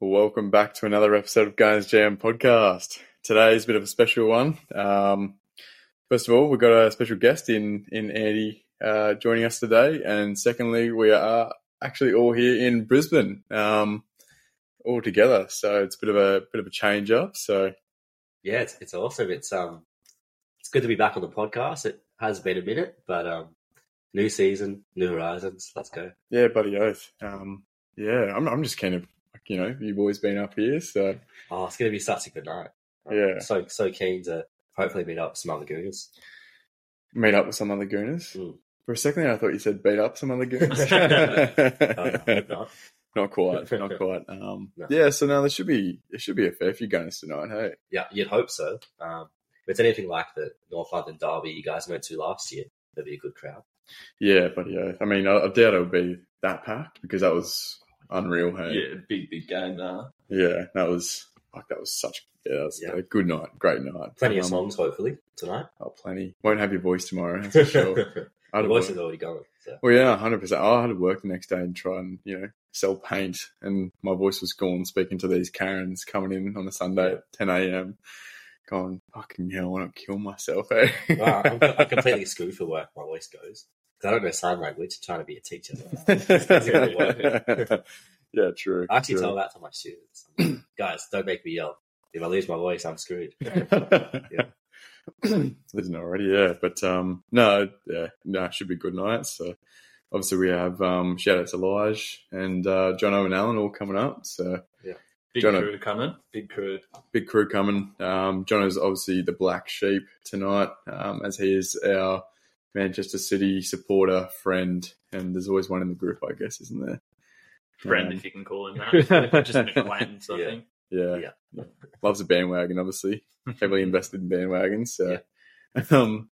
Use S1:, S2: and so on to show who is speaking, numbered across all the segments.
S1: Welcome back to another episode of Guys Jam Podcast. Today's a bit of a special one. Um, first of all, we've got a special guest in in Andy uh, joining us today, and secondly, we are actually all here in Brisbane um, all together. So it's a bit of a bit of a change up. So
S2: Yeah, it's, it's awesome. It's um, it's good to be back on the podcast. It has been a minute, but um, new season, new horizons. Let's go.
S1: yeah, buddy oath. Um, yeah, I'm I'm just kind of you know you've always been up here, so
S2: Oh, it's gonna be such a good night. I'm
S1: Yeah.
S2: so so keen to hopefully meet up with some other gooners.
S1: meet up with some other gooners.
S2: Mm.
S1: For a second, there, I thought you said beat up some other
S2: Oh, no, hope
S1: gooners.
S2: not.
S1: Not quite, not quite. Um,
S2: No.
S1: Yeah, so now there should be there should be a fair few gunners tonight. Hey,
S2: yeah, you'd hope so. Um, if it's anything like the North London derby you guys went to last year, that'd be a good crowd.
S1: yeah, but yeah, I mean, I, I doubt it would be that packed because that was unreal. Hey,
S3: Yeah, big, big game uh, now.
S1: yeah, that was like that was such yeah, that was
S2: Yeah.
S1: a good night, great night,
S2: Plenty of
S1: Um,
S2: songs, hopefully tonight.
S1: Oh, plenty. Won't have your voice tomorrow. That's for sure.
S2: the
S1: I had to
S2: voice is
S1: work-
S2: already going. So.
S1: well, yeah, hundred percent. I had to work the next day and try and you know sell paint, and my voice was gone speaking to these Karens coming in on a Sunday at ten a.m. Going fucking hell, I want to kill myself. Hey,
S2: Wow, I'm, I'm completely screwed for work. My voice goes 'Cause I don't know sign language. Trying to be a teacher. really what-
S1: yeah, true.
S2: I actually
S1: true.
S2: tell that to my students. Guys, don't make me yell. If I lose my voice, I'm screwed.
S1: Listen already, yeah. But um, no, yeah, no, it should be good night. So obviously we have um, shout out to Lige and uh, John Owen Allen all coming up. So
S3: Big
S1: Jono.
S3: crew coming. Big crew.
S1: big crew coming. Um, John is obviously the black sheep tonight, um, as he is our Manchester City supporter friend, and there's always one in the group, I guess, isn't there?
S3: Friend,
S1: Um,
S3: if you can call him that. Just an acquaintance, I
S2: Yeah.
S3: think.
S1: Yeah.
S2: Yeah.
S1: Loves a bandwagon, obviously. Heavily invested in bandwagons. So, um,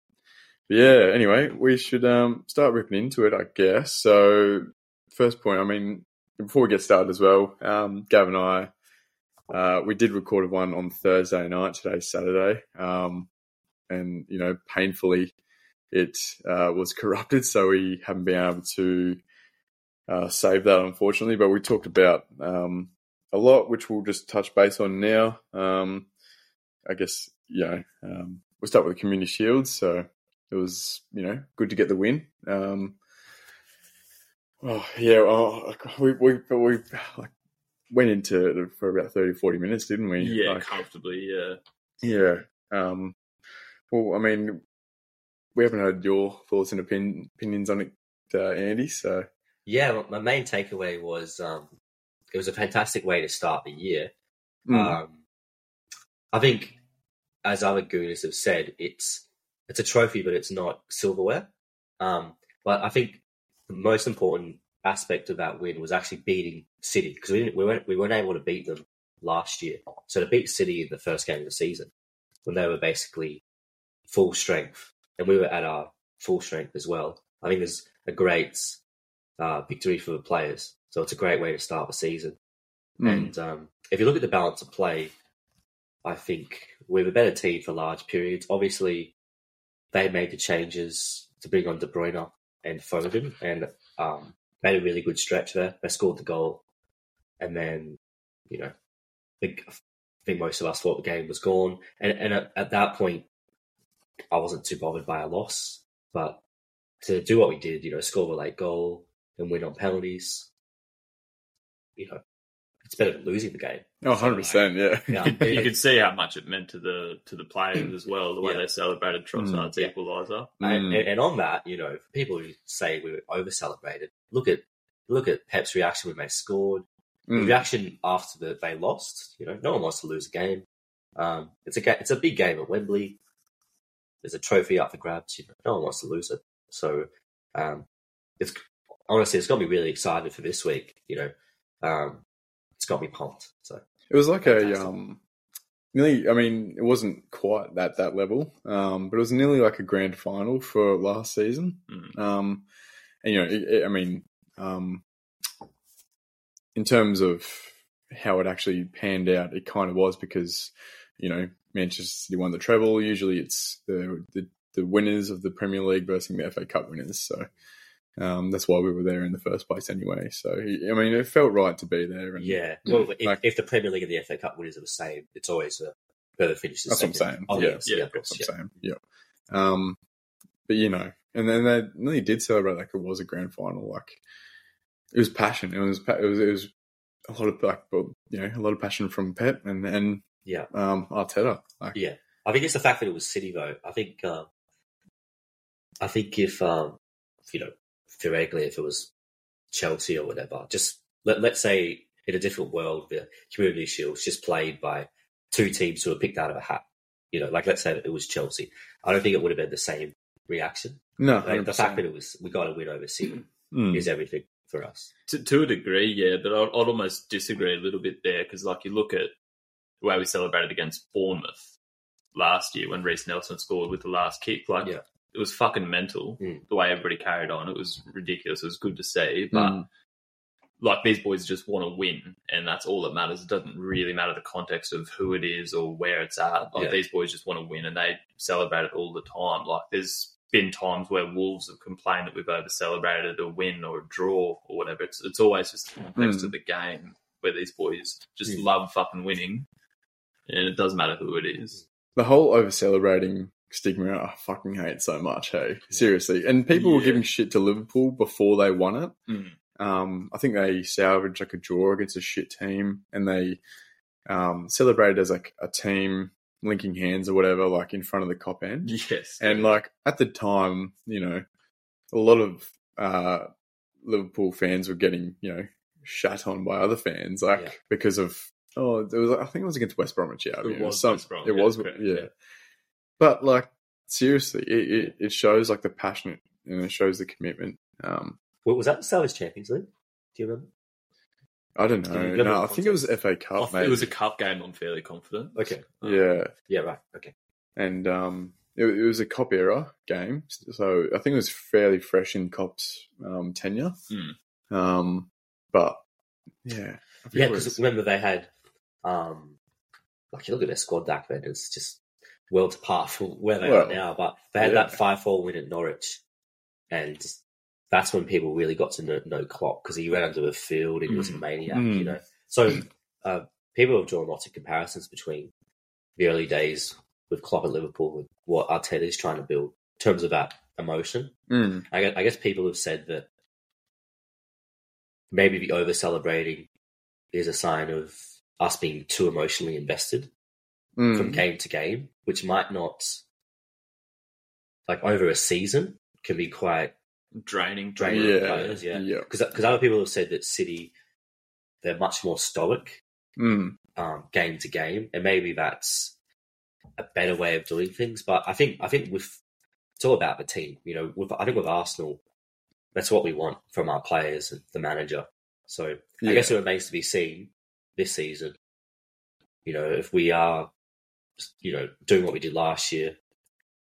S1: but yeah, anyway, we should um, start ripping into it, I guess. So, first point, I mean, before we get started as well, um, Gav and I, uh, we did record one on Thursday night, today's Saturday. Um, and, you know, painfully, it uh, was corrupted, so we haven't been able to uh, save that, unfortunately. But we talked about um, a lot, which we'll just touch base on now. Um, I guess you know um, we'll start with the community shield. So it was you know good to get the win. Um, oh yeah, well, we we we like, went into it for about 30, 40 minutes, didn't we?
S3: Yeah,
S1: Like,
S3: comfortably, yeah.
S1: yeah. Um, well, I mean, we haven't heard your thoughts and opin- opinions on it, uh, Andy. So
S2: Yeah, my- my main takeaway was um, it was a fantastic way to start the year.
S1: mm,
S2: Um, I think, as other gooners have said, it's it's a trophy, but it's not silverware. Um, but I think the most important aspect of that win was actually beating City because we didn't, we weren't we weren't able to beat them last year. So to beat City in the first game of the season when they were basically full strength and we were at our full strength as well, I think is a great uh, victory for the players. So it's a great way to start the season.
S1: mm,
S2: And um, if you look at the balance of play, I think we have a better team for large periods. Obviously, they made the changes to bring on De Bruyne and Foden and um, made a really good stretch there. They scored the goal. And then, you know, I think, I think most of us thought the game was gone. And, and at, at that point, I wasn't too bothered by a loss. But to do what we did, you know, score a late goal and win on penalties, you know, it's better than losing the game.
S1: oh, 100%, yeah.
S2: Yeah.
S3: You could- you could see how much it meant to the to the players as well, the way
S2: Yeah.
S3: they celebrated Trossard's
S2: Yeah.
S3: equaliser.
S2: And,
S1: Mm,
S2: and, and on that, you know, for people who say we were over celebrated, look at look at Pep's reaction when they scored, the
S1: mm,
S2: reaction after the, they lost. You know, no one wants to lose a game. Um, it's a ga- it's a big game at Wembley. There's a trophy up for grabs. You know, no one wants to lose it. So, um, it's honestly, it's got me really excited for this week. You know, um, it's got me pumped. So
S1: It was like a
S2: Fantastic.
S1: um, nearly. I mean, it wasn't quite that that level, um, but it was nearly like a grand final for last season.
S3: Mm.
S1: Um, and you know, it, it, I mean, um, in terms of how it actually panned out, it kind of was because you know Manchester City won the treble. Usually, it's the the, the winners of the Premier League versus the FA Cup winners. So Um, that's why we were there in the first place, anyway. So I mean, it felt right to be there. And
S2: Yeah. Well, if,
S1: Like-
S2: if the Premier League and the FA Cup winners are the same, it's always a whoever finishes
S1: That's what I'm
S2: second.
S1: saying.
S2: Oh,
S1: Yeah.
S2: yes,
S3: Yeah,
S2: yeah, of
S1: That's
S2: course.
S1: what I'm saying. Yeah. Um, but you know, and then they really did celebrate like it was a grand final. Like it was passion. It was pa- it was it was a lot of like well, you know a lot of passion from Pep and and
S2: Yeah.
S1: um Arteta. Like
S2: Yeah. I think it's the fact that it was City though. I think um, I think if um, you know, theoretically if it was Chelsea or whatever, just let let's say in a different world the community shield's just played by two teams who were picked out of a hat. You know, like let's say it was Chelsea. I don't think it would have been the same reaction.
S1: no,
S2: Like, the
S1: 100%.
S2: fact that it was we got a win over City
S1: Mm.
S2: is everything for us.
S3: To, to a degree, yeah, but I'd, I'd almost disagree a little bit there because, like, you look at the way we celebrated against Bournemouth last year when Reece Nelson scored with the last kick. Like,
S2: Yeah.
S3: it was fucking mental
S2: Mm.
S3: the way everybody carried on. It was ridiculous. It was good to see, but
S1: Mm.
S3: like these boys just want to win, and that's all that matters. It doesn't really matter the context of who it is or where it's at. Like
S2: Yeah.
S3: these boys just want to win, and they celebrate it all the time. Like there's been times where Wolves have complained that we've over celebrated a win or a draw or whatever. It's it's always just the context
S1: Mm.
S3: of the game where these boys just
S2: Mm.
S1: Hmm.
S3: love fucking winning, and it doesn't matter who it is.
S1: the whole over celebrating stigma I fucking hate so much, hey. Seriously. And people were
S3: Yeah.
S1: giving shit to Liverpool before they won it.
S3: Mm.
S1: Um, I think they salvaged like a draw against a shit team and they um, celebrated as like a team linking hands or whatever, like in front of the cop end.
S3: Yes,
S1: And like at the time, you know, a lot of uh, Liverpool fans were getting, you know, shat on by other fans, like
S2: Yeah.
S1: because of oh, it was I think it was against West Bromwich. Yeah, I
S3: It
S1: mean,
S3: was West Brom,
S1: It
S3: yeah,
S1: was,
S3: correct,
S1: yeah.
S3: yeah.
S1: But like seriously, it, it, it shows like the passionate and it shows the commitment. Um,
S2: Well, was that the Savage Champions League? Do you remember?
S1: I don't
S2: Give me a
S1: know.
S2: little
S1: No, I think it was FA
S3: I
S1: Cup,
S3: think
S1: maybe.
S3: Oh, it was a cup game. I'm fairly confident. Um,
S2: Okay.
S1: yeah.
S2: Yeah, right. Okay.
S1: and um, it, it was a cop era game, so I think it was fairly fresh in cop's um, tenure.
S3: Hmm.
S1: Um, but yeah, I
S2: Yeah,
S1: forget what
S2: because
S1: it was.
S2: remember they had, um, like you look at their squad back then, it's just worlds apart from where they
S1: Well,
S2: are now. But they had
S1: yeah.
S2: that five-four win at Norwich, and that's when people really got to know, know Klopp because he ran under the field and he was a
S3: Mm.
S2: maniac,
S1: Mm.
S2: you know. So uh, people have drawn lots of comparisons between the early days with Klopp at Liverpool and what Arteta is trying to build in terms of that emotion.
S1: Mm,
S2: I guess, I guess people have said that maybe the over celebrating is a sign of us being too emotionally invested
S1: mm,
S2: from game to game, which might not, like over a season, can be quite
S3: draining,
S2: Draining.
S3: draining.
S2: players, yeah.
S1: yeah,
S2: because other people have said that City they're much more stoic
S1: mm,
S2: um, game to game, and maybe that's a better way of doing things. But I think I think with it's all about the team. You know, with, I think with Arsenal, that's what we want from our players and the manager. So
S1: yeah.
S2: I guess it remains to be seen this season. You know, if we are, you know, doing what we did last year,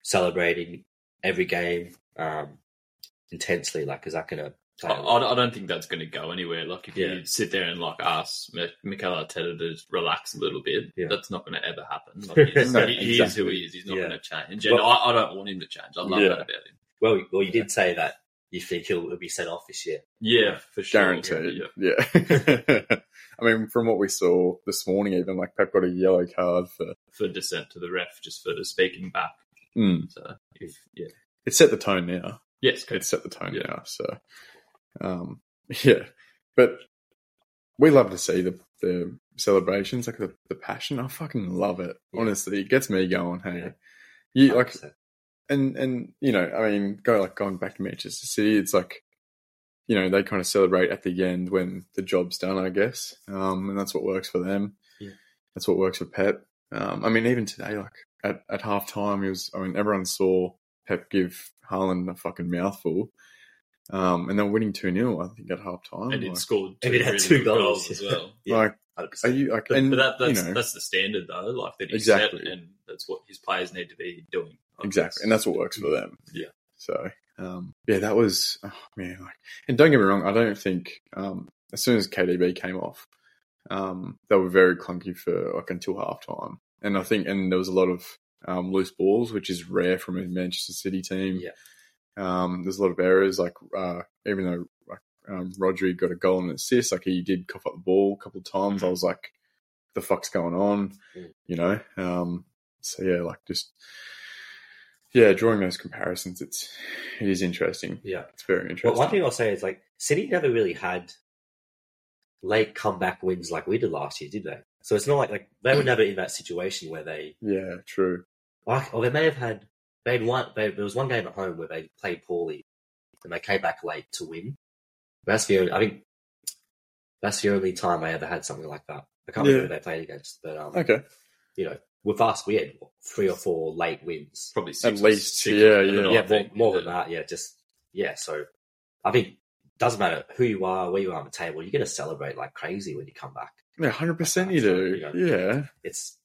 S2: celebrating every game um, intensely, like is that going to play?
S3: I, I I don't think that's going to go anywhere. Like if
S2: Yeah.
S3: you sit there and like ask Mi- Mikel Arteta to just relax a little bit,
S2: Yeah.
S3: that's not going to ever happen. Like he's,
S1: No,
S3: he, he is who
S1: exactly.
S3: he is. He's not
S2: Yeah.
S3: going to change, and
S2: Well-
S3: I, I don't want him to change. I love
S1: Yeah.
S3: that about him.
S2: well, you- well, you did say that you think he'll, he'll be sent off this year.
S3: Yeah, for sure.
S1: guaranteed.
S3: Yeah.
S1: Yeah, I mean, from what we saw this morning, even like Pep got a yellow card for.
S3: For dissent to the ref, just for the speaking back.
S1: Mm.
S3: So if yeah,
S1: It set the tone now.
S3: yes,
S1: it's set the tone
S3: Yeah.
S1: now. So, um, yeah, but we love to see the the celebrations, like the, the passion. I fucking love it.
S2: Yeah.
S1: Honestly, it gets me going. Hey,
S2: Yeah.
S1: you like,
S2: 100%.
S1: and and you know, I mean, go like going back to Manchester City, it's like. You know they kind of celebrate at the end when the job's done, I guess, um, and that's what works for them.
S2: Yeah.
S1: That's what works for Pep. Um, I mean, even today, like at at half time, it was. I mean, everyone saw Pep give Haaland a fucking mouthful, um, and they're winning 2 0, I think, at half time.
S3: and
S1: like,
S3: it scored two,
S2: And it had
S3: really
S2: two
S3: good
S2: goals,
S3: goals, as
S2: yeah.
S3: well.
S2: yeah.
S1: like,
S2: 100%.
S1: are you, like,
S3: But,
S1: and,
S3: but that, that's
S1: you know,
S3: that's the standard though. Like that he
S1: Exactly.
S3: set, and that's what his players need to be doing. Like,
S1: exactly. And that's what works for them.
S3: Yeah.
S1: So, um, yeah, that was, oh, man. Like, and don't get me wrong, I don't think, um, as soon as KDB came off, um, they were very clunky for like until half time. And I think, and there was a lot of, um, loose balls, which is rare from a Manchester City team.
S2: Yeah.
S1: Um, there's a lot of errors, like uh, even though like, um, Rodri got a goal and an assist, like he did cough up the ball a couple of times. I was like, "The fuck's going on?"
S2: Mm.
S1: You know. Um, so yeah, like just yeah, drawing those comparisons, it's it is interesting.
S2: Yeah.
S1: It's very
S2: Well,
S1: interesting.
S2: one thing I'll say is like City never really had late comeback wins like we did last year, did they? So it's not like like they
S1: Hmm.
S2: were never in that situation where they
S1: yeah, true.
S2: like, or they may have had they had one they, there was one game at home where they played poorly and they came back late to win. That's the only I think that's the only time I ever had something like that. I can't remember
S1: Yeah.
S2: who they played against, but um,
S1: Okay.
S2: you know, with us we had what, three or four late wins.
S3: Probably six
S1: At
S3: or
S1: least,
S3: six
S1: yeah,
S3: or seven,
S1: yeah.
S3: I
S2: yeah, more,
S3: think. uh,
S2: more than that. Yeah, just yeah. So I think doesn't matter who you are, where you are on the table, you're gonna celebrate like crazy when you come back.
S1: Yeah, hundred percent. You do. Yeah,
S2: It's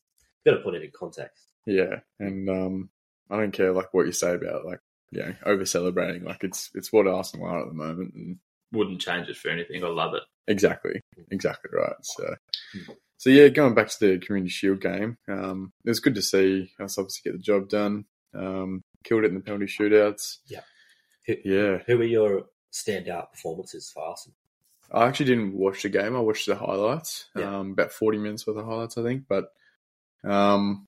S2: you gotta put it in context.
S1: yeah. And um, I don't care like what you say about like yeah over celebrating. Like it's it's what Arsenal are at the moment, and
S3: Wouldn't change it for anything. I love it.
S1: Exactly. Exactly right. So,
S2: Hmm.
S1: so yeah, going back to the Community Shield game, um, it was good to see us obviously get the job done. Um, killed it in the penalty shootouts.
S2: Yeah.
S1: Yeah.
S2: Who were your standout performances for Arsenal?
S1: I actually didn't watch the game. I watched the highlights,
S2: Yeah.
S1: um, about 40 minutes worth of highlights, I think. But, um,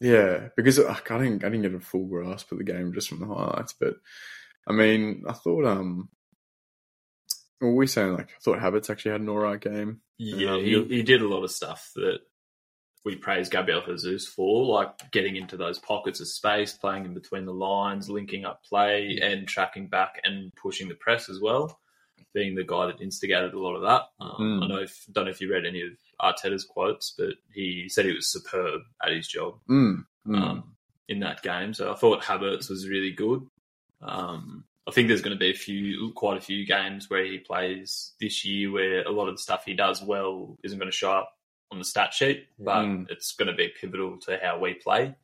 S1: yeah, because like, I didn't, I didn't get a full grasp of the game just from the highlights. But I mean, I thought, um, what were we saying? Like, I thought Habits actually had an alright game.
S3: Yeah,
S1: Um,
S3: he, he did a lot of stuff that we praise Gabriel Jesus for, like getting into those pockets of space, playing in between the lines, linking up play, and tracking back and pushing the press as well. Being the guy that instigated a lot of that. Um,
S1: Mm.
S3: I know if, don't know if you read any of Arteta's quotes, but he said he was superb at his job
S1: Mm, mm.
S3: um, in that game. So I thought Havertz was really good. Um, I think there's going to be a few, quite a few games where he plays this year where a lot of the stuff he does well isn't going to show up on the stat sheet, but
S1: Mm.
S3: it's going to be pivotal to how we play.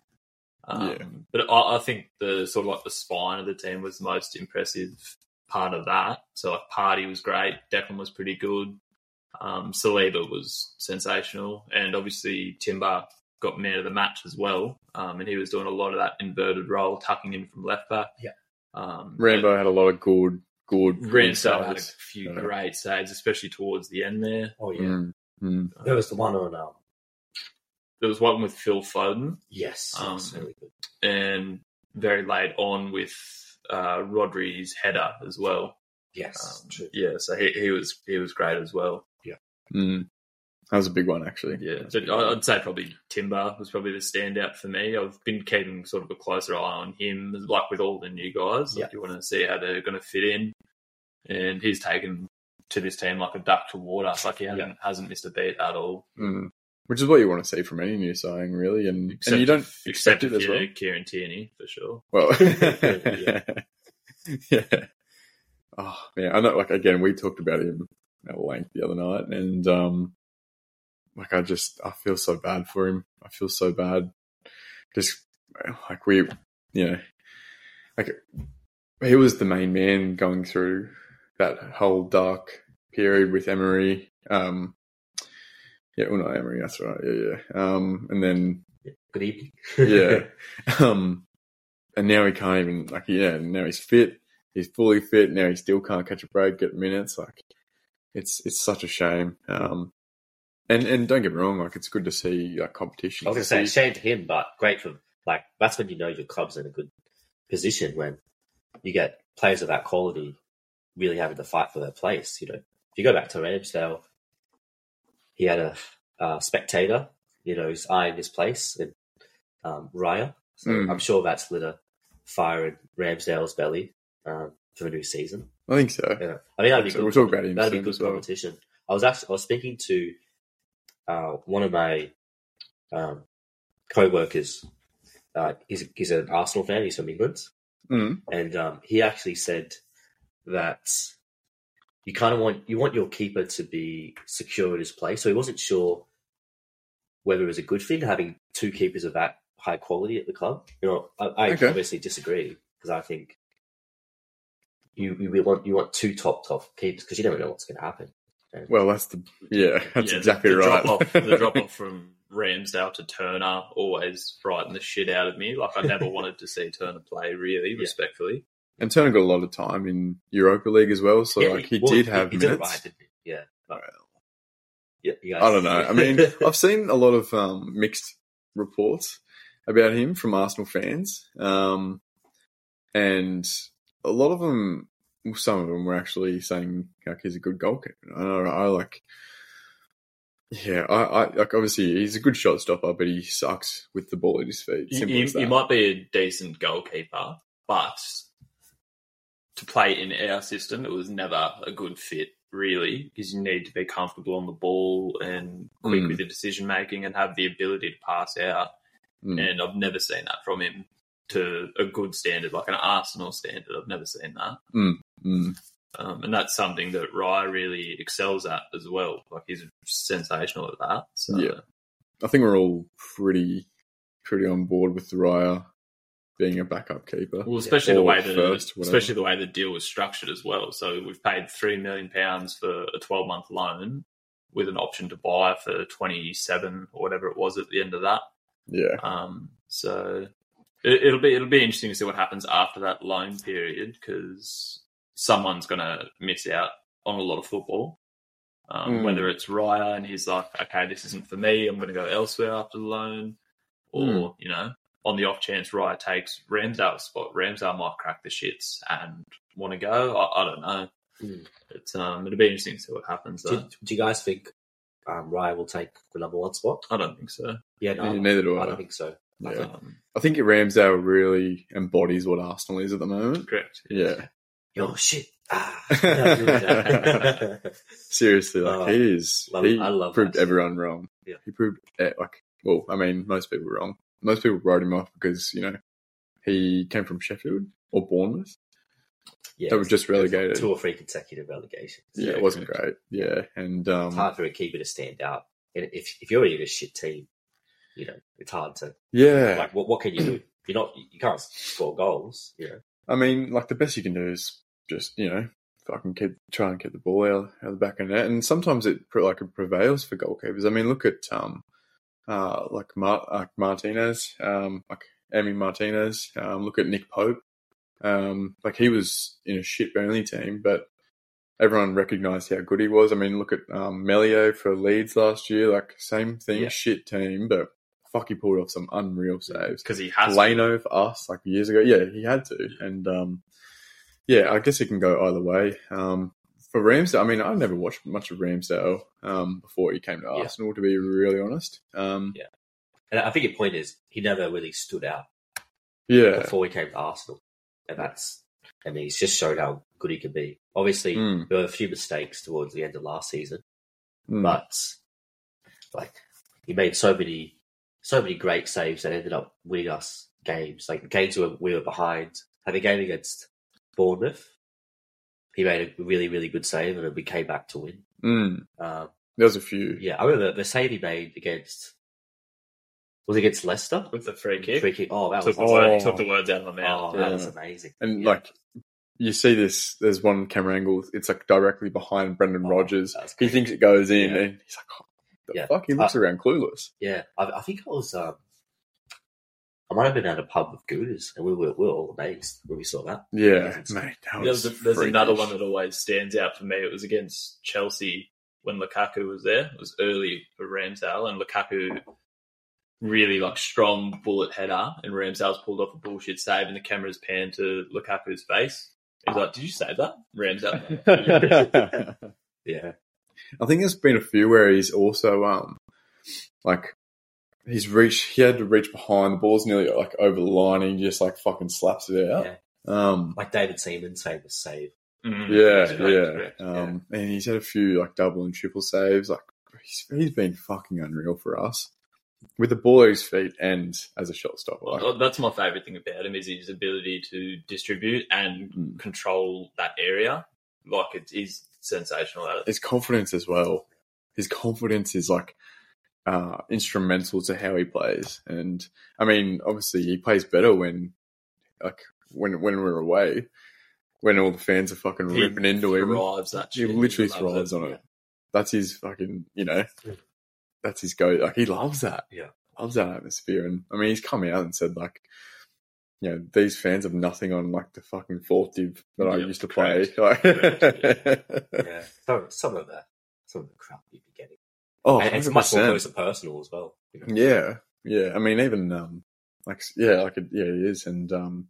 S3: Um,
S1: Yeah.
S3: But I, I think the sort of like the spine of the team was the most impressive part of that. So like Party was great, Declan was pretty good, um, Saliba was sensational, and obviously Timber got man of the match as well. Um, and he was doing a lot of that inverted role, tucking in from left back.
S2: Yeah.
S3: Um,
S1: Rambo had a lot of good, good,
S3: but
S1: good
S3: Rambo had a
S1: saves.
S3: few
S1: Yeah.
S3: great saves, especially towards the end there.
S2: Oh yeah.
S1: Mm, mm.
S2: There was the one on um
S3: There was one with Phil Foden
S2: yes, that was
S3: Um,
S2: really good.
S3: and very late on with uh, Rodri's header as well.
S2: Yes,
S3: Um,
S2: true.
S3: yeah, so he, he was he was great as well.
S1: Mm. That was a big one, actually.
S3: Yeah, but I- I'd say probably Timber was probably the standout for me. I've been keeping sort of a closer eye on him, like with all the new guys. Like
S2: Yeah.
S3: you want to see how they're going to fit in, and he's taken to this team like a duck to water. Like he hasn't, hasn't missed a beat at all.
S1: Mm. Which is what you want to see from any new signing, really, and and you don't
S3: except
S1: expect it
S3: if
S1: as
S3: you're
S1: well.
S3: Kieran Tierney for sure.
S1: Well, yeah.
S2: Yeah.
S1: Oh man, I know. Like again, we talked about him at length the other night, and um, like I just I feel so bad for him. I feel so bad. Just like we, you know, like he was the main man going through that whole dark period with Emery. Um, yeah, well, not Emery. That's right. Yeah, yeah. Um, and then
S2: Good evening.
S1: yeah. Um, and now he can't even like yeah. Now he's fit. He's fully fit. Now he still can't catch a break, get minutes. Like it's it's such a shame. Um, and and don't get me wrong, like it's good to see like competition.
S2: I was going to say,
S1: See-
S2: shame to him, but great for like that's when you know your club's in a good position when you get players of that quality really having to fight for their place. You know, if you go back to Ramsdale, he had a, uh spectator, you know, who's eyeing his place and um, Raya. So
S1: Mm.
S2: I'm sure that's lit a fire in Ramsdale's belly um, for the new season.
S1: I think so.
S2: Yeah. I mean, that'd be
S1: So
S2: good.
S1: we'll talk about him
S2: That'd be
S1: soon
S2: good
S1: as well.
S2: competition. I was actually I was speaking to uh, one of my um, co-workers. Uh, he's he's an Arsenal fan. He's from England,
S1: Mm.
S2: and um, he actually said that you kind of want you want your keeper to be secure in his place. So he wasn't sure whether it was a good thing having two keepers of that high quality at the club. You know, I, I
S1: Okay.
S2: obviously disagree because I think you you really want you want two top top keepers because you never know what's going to happen.
S1: Well, that's the yeah. That's
S3: Yeah,
S1: exactly
S3: the, the
S1: right.
S3: Drop off, the drop off from Ramsdale to Turner always frightened the shit out of me. Like I never wanted to see Turner play, really,
S2: Yeah.
S3: respectfully.
S1: And Turner got a lot of time in Europa League as well, so
S2: Yeah,
S1: like he
S2: well,
S1: did have
S2: he, he
S1: minutes.
S2: Did it right, didn't he? Yeah. But, yeah you guys-
S1: I don't know. I mean, I've seen a lot of um, mixed reports about him from Arsenal fans, um, and a lot of them, well, some of them were actually saying like he's a good goalkeeper. I don't know, I like, yeah, I, I like obviously he's a good shot stopper, but he sucks with the ball at his feet.
S3: You,
S1: Simple
S3: you-
S1: as that.
S3: you might be a decent goalkeeper, but to play in our system, it was never a good fit, really, because you need to be comfortable on the ball and quick
S1: Mm.
S3: with your decision making and have the ability to pass out.
S1: Mm.
S3: And I've never seen that from him to a good standard, like an Arsenal standard. I've never seen that.
S1: Mm.
S3: Um, and that's something that Rye really excels at as well. Like he's sensational at that. So
S1: Yeah. I think we're all pretty, pretty on board with Raya being a backup keeper.
S3: Well, especially the
S1: Or
S3: way that
S1: first, whatever.
S3: especially the way the deal was structured as well. So we've paid three million pounds for a twelve month loan with an option to buy for twenty seven or whatever it was at the end of that.
S1: Yeah,
S3: Um, so it, it'll be it'll be interesting to see what happens after that loan period because someone's going to miss out on a lot of football. Um,
S1: Mm.
S3: Whether it's Raya and he's like, okay, this isn't for me. I'm going to go elsewhere after the loan, or
S1: Mm.
S3: you know, on the off chance Raya takes Ramsdale's spot, Ramsdale might crack the shits and want to go. I, I don't know.
S2: Mm.
S3: It's um, it'll be interesting to see what happens.
S2: do,
S3: Though.
S2: do you guys think um, Raya will take the number one spot?
S3: I don't think so.
S2: Yeah, no, I,
S1: neither do
S2: I
S1: I.
S2: don't think so. I
S1: Yeah.
S2: think
S3: Um,
S1: I think Ramsdale really embodies what Arsenal is at the moment.
S3: correct.
S1: Yeah,
S2: Yo, shit. Ah.
S1: seriously, like
S2: Oh,
S1: he is.
S2: love-
S1: he
S2: I love
S1: proved
S2: that.
S1: everyone wrong.
S2: Yeah.
S1: He proved eh, like, well, I mean, most people were wrong. Most people wrote him off because you know he came from Sheffield or Bournemouth.
S2: yeah,
S1: They were just relegated.
S2: Two or three consecutive relegations.
S1: Yeah, it wasn't great. Yeah, and um,
S2: It's hard for a keeper to stand out. And if, if you're in a shit team, you know, it's hard to,
S1: yeah,
S2: like, what, what can you do? You're not, you can't score goals, you know.
S1: I mean, like the best you can do is just you know fucking keep try and keep the ball out, out of the back of the net, and sometimes it pre- like it prevails for goalkeepers. I mean, look at um uh like, Mar- like Martinez, um like Emmy Martinez, um look at Nick Pope, um like he was in a shit Burnley team, but everyone recognised how good he was. I mean, look at um Melio for Leeds last year, like same thing,
S2: Yeah.
S1: shit team, but fuck, he pulled off some unreal saves.
S3: because he has to.
S1: Leno for us like years ago. Yeah, he had to, and um, yeah, I guess it can go either way. Um, for Ramsdale, I mean, I never watched much of Ramsdale um, before he came to
S2: Yeah.
S1: Arsenal. To be really honest, um,
S2: Yeah. And I think your point is he never really stood out
S1: yeah,
S2: before he came to Arsenal. And that's, I mean, he's just showed how good he can be. Obviously,
S1: Mm,
S2: there were a few mistakes towards the end of last season,
S1: mm.
S2: but like he made so many, so many great saves that ended up winning us games. Like the games where we were behind, had a game against Bournemouth. He made a really, really good save, and we came back to win.
S1: Mm.
S2: Um,
S1: there was a few.
S2: yeah, I remember the save he made against was it against Leicester.
S3: with the free kick.
S2: Free kick. Oh, that was
S3: took, the
S1: Oh.
S3: word, took the words out of my
S2: oh,
S3: mouth.
S2: that
S1: yeah.
S2: was amazing.
S1: And
S2: Yeah.
S1: like you see this, there's one camera angle. It's like directly behind Brendan
S2: Oh,
S1: Rodgers.
S2: that's
S1: He
S2: great.
S1: thinks it goes in,
S2: Yeah.
S1: and he's like, oh, "The
S2: Yeah.
S1: fuck!" He looks around clueless.
S2: Yeah, I, I think I was. Um, I might have been at a pub with Gooners, and we were, we were all amazed when we saw that.
S1: Yeah,
S2: it's-
S1: mate. That was
S3: There's, there's another
S1: freakish.
S3: one that always stands out for me. It was against Chelsea when Lukaku was there. It was early for Ramsdale, and Lukaku really like strong bullet header, and Ramsdale's pulled off a bullshit save, and the camera's panned to Lukaku's face. He's like, "Did you save that, Ramsdale?"
S2: Yeah,
S1: I think there's been a few where he's also um like he's reached he had to reach behind the ball's nearly like over the line and he just like fucking slaps it out.
S2: Yeah.
S1: Um
S2: like David Seaman's famous save.
S3: Mm,
S1: yeah,
S3: correct,
S1: yeah.
S3: correct.
S1: Um and he's had a few like double and triple saves. Like he's, he's been fucking unreal for us. With the ball at his feet and as a shot stopper. Like,
S3: Well, uh, That's my favorite thing about him is his ability to distribute and
S1: Mm.
S3: control that area. Like it is sensational at it.
S1: his confidence as well. His confidence is like uh, instrumental to how he plays, and I mean, obviously, he plays better when like when when we're away, when all the fans are fucking
S3: He
S1: ripping into him.
S3: thrives that
S1: He
S3: shit.
S1: literally
S3: He loves
S1: thrives on it. That's his fucking, you know, that's his go. Like he loves that.
S2: Yeah.
S1: loves that atmosphere. And I mean, he's come out and said like, you know, these fans have nothing on like the fucking fourth div that I
S3: Yeah,
S1: used to play.
S3: correct.
S1: Like,
S2: Yeah, some, some of that, some of the crap you'd be getting.
S1: oh,
S2: and it's much more
S1: 100%.
S2: close to personal as well. you know.
S1: Yeah, yeah. I mean, even um, like yeah, like it, yeah, it is, and um,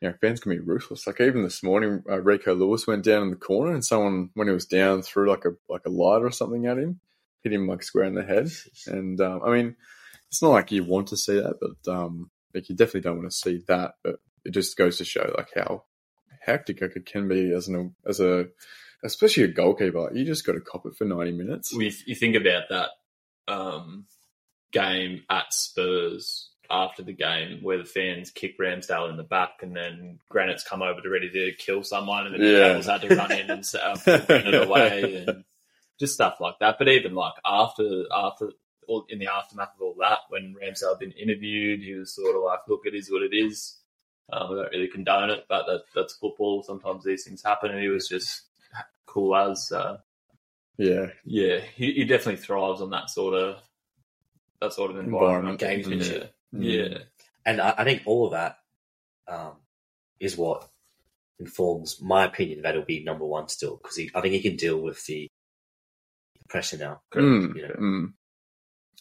S1: you know, fans can be ruthless. Like even this morning, uh, Rico Lewis went down in the corner, and someone when he was down threw like a like a light or something at him, hit him like square in the head. And um, I mean, it's not like you want to see that, but um, like you definitely don't want to see that. But it just goes to show like how hectic it can be as an as a especially a goalkeeper. You just got to cop it for ninety minutes.
S3: Well, if you think about that um, game at Spurs after the game, where the fans kick Ramsdale in the back, and then Granite's come over to ready to kill someone, and then the
S1: Yeah.
S3: Devils had to run in and set up Granite away, and just stuff like that. But even like after after all in the aftermath of all that, when Ramsdale had been interviewed, he was sort of like, "Look, it is what it is." Um, I don't really condone it, but that, that's football. Sometimes these things happen, and he was just cool as. Uh,
S1: Yeah,
S3: yeah, he, he definitely thrives on that sort of that sort of environment.
S1: Environment.
S3: Gamesmanship.
S1: Mm.
S3: Yeah.
S2: And I, I think all of that um, is what informs my opinion that he'll be number one still because I think he can deal with the pressure now.
S1: Mm,
S2: You know.
S1: mm.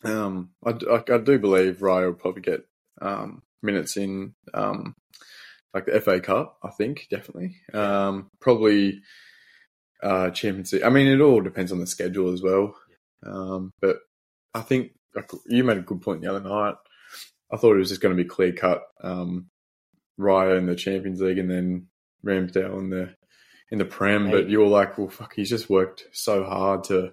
S1: Um, I, d- I- I do believe Rye will probably get um, minutes in um, like the FA Cup. I think definitely, um, probably uh, Champions League. I mean, it all depends on the schedule as well. Um, but I think like, you made a good point the other night. I thought it was just going to be clear cut. Um, Raya in the Champions League and then Ramsdale in the in the Prem. But
S2: Hey.
S1: you're like, well, fuck, he's just worked so hard to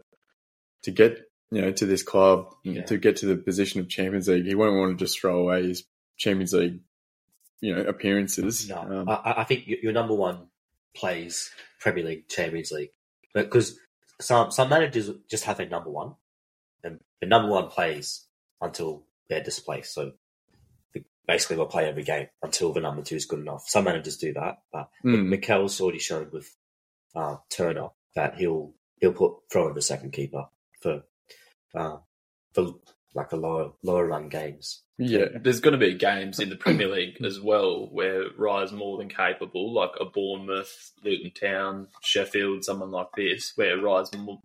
S1: to get you know to this club
S2: Yeah.
S1: to get to the position of Champions League. He won't want to just throw away his Champions League you know appearances.
S2: No, Uh,
S1: Um,
S2: I- I, I think your your number one plays Premier League, Champions League, because some some managers just have their number one, and the number one plays until they're displaced. So they basically, will play every game until the number two is good enough. Some managers do that, but
S1: mm,
S2: Mikel's already shown with uh, Turner that he'll he'll put throw in the second keeper for uh, for like the lower lower run games.
S1: yeah.
S3: There's going to be games in the Premier League as well where Rye's more than capable, like a Bournemouth, Luton Town, Sheffield, someone like this, where Rye's more,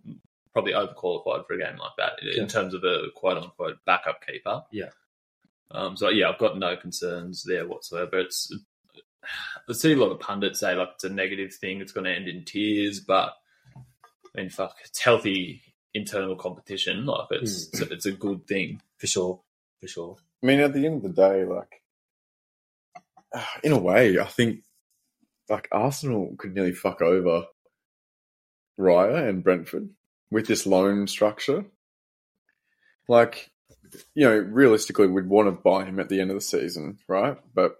S3: probably overqualified for a game like that in
S2: Yeah.
S3: terms of a quote unquote backup keeper.
S2: Yeah.
S3: Um, so, yeah, I've got no concerns there whatsoever. It's I see a lot of pundits say like it's a negative thing, it's going to end in tears, but I mean, fuck, it's healthy internal competition. Like it's it's,
S2: Hmm.
S3: a, it's a good thing.
S2: For sure, for sure.
S1: I mean, at the end of the day, like, in a way, I think like Arsenal could nearly fuck over Raya and Brentford with this loan structure. Like, you know, realistically, we'd want to buy him at the end of the season, right? But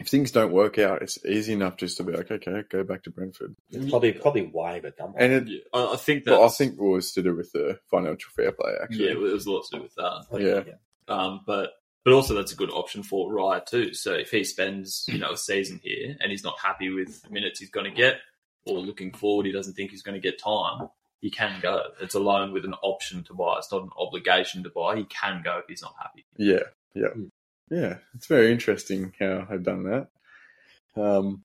S1: if things don't work out, it's easy enough just to be like, okay, go back to Brentford.
S3: Mm.
S2: It's probably probably why the number.
S1: And it,
S3: Yeah, I, I think that
S1: well, I think it was to do with the financial fair play,
S3: yeah,
S1: actually.
S3: it was lots to do with that.
S1: yeah.
S3: Um, but but also that's a good option for Raya too. So if he spends you know a season here and he's not happy with the minutes he's going to get, or looking forward he doesn't think he's going to get time, he can go. It's a loan with an option to buy. It's not an obligation to buy. He can go if he's not happy.
S1: Yeah, yeah,
S2: Mm.
S1: yeah. It's very interesting how I've done that. Um,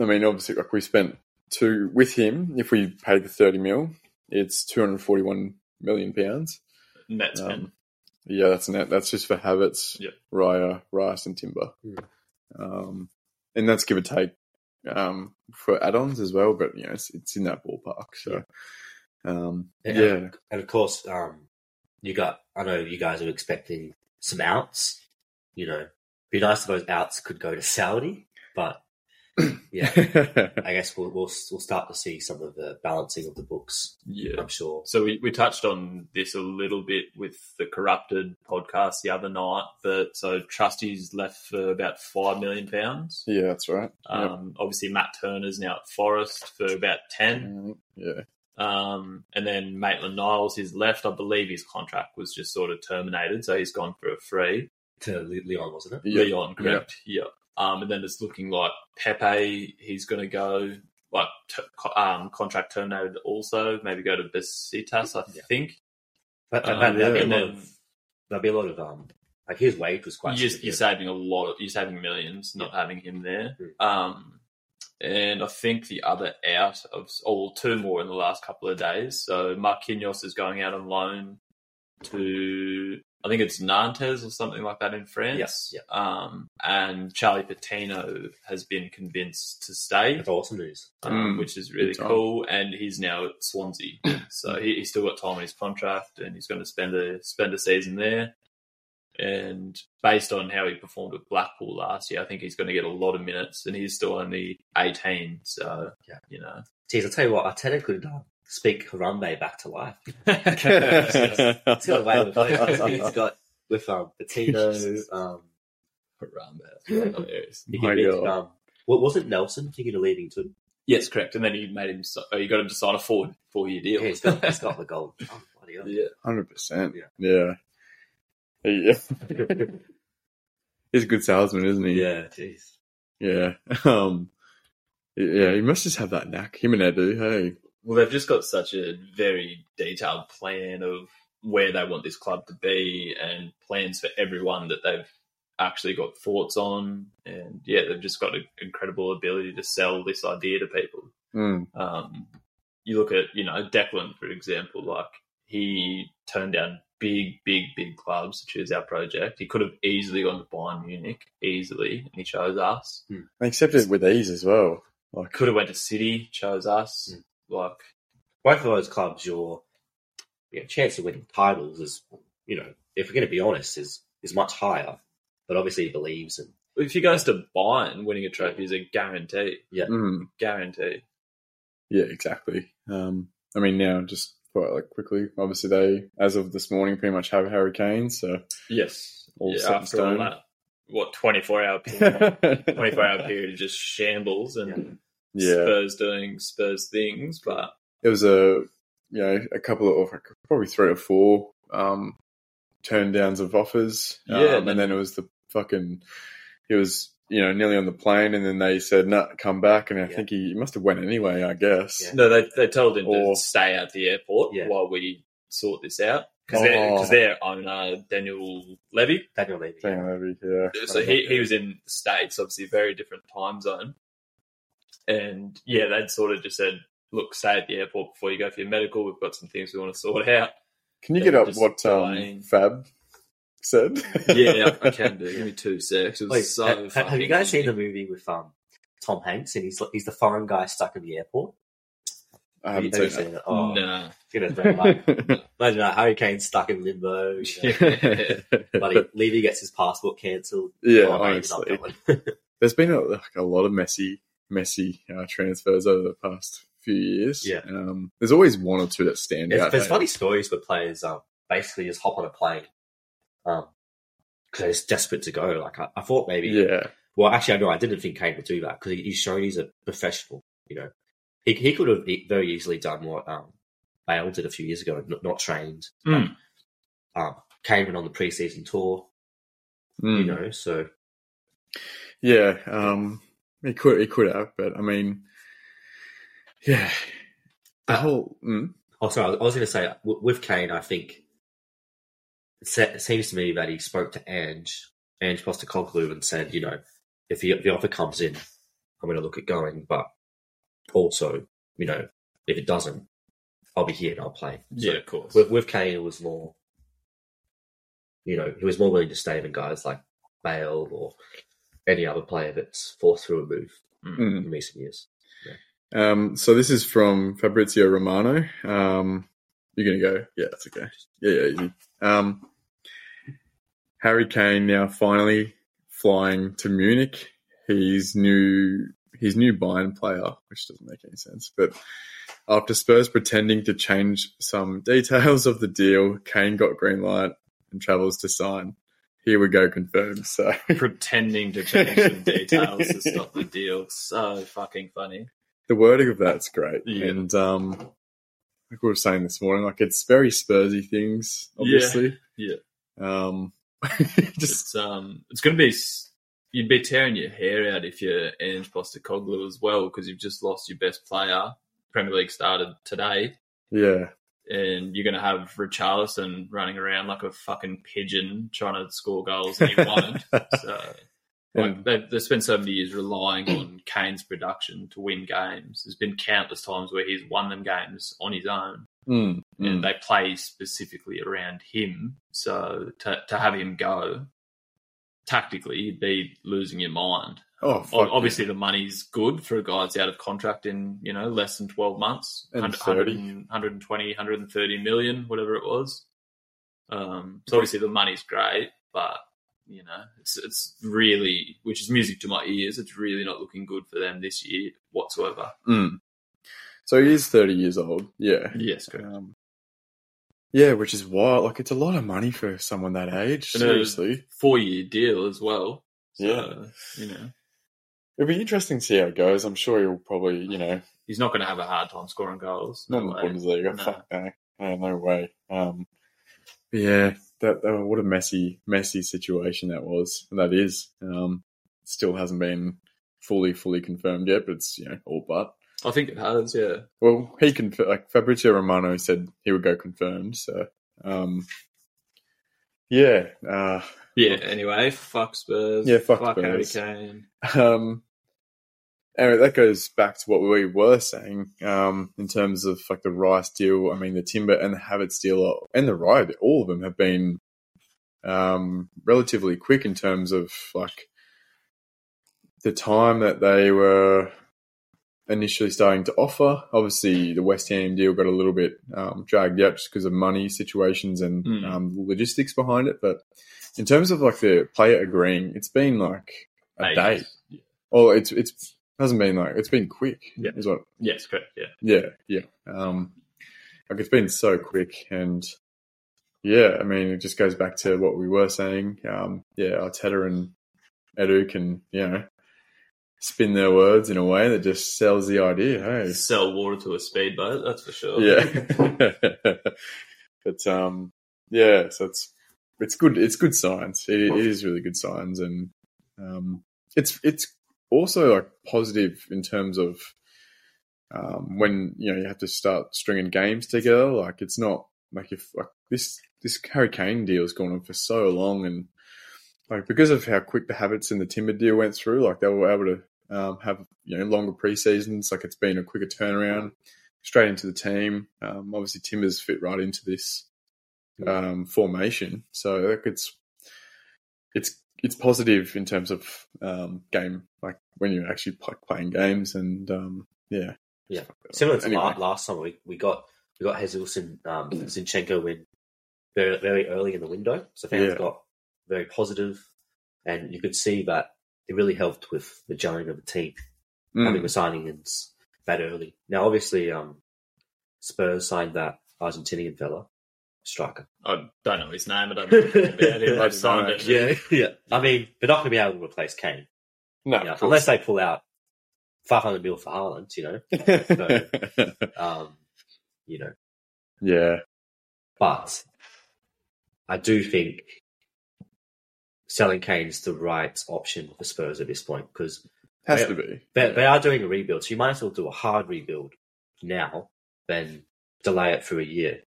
S1: I mean, obviously, like we spent two with him. If we paid the thirty mil, it's two hundred forty-one million pounds.
S3: And that's
S1: Um, yeah, that's net. That's just for habits,
S3: Yep.
S1: Raya, rice, and timber.
S2: Mm.
S1: Um, and that's give or take um, for add-ons as well. But you know, it's, it's in that ballpark. So, um,
S2: Yeah.
S1: yeah,
S2: And of course, um, you got. I know you guys are expecting some outs. You know, be nice if those outs could go to Saudi, but yeah, I guess we'll we'll we'll start to see some of the balancing of the books.
S3: yeah.
S2: I'm sure.
S3: So we, we touched on this a little bit with the corrupted podcast the other night, but so trustees left for about five million pounds.
S1: yeah, that's right. Yep.
S3: Um, obviously Matt Turner's now at Forest for about
S1: Mm,
S3: ten.
S1: yeah,
S3: Um, and then Maitland Niles, he's left. I believe his contract was just sort of terminated, so he's gone for a free.
S2: To Le- Leon, wasn't it?
S1: yeah,
S3: Leon, correct? Yeah. Um, and then it's looking like Pepe, he's going to go like t- co- um, contract terminated also. Maybe go to Besiktas, I
S2: Yeah.
S3: think.
S2: But, but
S3: Um,
S2: that-
S1: Uh, yeah.
S2: that'd, be a lot of, that'd be a lot of um like his wage was quite
S3: you're, you're
S2: significant.
S3: saving a lot. Of, you're saving millions not having him there.
S2: Mm.
S3: Um, and I think the other out of or two more in the last couple of days. So Marquinhos is going out on loan to I think it's Nantes or something like that in France.
S2: Yeah,
S3: Um, and Charlie Patino has been convinced to stay,
S2: That's awesome news.
S3: um,
S1: Mm.
S3: which is really
S1: Good time.
S3: cool. And he's now at Swansea, so he, he's still got time on his contract, and he's going to spend a spend a season there. And based on how he performed at Blackpool last year, I think he's going to get a lot of minutes, and he's still only eighteen. So
S2: Yeah.
S3: you know,
S2: Jeez, I'll tell you what, Arteta could uh, speak Harambe back to life.
S3: Harambe.
S2: That's the way we're playing. He's got with um, Patino, um,
S3: Hilarious.
S2: he
S1: My
S2: convinced,
S1: God.
S2: um, what was it, Nelson? Thinking of leaving too.
S3: Yes, correct. And then you made him. So, you got him to sign a four four year
S2: Yeah,
S3: deal.
S2: he's got, he's got the gold. Oh, bloody hell.
S3: yeah.
S1: Hundred percent.
S2: Yeah.
S1: Yeah. Yeah. He's a good salesman, isn't he?
S2: yeah, jeez.
S1: Yeah. Um, yeah, he must just have that knack. Him and Edu, hey.
S3: Well, they've just got such a very detailed plan of where they want this club to be and plans for everyone that they've actually got thoughts on. And yeah, they've just got an incredible ability to sell this idea to people.
S1: Mm.
S3: Um, you look at, you know, Declan, for example, like he turned down big, big, big clubs to choose our project. He could have easily gone to Bayern Munich, easily, and he chose us.
S1: They accept it with ease as well. Like,
S3: Could have went to City, chose us. Like,
S2: Both of those clubs, your you know, chance of winning titles is, you know, if we're going to be honest, is is much higher. But obviously, he believes and
S3: if he goes to Bayern, winning a trophy is a guarantee.
S1: mm.
S3: Guarantee.
S1: yeah, exactly. Um, I mean, now just quite like quickly. Obviously, they as of this morning pretty much have Harry Kane. So
S3: Yes.
S1: All
S3: yeah,
S1: set in
S3: after
S1: stone.
S3: all that, what twenty four hour period, twenty four hour
S1: yeah,
S3: period of just shambles and Spurs doing Spurs things, but
S1: it was a you know a couple of or probably three or four um, turn downs of offers.
S3: Yeah,
S1: um, and then it was the fucking it was you know nearly on the plane, and then they said no, come back. And I
S2: Yeah.
S1: think he, he must have went anyway. I guess.
S2: Yeah.
S3: no, they they told him
S1: Or-
S3: to stay at the airport
S2: Yeah.
S3: while we sort this out because
S1: Oh.
S3: their owner Daniel Levy,
S2: Daniel Levy.
S1: Damn, that'd be- yeah.
S3: so he, he was in the states, obviously a very different time zone, and yeah, they'd sort of just said, look, stay at the airport before you go for your medical. We've got some things we want to sort out.
S1: Can you get up
S3: just
S1: what um,
S3: dying.
S1: Fab said?
S3: yeah, I can do. Give me two secs. It was
S2: Wait,
S3: so
S2: ha- ha- have you
S3: fucking
S2: guys seen the
S3: funny.
S2: movie with um, Tom Hanks and he's he's the foreign guy stuck in the airport?
S1: I
S2: Have you
S1: haven't
S2: seen
S1: seen
S2: it? Oh,
S3: Nah.
S2: you know, like,
S1: it.
S2: imagine that hurricane stuck in limbo. You know, Buddy, Levy gets his passport cancelled.
S1: yeah,
S2: Oh, mate, he's not
S1: honestly,
S2: going.
S1: there's been a, like a lot of messy, messy uh, transfers over the past few years.
S2: Yeah.
S1: um, there's always one or two that stand
S2: there's,
S1: out.
S2: there's
S1: hey?
S2: funny stories where players um, basically just hop on a plane because they're just desperate to go. Like I, I thought maybe.
S1: Yeah,
S2: Well, actually, I know I didn't think Kane would do that because he, he's shown he's a professional. You know, he he could have e- very easily done what um, Bale did a few years ago and not, not trained.
S3: Mm.
S2: Um, Kane went on the preseason tour.
S1: Mm.
S2: You know, so
S1: yeah. Um, it could, it could have, but I mean, yeah, the
S2: Uh,
S1: whole. Mm,
S2: Also, Oh, I was, I was going to say w- with Kane, I think it se- it seems to me that he spoke to Ange, Ange Postecoglou, and said, you know, if the, the offer comes in, I'm going to look at going, but also, you know, if it doesn't, I'll be here and I'll play.
S3: yeah, of course.
S2: With, with Kane, it was more, you know, he was more willing to stay than guys like Bale or any other player that's forced through a move
S3: Mm.
S1: mm.
S2: in recent years.
S1: Um, so this is from Fabrizio Romano. Um, you're gonna go, yeah, that's okay. Yeah, yeah, easy. Um, Harry Kane now finally flying to Munich. He's new. He's new Bayern player, which doesn't make any sense. But after Spurs pretending to change some details of the deal, Kane got green light and travels to sign. Here we go, confirmed. So
S3: Pretending to change some details to stop the deal. So fucking funny.
S1: the wording of that's great.
S3: Yeah.
S1: And um, like we were saying this morning, like it's very Spursy things, obviously.
S3: Yeah,
S1: Um, just
S3: It's um, it's gonna be. s- You'd be tearing your hair out if you're Ange Postecoglou as well because you've just lost your best player. Premier League started today,
S1: yeah,
S3: and you're going to have Richarlison running around like a fucking pigeon trying to score goals, and he won't. so like,
S1: And
S3: they, they spent so many years relying on Kane's production to win games. There's been countless times where he's won them games on his own,
S1: mm, mm.
S3: and they play specifically around him. So to to have him go tactically, you'd be losing your mind.
S1: oh,
S3: Ob-
S1: fuck
S3: Obviously, the money's good for a guy's out of contract in you know less than twelve months,
S1: And
S3: 100,
S1: 30.
S3: 120, 130 million, whatever it was. Um, so obviously, the money's great, but you know it's it's really which is music to my ears. It's really not looking good for them this year whatsoever.
S1: yeah. Mm. So he is thirty years old. Yeah.
S3: Yes, correct.
S1: Um, yeah, which is wild. Like it's a lot of money for someone that age.
S3: And it was-
S1: Seriously,
S3: Four year deal as well. So,
S1: Yeah.
S3: you know
S1: it'll be interesting to see how it goes. I'm sure he'll probably, you know,
S3: he's not going to have a hard time scoring goals.
S1: Not
S3: No
S1: in the
S3: way.
S1: Bundesliga.
S3: No.
S1: Fuck no. No, no way. Um, but yeah, that, that what a messy, messy situation that was, and that is. Um, still hasn't been fully, fully confirmed yet, but it's you know all but.
S3: I think it has. Yeah.
S1: Well, he can like Fabrizio Romano said he would go confirmed. So, um, yeah, uh,
S3: Yeah. Anyway, fuck Spurs.
S1: Yeah, fuck
S3: Harry
S1: Spurs.
S3: Kane.
S1: Um, anyway, that goes back to what we were saying um, in terms of like the Rice deal. I mean, the Timber and the Havertz deal are- and the Riot, all of them have been um, relatively quick in terms of like the time that they were initially starting to offer. Obviously, the West Ham deal got a little bit um, dragged out just because of money situations and
S3: Mm.
S1: um, logistics behind it. But in terms of like the player agreeing, it's been like a day.
S3: Ages.
S1: Oh, it's it's hasn't been like it's been quick.
S3: Yeah.
S1: is what.
S3: Yes, correct. Yeah.
S1: Yeah, yeah. Um, like it's been so quick, and yeah, I mean, it just goes back to what we were saying. Um, yeah, Arteta and Edu can you know spin their words in a way that just sells the idea. Hey,
S3: Sell water to a speedboat, that's for sure.
S1: yeah. but um, yeah, so it's it's good. It's good signs. It, it is really good signs, and um, it's it's also like positive in terms of um, when you know you have to start stringing games together. Like it's not like if like this this Harry Kane deal has gone on for so long, and like because of how quick the habits and the timber deal went through, like they were able to. Um, have you know longer pre seasons? Like it's been a quicker turnaround straight into the team. Um, obviously, Timbers fit right into this um, formation, so like, it's it's it's positive in terms of um, game, like when you're actually pl- playing games, and um, yeah,
S2: Yeah. Similar to
S1: Anyway. Mm.
S2: la- last summer, we, we got we got Jesus and um, Zinchenko in very very early in the window, so fans
S1: Yeah.
S2: got very positive, and you could see that it really helped with the gelling of the team
S1: Mm,
S2: having the signings that early. Now, obviously, um, Spurs signed that Argentinian fella striker.
S3: I don't know his name. I don't know anything about him.
S1: Like
S3: I've signed it.
S1: Ziyech.
S2: yeah. I mean, they're not going to be able to replace Kane,
S1: no,
S2: you know,
S1: of course.
S2: unless they pull out five hundred mil for Haaland. You know, um, you know.
S1: yeah,
S2: But I do think selling Kane's the right option for Spurs at this point because
S1: has
S2: Yeah.
S1: to be.
S2: they, they are doing a rebuild. So you might as well do a hard rebuild now than delay it for a year.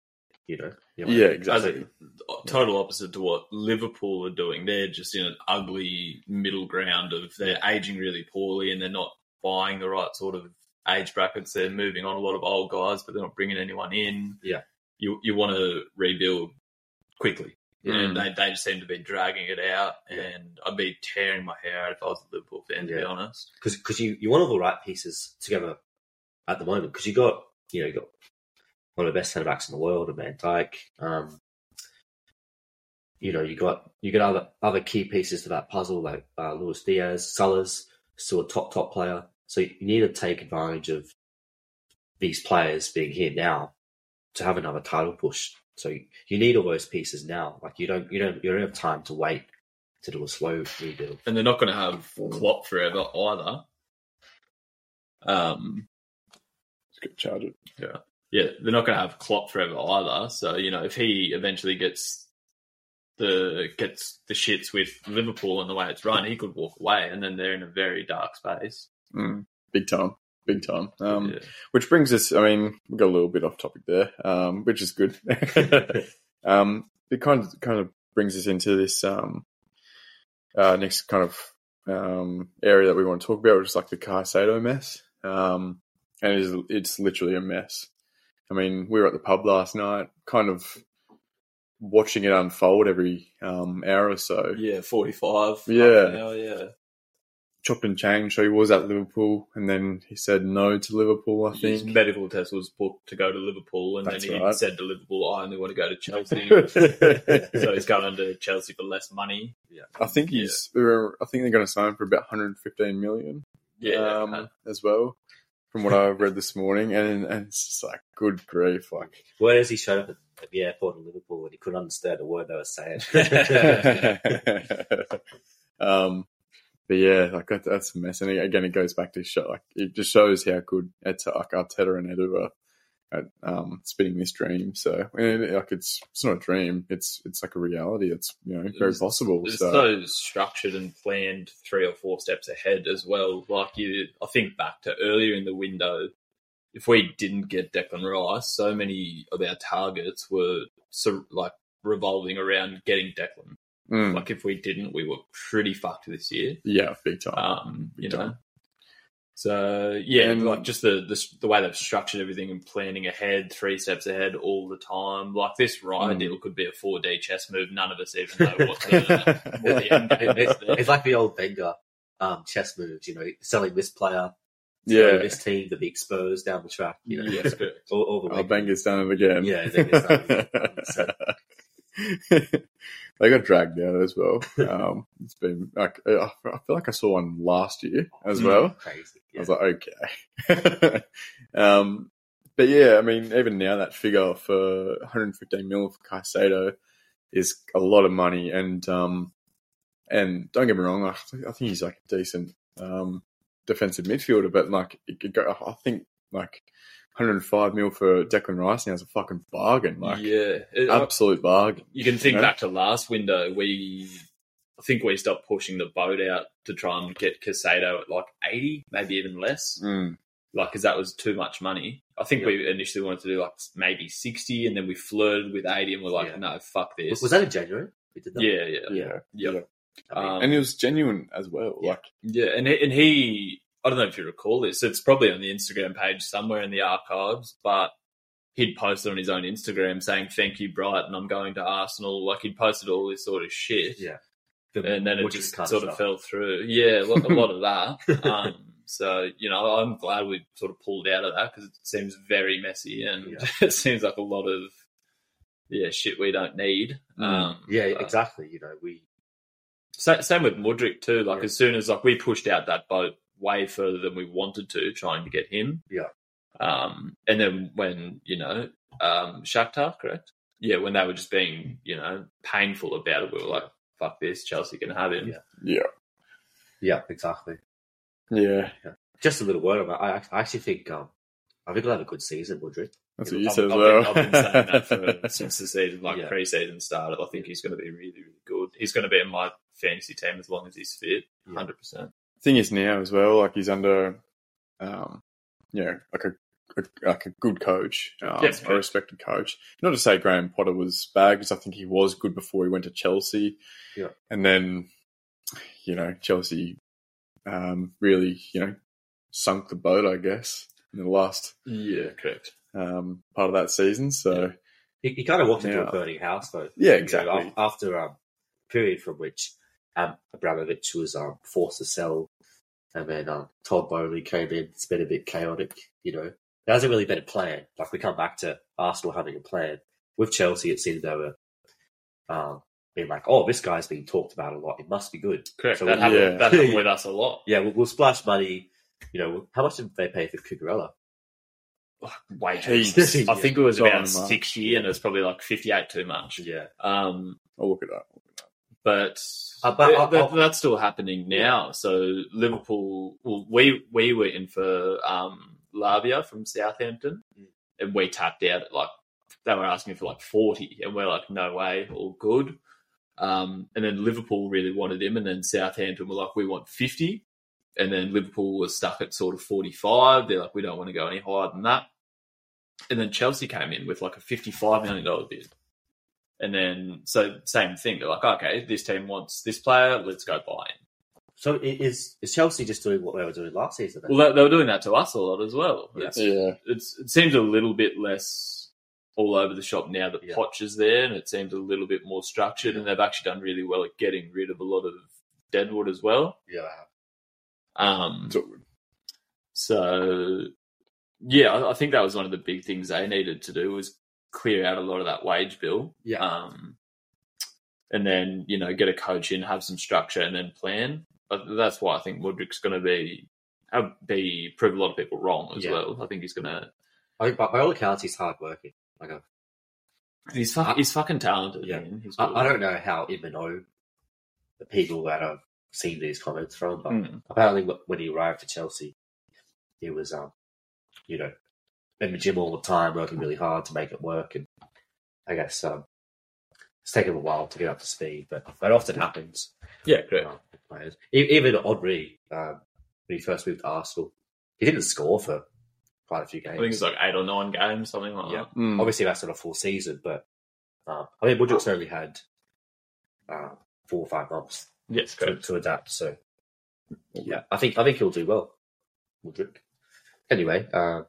S2: You know? You know
S1: yeah,
S3: As
S1: exactly.
S3: a total opposite to what Liverpool are doing. They're just in an ugly middle ground of they're aging really poorly and they're not buying the right sort of age brackets. They're moving on a lot of old guys, but they're not bringing anyone in.
S2: Yeah.
S3: You, you want to rebuild quickly.
S1: Yeah.
S2: Mm.
S3: And they, they just seem to be dragging it out, and I'd be tearing my hair out if I was a Liverpool fan, to be
S2: Yeah.
S3: honest.
S2: Because you, you want all the right pieces together at the moment because you got, you know, you got one of the best centre backs in the world, a Van Dyke. Um, you know, you got you got other other key pieces to that puzzle like uh, Luis Diaz, Sullers, still a top top player. So you need to take advantage of these players being here now to have another title push. So you, you need all those pieces now. Like you don't you don't you don't have time to wait to do a slow rebuild.
S3: and they're not going to have Klopp forever either. Um,
S1: Charge it.
S3: yeah, they're not going to have Klopp forever either. So you know, if he eventually gets the gets the shits with Liverpool and the way it's run, he could walk away, and then they're in a very dark space.
S1: Mm, big time. big time. Um,
S3: yeah.
S1: Which brings us, I mean, we got a little bit off topic there, um, which is good. um, it kind of kind of brings us into this um, uh, next kind of um, area that we want to talk about, which is like the Carcedo mess. Um, and it is, it's literally a mess. I mean, we were at the pub last night, kind of watching it unfold every um, hour or so.
S4: Yeah, 45. half an
S1: Yeah.
S4: hour, yeah.
S1: Chopped and changed. So he was at Liverpool, and then he said no to Liverpool. I
S3: His
S1: think.
S3: medical test was booked to go to Liverpool, and
S1: That's
S3: then he
S1: right.
S3: said to Liverpool, "I only want to go to Chelsea." so
S1: so
S3: he's going under Chelsea for less money.
S1: I think he's. I think they're going to sign for about 115 million.
S3: Yeah, uh-huh.
S1: um, as well, from what I read this morning, and, and it's just like good grief, like
S2: Where has he showed up at, at the airport in Liverpool and he couldn't understand a word they were saying?
S1: um, but yeah, like that, that's a mess. And again, it goes back to show like it just shows how good at like Arteta and Edu are at um, spinning this dream. So and it, like it's it's not a dream. It's it's like a reality. It's you know very
S3: It's-
S1: possible.
S3: It's
S1: so.
S3: so structured and planned three or four steps ahead as well. Like you, I think back to earlier in the window, if we didn't get Declan Rice, so many of our targets were so, like revolving around getting Declan.
S1: mm,
S3: Like if we didn't, we were pretty fucked this year.
S1: yeah, big time.
S3: Um,
S1: Oh,
S3: you
S1: Big
S3: know.
S1: time.
S3: So yeah,
S1: And-
S3: like just the, the the way they've structured everything and planning ahead, three steps ahead all the time. Like this Raya
S1: Mm.
S3: deal could be a four D chess move. None of us even know what the, what the end game is. There.
S2: it's like the old Wenger um, chess moves, you know, selling this player, selling
S1: yeah,
S2: this team to be exposed down the track, you know,
S3: Yes, correct.
S2: all, all the
S1: our
S2: way.
S1: banger's Oh, done it again.
S2: Yeah, Wenger's done
S1: they got dragged out as well. Um, it's been like I I feel like I saw one last year as
S3: Mm.
S1: well.
S2: Crazy.
S1: I
S2: Yeah.
S1: was like, okay. um, but yeah, I mean, even now that figure for 115 mil for Caicedo is a lot of money, and um, and don't get me wrong, I, th- I think he's like a decent um, defensive midfielder, but like it could go, I think like 105 mil for Declan Rice now is a fucking bargain, like
S3: yeah, It-
S2: uh,
S3: I-
S1: absolute bargain.
S3: you can think
S1: Yeah.
S3: back to last window. We, I think we stopped pushing the boat out to try and get Casado at like eighty, maybe even less.
S1: Mm.
S3: like because that was too much money. I think
S2: Yeah.
S3: we initially wanted to do like maybe sixty, and then we flirted with eighty, and we're like,
S2: Yeah.
S3: no, fuck this.
S2: Was- Was that in January? We did that?
S3: Yeah, yeah, yeah.
S2: Yeah. I mean,
S3: Um,
S1: and it was genuine as well.
S2: Yeah.
S1: Like,
S3: yeah, and he, and he, I don't know if you recall this. It's probably on the Instagram page somewhere in the archives, but he'd posted on his own Instagram saying, "Thank you, Brighton. I'm going to Arsenal." Like he'd posted all this sort of shit.
S2: yeah.
S3: uh, and then it
S2: Woods
S3: just
S2: kind
S3: sort of
S2: stuff.
S3: fell through. Yeah, a lot, a lot of that. Um, so you know, I'm glad we sort of pulled out of that because it seems very messy and
S2: Yeah.
S3: it seems like a lot of yeah shit we don't need.
S1: Mm.
S3: Um,
S2: Yeah,
S3: but-
S2: exactly. You know, we
S3: Sa- same with Mudrick too. Like
S2: Yeah.
S3: as soon as like we pushed out that boat way further than we wanted to, trying to get him.
S2: Yeah.
S3: Um, and then when you know um, Shakhtar, correct? Yeah, when they were just being you know painful about it, we were like, "Fuck this, Chelsea can have him."
S2: Yeah.
S1: yeah,
S2: Yeah, exactly.
S1: yeah,
S2: Just a little word about. I, act- I actually think um, I think we'll have a good season, Woodrick.
S1: that's
S2: Yeah,
S1: what you
S3: I've,
S1: said as
S3: I've
S1: well.
S3: been, I've been saying that for, since the season, like
S2: Yeah.
S3: pre-season started. I think he's going to be really, really good. He's going to be in my fantasy team as long as he's fit,
S2: Yeah.
S3: hundred percent.
S1: thing is now as well, like he's under, um, you know, like a, a like a good coach, um,
S3: Yes,
S1: a respected coach. Not to say Graham Potter was bad, because I think he was good before he went to Chelsea.
S2: Yeah.
S1: and then, you know, Chelsea, um, really, you know, sunk the boat, I guess, in the last
S3: Yeah, correct.
S1: um part of that season. So
S2: He, he kind of walked into
S1: Yeah.
S2: a burning house, though.
S1: yeah,
S2: You know,
S1: exactly.
S2: af- after um, a period from which um, Abramovich was um, forced to sell, and then um, Todd Bowley came in. It's been a bit chaotic, you know. There hasn't really been a plan. Like we come back to Arsenal having a plan with Chelsea. It seemed they were um, being like, "Oh, this guy's being talked about a lot. It must be good."
S3: Correct.
S2: So
S3: that,
S2: we-
S3: happened,
S1: Yeah.
S3: that happened with us a lot.
S2: Yeah, we'll, we'll splash money. You know, how much did they pay for Cucurella?
S3: Way too
S1: Heaps.
S3: much. I
S2: Yeah.
S3: think it was
S1: Sorry,
S3: about
S1: Mark.
S3: sixty, and it's probably like fifty-eight too much.
S2: Yeah,
S3: Um,
S1: I'll look it up.
S3: but,
S2: Uh, but I-
S3: that- that-
S2: I-
S3: that's still happening now. So Liverpool, well, we we were in for um, Lavia from Southampton,
S2: Mm.
S3: and we tapped out at like they were asking for like forty, and we're like, no way, all good. Um, and then Liverpool really wanted him, and then Southampton were like, we want fifty. And then Liverpool was stuck at sort of 45. They're like, we don't want to go any higher than that. And then Chelsea came in with like a $55 million bid. And then, so same thing. They're like, okay, this team wants this player. Let's go buy him.
S2: So i- is is Chelsea just doing what they were doing last season? then?
S3: Well, they, they were doing that to us a lot as well.
S2: Yeah.
S3: It's,
S1: Yeah.
S3: it's, it seems a little bit less all over the shop now that
S2: Yeah.
S3: Poch is there, and it seems a little bit more structured. And they've actually done really well at getting rid of a lot of Deadwood as well.
S2: yeah, they have.
S3: Um,
S1: It's awkward.
S3: so yeah, I, I think that was one of the big things they needed to do was clear out a lot of that wage bill.
S2: Yeah.
S3: Um, and then you know get a coach in, have some structure, and then plan. But that's why I think Woodrick's going to be uh, be prove a lot of people wrong as
S2: Yeah.
S3: well. I think he's going to
S2: I think by, by all accounts he's hard working. Like I,
S3: he's fuck,
S2: I-
S3: he's fucking talented.
S2: Yeah.
S3: man. He's
S2: I, I
S3: good.
S2: don't know how even know the people that I've seen these comments from, but
S3: Mm.
S2: apparently wh- when he arrived at Chelsea, he was um, you know, in the gym all the time, working really hard to make it work, and I guess um, it's taken him a while to get up to speed, but that often happens.
S3: Yeah, great.
S2: uh, with players. E- Even Henri, um, when he first moved to Arsenal, he didn't score for quite a few
S3: I
S2: games.
S3: think it's Hmm. like eight or nine games, something like
S2: Yeah.
S3: that.
S1: Mm.
S2: Obviously, that's not a full season, but um, I mean, Woodrick's only had uh, four or five months
S3: Yes,
S2: to,
S3: correct.
S2: to adapt. So, yeah, I think I think he'll do well. Woodrick. Anyway, uh,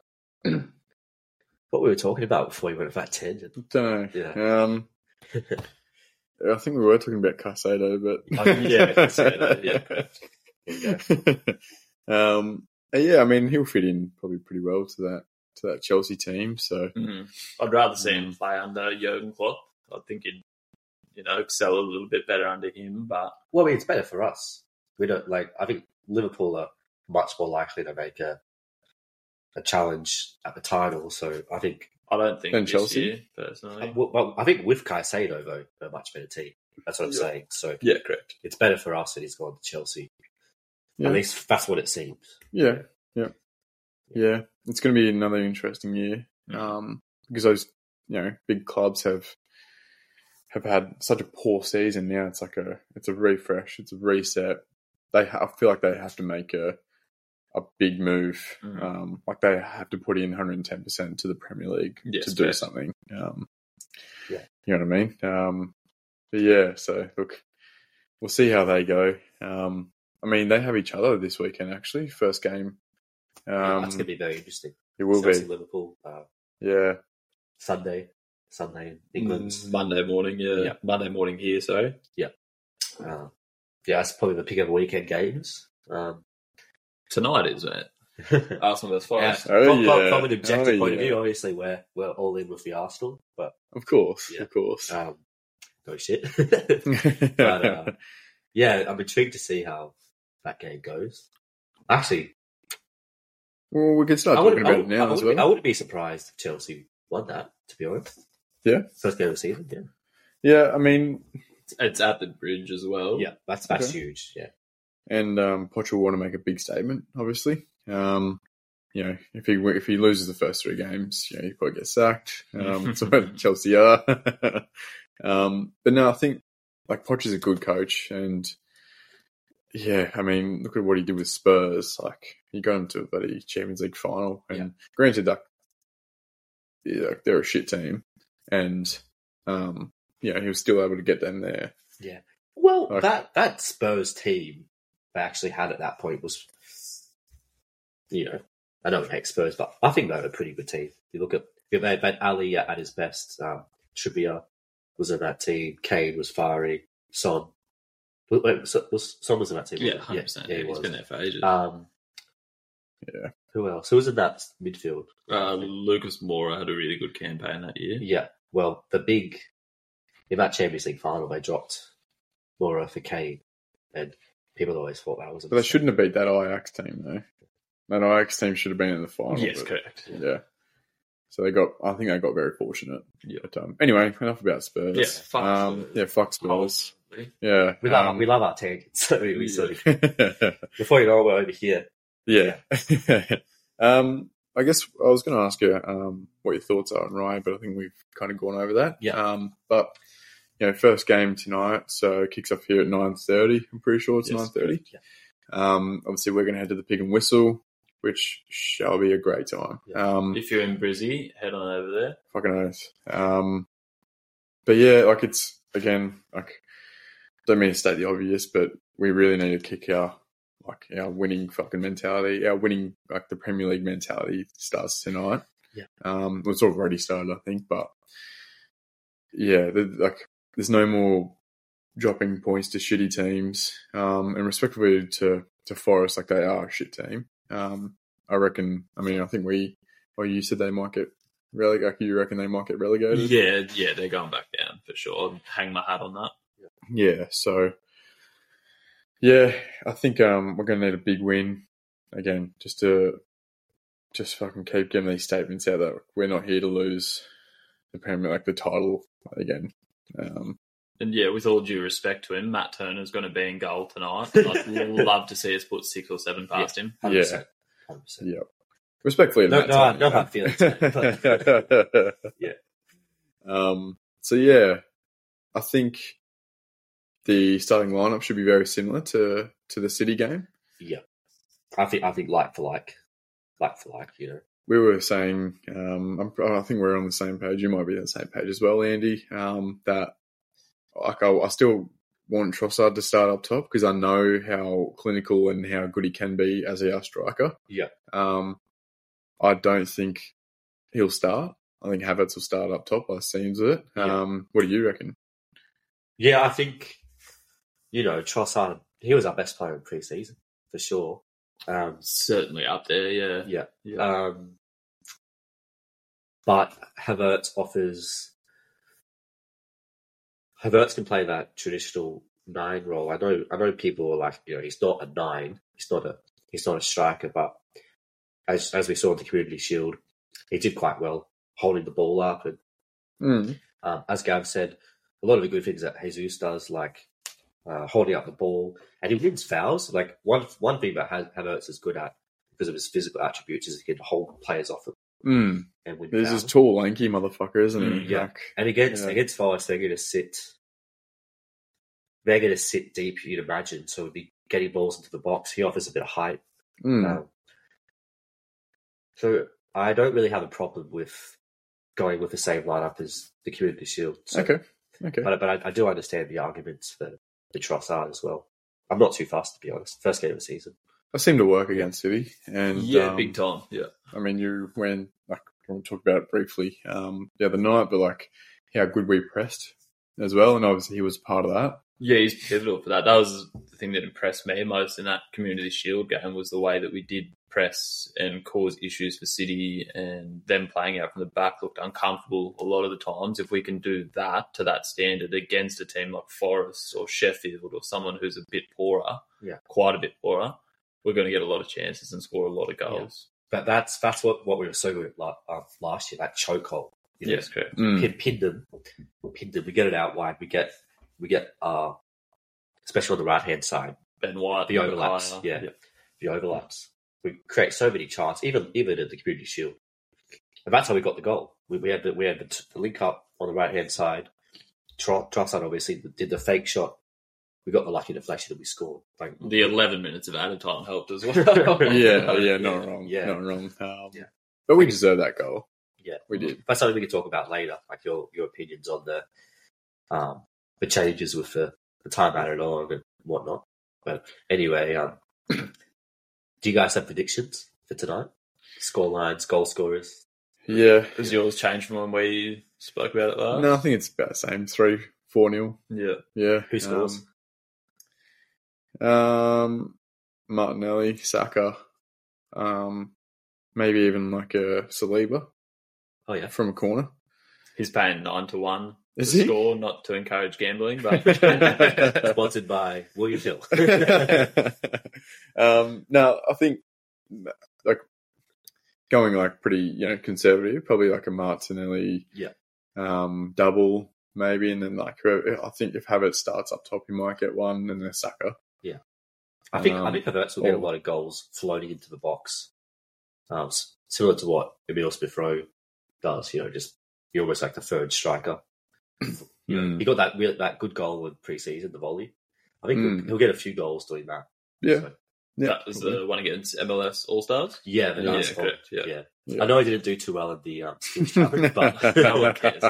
S2: what we were talking about before we went off that tangent.
S1: Don't know.
S2: Yeah.
S1: Um, I think we were talking about Casado, but
S2: Oh,
S3: yeah, Caicedo, yeah, correct.
S1: um, yeah, I mean he'll fit in probably pretty well to that to that Chelsea team. So
S3: Mm. I'd rather see
S2: Hmm.
S3: him play under Jurgen Klopp. I think he'd, you know, excel a little bit better under him. But
S2: Well, I mean, it's better for us. We don't like. I think Liverpool are much more likely to make a a challenge at the title. So I think.
S3: I don't think
S1: And
S3: this
S1: Chelsea?
S3: year, personally.
S2: Well, well, I think with Caicedo though, they're a much better team. That's what I'm
S1: Yeah.
S2: saying. So
S3: Yeah, correct.
S2: it's better for us that he's gone to Chelsea.
S1: Yeah.
S2: At least that's what it seems.
S1: yeah, yeah, yeah. It's going to be another interesting year
S2: Uh,
S1: um, because those you know big clubs have have had such a poor season. Now it's like a it's a refresh, it's a reset. They ha- I feel like they have to make a a big move.
S2: Mm-hmm.
S3: Mm.
S1: Um, like they have to put in 110 percent to the Premier League
S3: Yes,
S1: to do
S3: correct.
S1: something. Um,
S2: Yeah.
S1: you know what I mean. Um, but yeah, so look, we'll see how they go. Um, I mean, they have each other this weekend. Actually, first game. Um,
S2: that's going to be very interesting.
S1: it will
S2: Chelsea,
S1: be.
S2: Liverpool uh,
S1: Yeah.
S2: Sunday, Sunday in England.
S3: Mm, Monday morning, yeah.
S2: Hmm. Yeah.
S3: Monday morning here, so
S2: Uh, yeah, that's probably the pick of the weekend games. Um,
S3: tonight is it? Arsenal
S2: yeah,
S3: versus Forest.
S1: Oh,
S2: from, from-
S1: yeah.
S2: from an objective
S1: Oh,
S2: point of
S1: yeah.
S2: view, obviously we're we're all in with the Arsenal, but
S1: Of course,
S2: Yeah.
S1: of course.
S2: um, no shit. but uh, yeah, I'm intrigued to see how that game goes. Actually,
S1: well, we can start
S2: I
S1: talking
S2: wouldn't, I,
S1: about it
S2: wouldn't, I,
S1: now as
S2: wouldn't,
S1: well.
S2: I wouldn't be surprised if Chelsea won that. To be honest,
S1: Yeah.
S2: first game of the season, yeah,
S1: yeah, I mean,
S3: It's at the bridge as well.
S2: yeah, that's that's
S1: Okay.
S2: huge. Yeah,
S1: and um, Poch will want to make a big statement, obviously. Um, you know, if he if he loses the first three games, you know, he probably gets sacked. Um, that's what Chelsea are. um, but no, I think like Poch is a good coach, and yeah, I mean, look at what he did with Spurs. Like he got him to a bloody Champions League final, and
S2: Yeah.
S1: granted, like, yeah, like, they're a shit team, and um, you know, he was still able to get them there.
S2: Well,
S1: Okay.
S2: that that Spurs team they actually had at that point was, you know, I don't hate Spurs, but I think they were a pretty good team. You look at you know, they had Ali at his best. Um, Trippier was in that team. Kane was firing. Son, wait, wait, so- was, Son was in that team.
S3: Yeah,
S2: wasn't he?
S3: 100%.
S2: Yeah,
S3: Yeah, Uh,
S2: he
S3: he's
S2: was.
S3: been there for ages.
S2: Um,
S1: Yeah.
S2: Who else? Who was in that midfield?
S3: Uh, Lucas Mora had a really good campaign that year.
S2: Yeah. Well, the big in that Champions League final, they dropped Laura for Kane, and people always thought that was. a
S1: But they
S2: mistake.
S1: shouldn't have beat that Ajax team though. That Ajax team should have been in the final.
S3: yes,
S1: but-
S3: correct.
S1: Yeah. So they got. I think they got very fortunate.
S3: Yeah.
S1: But, um, anyway, enough about Spurs.
S3: Yeah, fuck
S1: um,
S3: Spurs.
S1: Yeah. Fuck Spurs.
S3: Holes.
S1: Yeah.
S2: We love,
S1: um,
S2: we love our tangents. So we, we sort of,
S1: yeah.
S2: before you know it, we're over here.
S1: um, I guess I was going to ask you um, what your thoughts are on Ryan, but I think we've kind of gone over that.
S2: Yeah.
S1: Um, but you know, first game tonight, so it kicks off here at nine thirty. I'm pretty sure it's
S3: Yes,
S1: nine thirty.
S2: Yeah.
S1: Um, obviously, we're going to head to the Pig and Whistle, which shall be a great time.
S2: Yeah.
S1: Um,
S3: If you're in Brizzy, head on over there.
S1: fucking oath. Um, but yeah, like it's again, like don't mean to state the obvious, but we really need to kick our like our winning fucking mentality, our winning like the Premier League mentality starts tonight.
S2: Yeah.
S1: um, well, it's already started, I think, but yeah, the, like there's no more dropping points to shitty teams, um, and respectively to to Forest, like they are a shit team. Um, I reckon. I mean, I think we. Well, you said they might get releg- like you reckon they might get relegated.
S3: Yeah, yeah, they're going back down for sure. Hang my hat on that.
S1: Yeah, so yeah, I think um, we're gonna need a big win again, just to just fucking keep giving these statements out that we're not here to lose the Premier like the title again. Um,
S3: And yeah, with all due respect to him, Matt Turner's going to be in goal tonight. I'd love to see us put six or seven past him.
S2: 100%. 100%.
S1: Yeah. respectfully,
S2: No,
S1: to Matt
S2: no, I-
S1: Turner,
S2: no
S1: you know.
S2: hard feelings. But
S1: yeah. Um, so yeah, I think the starting lineup should be very similar to to the City game.
S2: yeah, I think I think like for like, like for like, you know.
S1: We were saying, um, I'm, I think we're on the same page. You might be on the same page as well, Andy. Um, that like I, I still want Trossard to start up top because I know how clinical and how good he can be as our striker.
S2: Yeah.
S1: Um, I don't think he'll start. I think Havertz will start up top. By the seems of it.
S2: Yeah.
S1: Um, what do you reckon?
S2: Yeah, I think you know Trossard. He was our best player in preseason for sure. Um,
S3: Certainly up there, yeah.
S2: yeah,
S3: Yeah.
S2: um, but Havertz offers. Havertz can play that traditional nine role. I know. I know people are like, you know, he's not a nine. He's not a. He's not a striker. But as as we saw in the Community Shield, he did quite well holding the ball up and
S1: Mm.
S2: um, as Gav said, a lot of the good things that Jesus does, like uh, holding up the ball, and he wins fouls. Like one one thing that Ha- Havertz is good at because of his physical attributes is he can hold players off him
S1: Mm.
S2: and win
S1: This
S2: fouls.
S1: is tall, lanky motherfucker, isn't he?
S3: Mm,
S2: yeah.
S1: Like,
S2: and against
S1: yeah.
S2: against Forest, they're going to sit. They're going to sit deep, you'd imagine. So it'd be getting balls into the box. He offers a bit of height.
S1: mm.
S2: Um, so I don't really have a problem with going with the same lineup as the Community Shield. So
S1: okay. Okay.
S2: but but I, I do understand the arguments for the Trossard as well. I'm not too fast to be honest. First game of the season.
S1: I seem to work against City, and
S3: yeah,
S1: um,
S3: big time. Yeah.
S1: I mean, you when like we talked about it briefly um, the other night, but like how good we pressed as well, and obviously he was part of that.
S3: Yeah, he's pivotal for that. That was the thing that impressed me most in that Community Shield game was the way that we did press and cause issues for City and them playing out from the back looked uncomfortable a lot of the times. If we can do that to that standard against a team like Forest or Sheffield or someone who's a bit poorer,
S2: Yeah.
S3: quite a bit poorer, we're going to get a lot of chances and score a lot of goals.
S2: But that's that's what, what we were so good at la- uh, last year. That chokehold. You know,
S3: Yes, correct.
S1: Mm.
S2: Pin, pin them, pin them. We get it out wide. We get we get uh, especially on the right hand side.
S3: Ben White,
S2: The overlaps,
S3: Lukaku,
S2: yeah. The overlaps. We create so many chances, even even at the Community Shield. And that's how we got the goal. We, we had the, we had the, t- the link up on the right hand side. Tro- Trossard obviously did the fake shot. We got the lucky deflection and we scored. Like
S3: The 11 minutes of added time helped as well.
S1: Yeah, yeah, not wrong,
S2: yeah.
S1: not wrong. Um,
S2: Yeah.
S1: But we deserve that goal.
S2: Yeah.
S1: we did.
S2: that's something we can talk about later. Like your your opinions on the um the changes with the, the time added on and whatnot. But anyway, um, do you guys have predictions for tonight? Score lines, goal scorers.
S1: Yeah,
S3: Has yours changed from when we spoke about it
S2: Uh,
S3: last?
S1: no, I think it's about the same three, four nil.
S3: Yeah.
S1: Yeah,
S2: Who scores?
S1: Um, um, Martinelli, Saka, um, maybe even like a Saliba
S2: Oh yeah,
S1: from a corner.
S3: He's paying nine to one
S1: Is
S3: to
S1: he?
S3: score, not to encourage gambling, but
S1: Uh,
S2: sponsored by William Hill.
S1: um, no, I think like going like pretty you know conservative, probably like a Martinelli,
S2: Yeah.
S1: um, double maybe, and then like whoever- I think if Havertz starts up top, he might get one, and then Saka.
S2: I think I
S1: Um,
S2: think Havertz will get a
S1: or-
S2: lot of goals floating into the box, um, s- similar to what Emil Smith Rowe does. You know, just you're almost like the third striker. You know,
S3: Hmm.
S1: Mm.
S2: he got that real, that good goal in preseason, the volley. I think
S1: Mm.
S3: Hmm.
S2: he'll, he'll get a few goals doing that.
S1: Yeah.
S2: So,
S1: Yeah,
S3: that was uh, the one against MLS All Stars.
S2: Yeah, the
S1: Yeah,
S2: nice one.
S3: correct, yeah.
S1: Yeah.
S2: I know I didn't do too well at the um, skills challenge, but no one cares.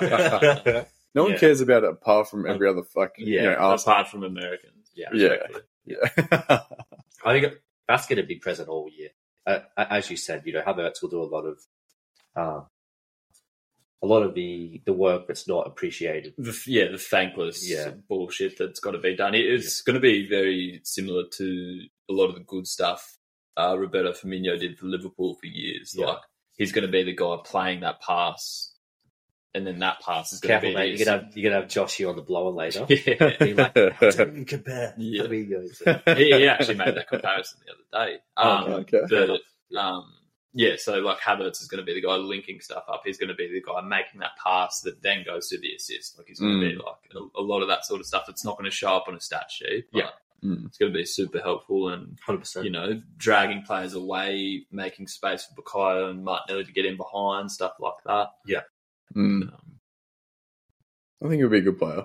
S1: No one
S2: Yeah.
S1: cares about it apart from every other fuck.
S2: Yeah,
S1: you know, arse-
S3: apart from Americans.
S2: yeah,
S1: Yeah.
S2: exactly.
S1: yeah.
S2: I think that's going to be present all year. Uh, as you said, you know, Havertz will do a lot of, um, a lot of the the work that's not appreciated.
S3: The, yeah, the thankless
S2: Yeah.
S3: bullshit that's got to be done. It- It's going to be very similar to a lot of the good stuff uh, Roberto Firmino did for Liverpool for years.
S2: Yeah.
S3: Like he's going to be the guy playing that pass, and then that pass is going to
S2: Careful,
S3: be
S2: mate. You're
S3: his-
S2: gonna have, you're gonna have Joshy on the blower later.
S3: yeah.
S2: Be like, don't even compare.
S3: Yeah.
S2: I mean, you know, it's-
S3: he, he actually made that comparison the other day. Um,
S2: Oh,
S1: okay.
S3: but, um, yeah, so like Havertz is going to be the guy linking stuff up. He's going to be the guy making that pass that then goes to the assist. Like he's going to
S1: Mm.
S3: be like a, a lot of that sort of stuff that's not going to show up on a stat sheet. but
S2: Yeah.
S1: Mm.
S3: it's going to be super helpful and
S2: 100%.
S3: you know dragging players away, making space for Bukayo and Martinelli to get in behind stuff like that.
S1: Mm.
S3: Um,
S1: I think he'll be a good player.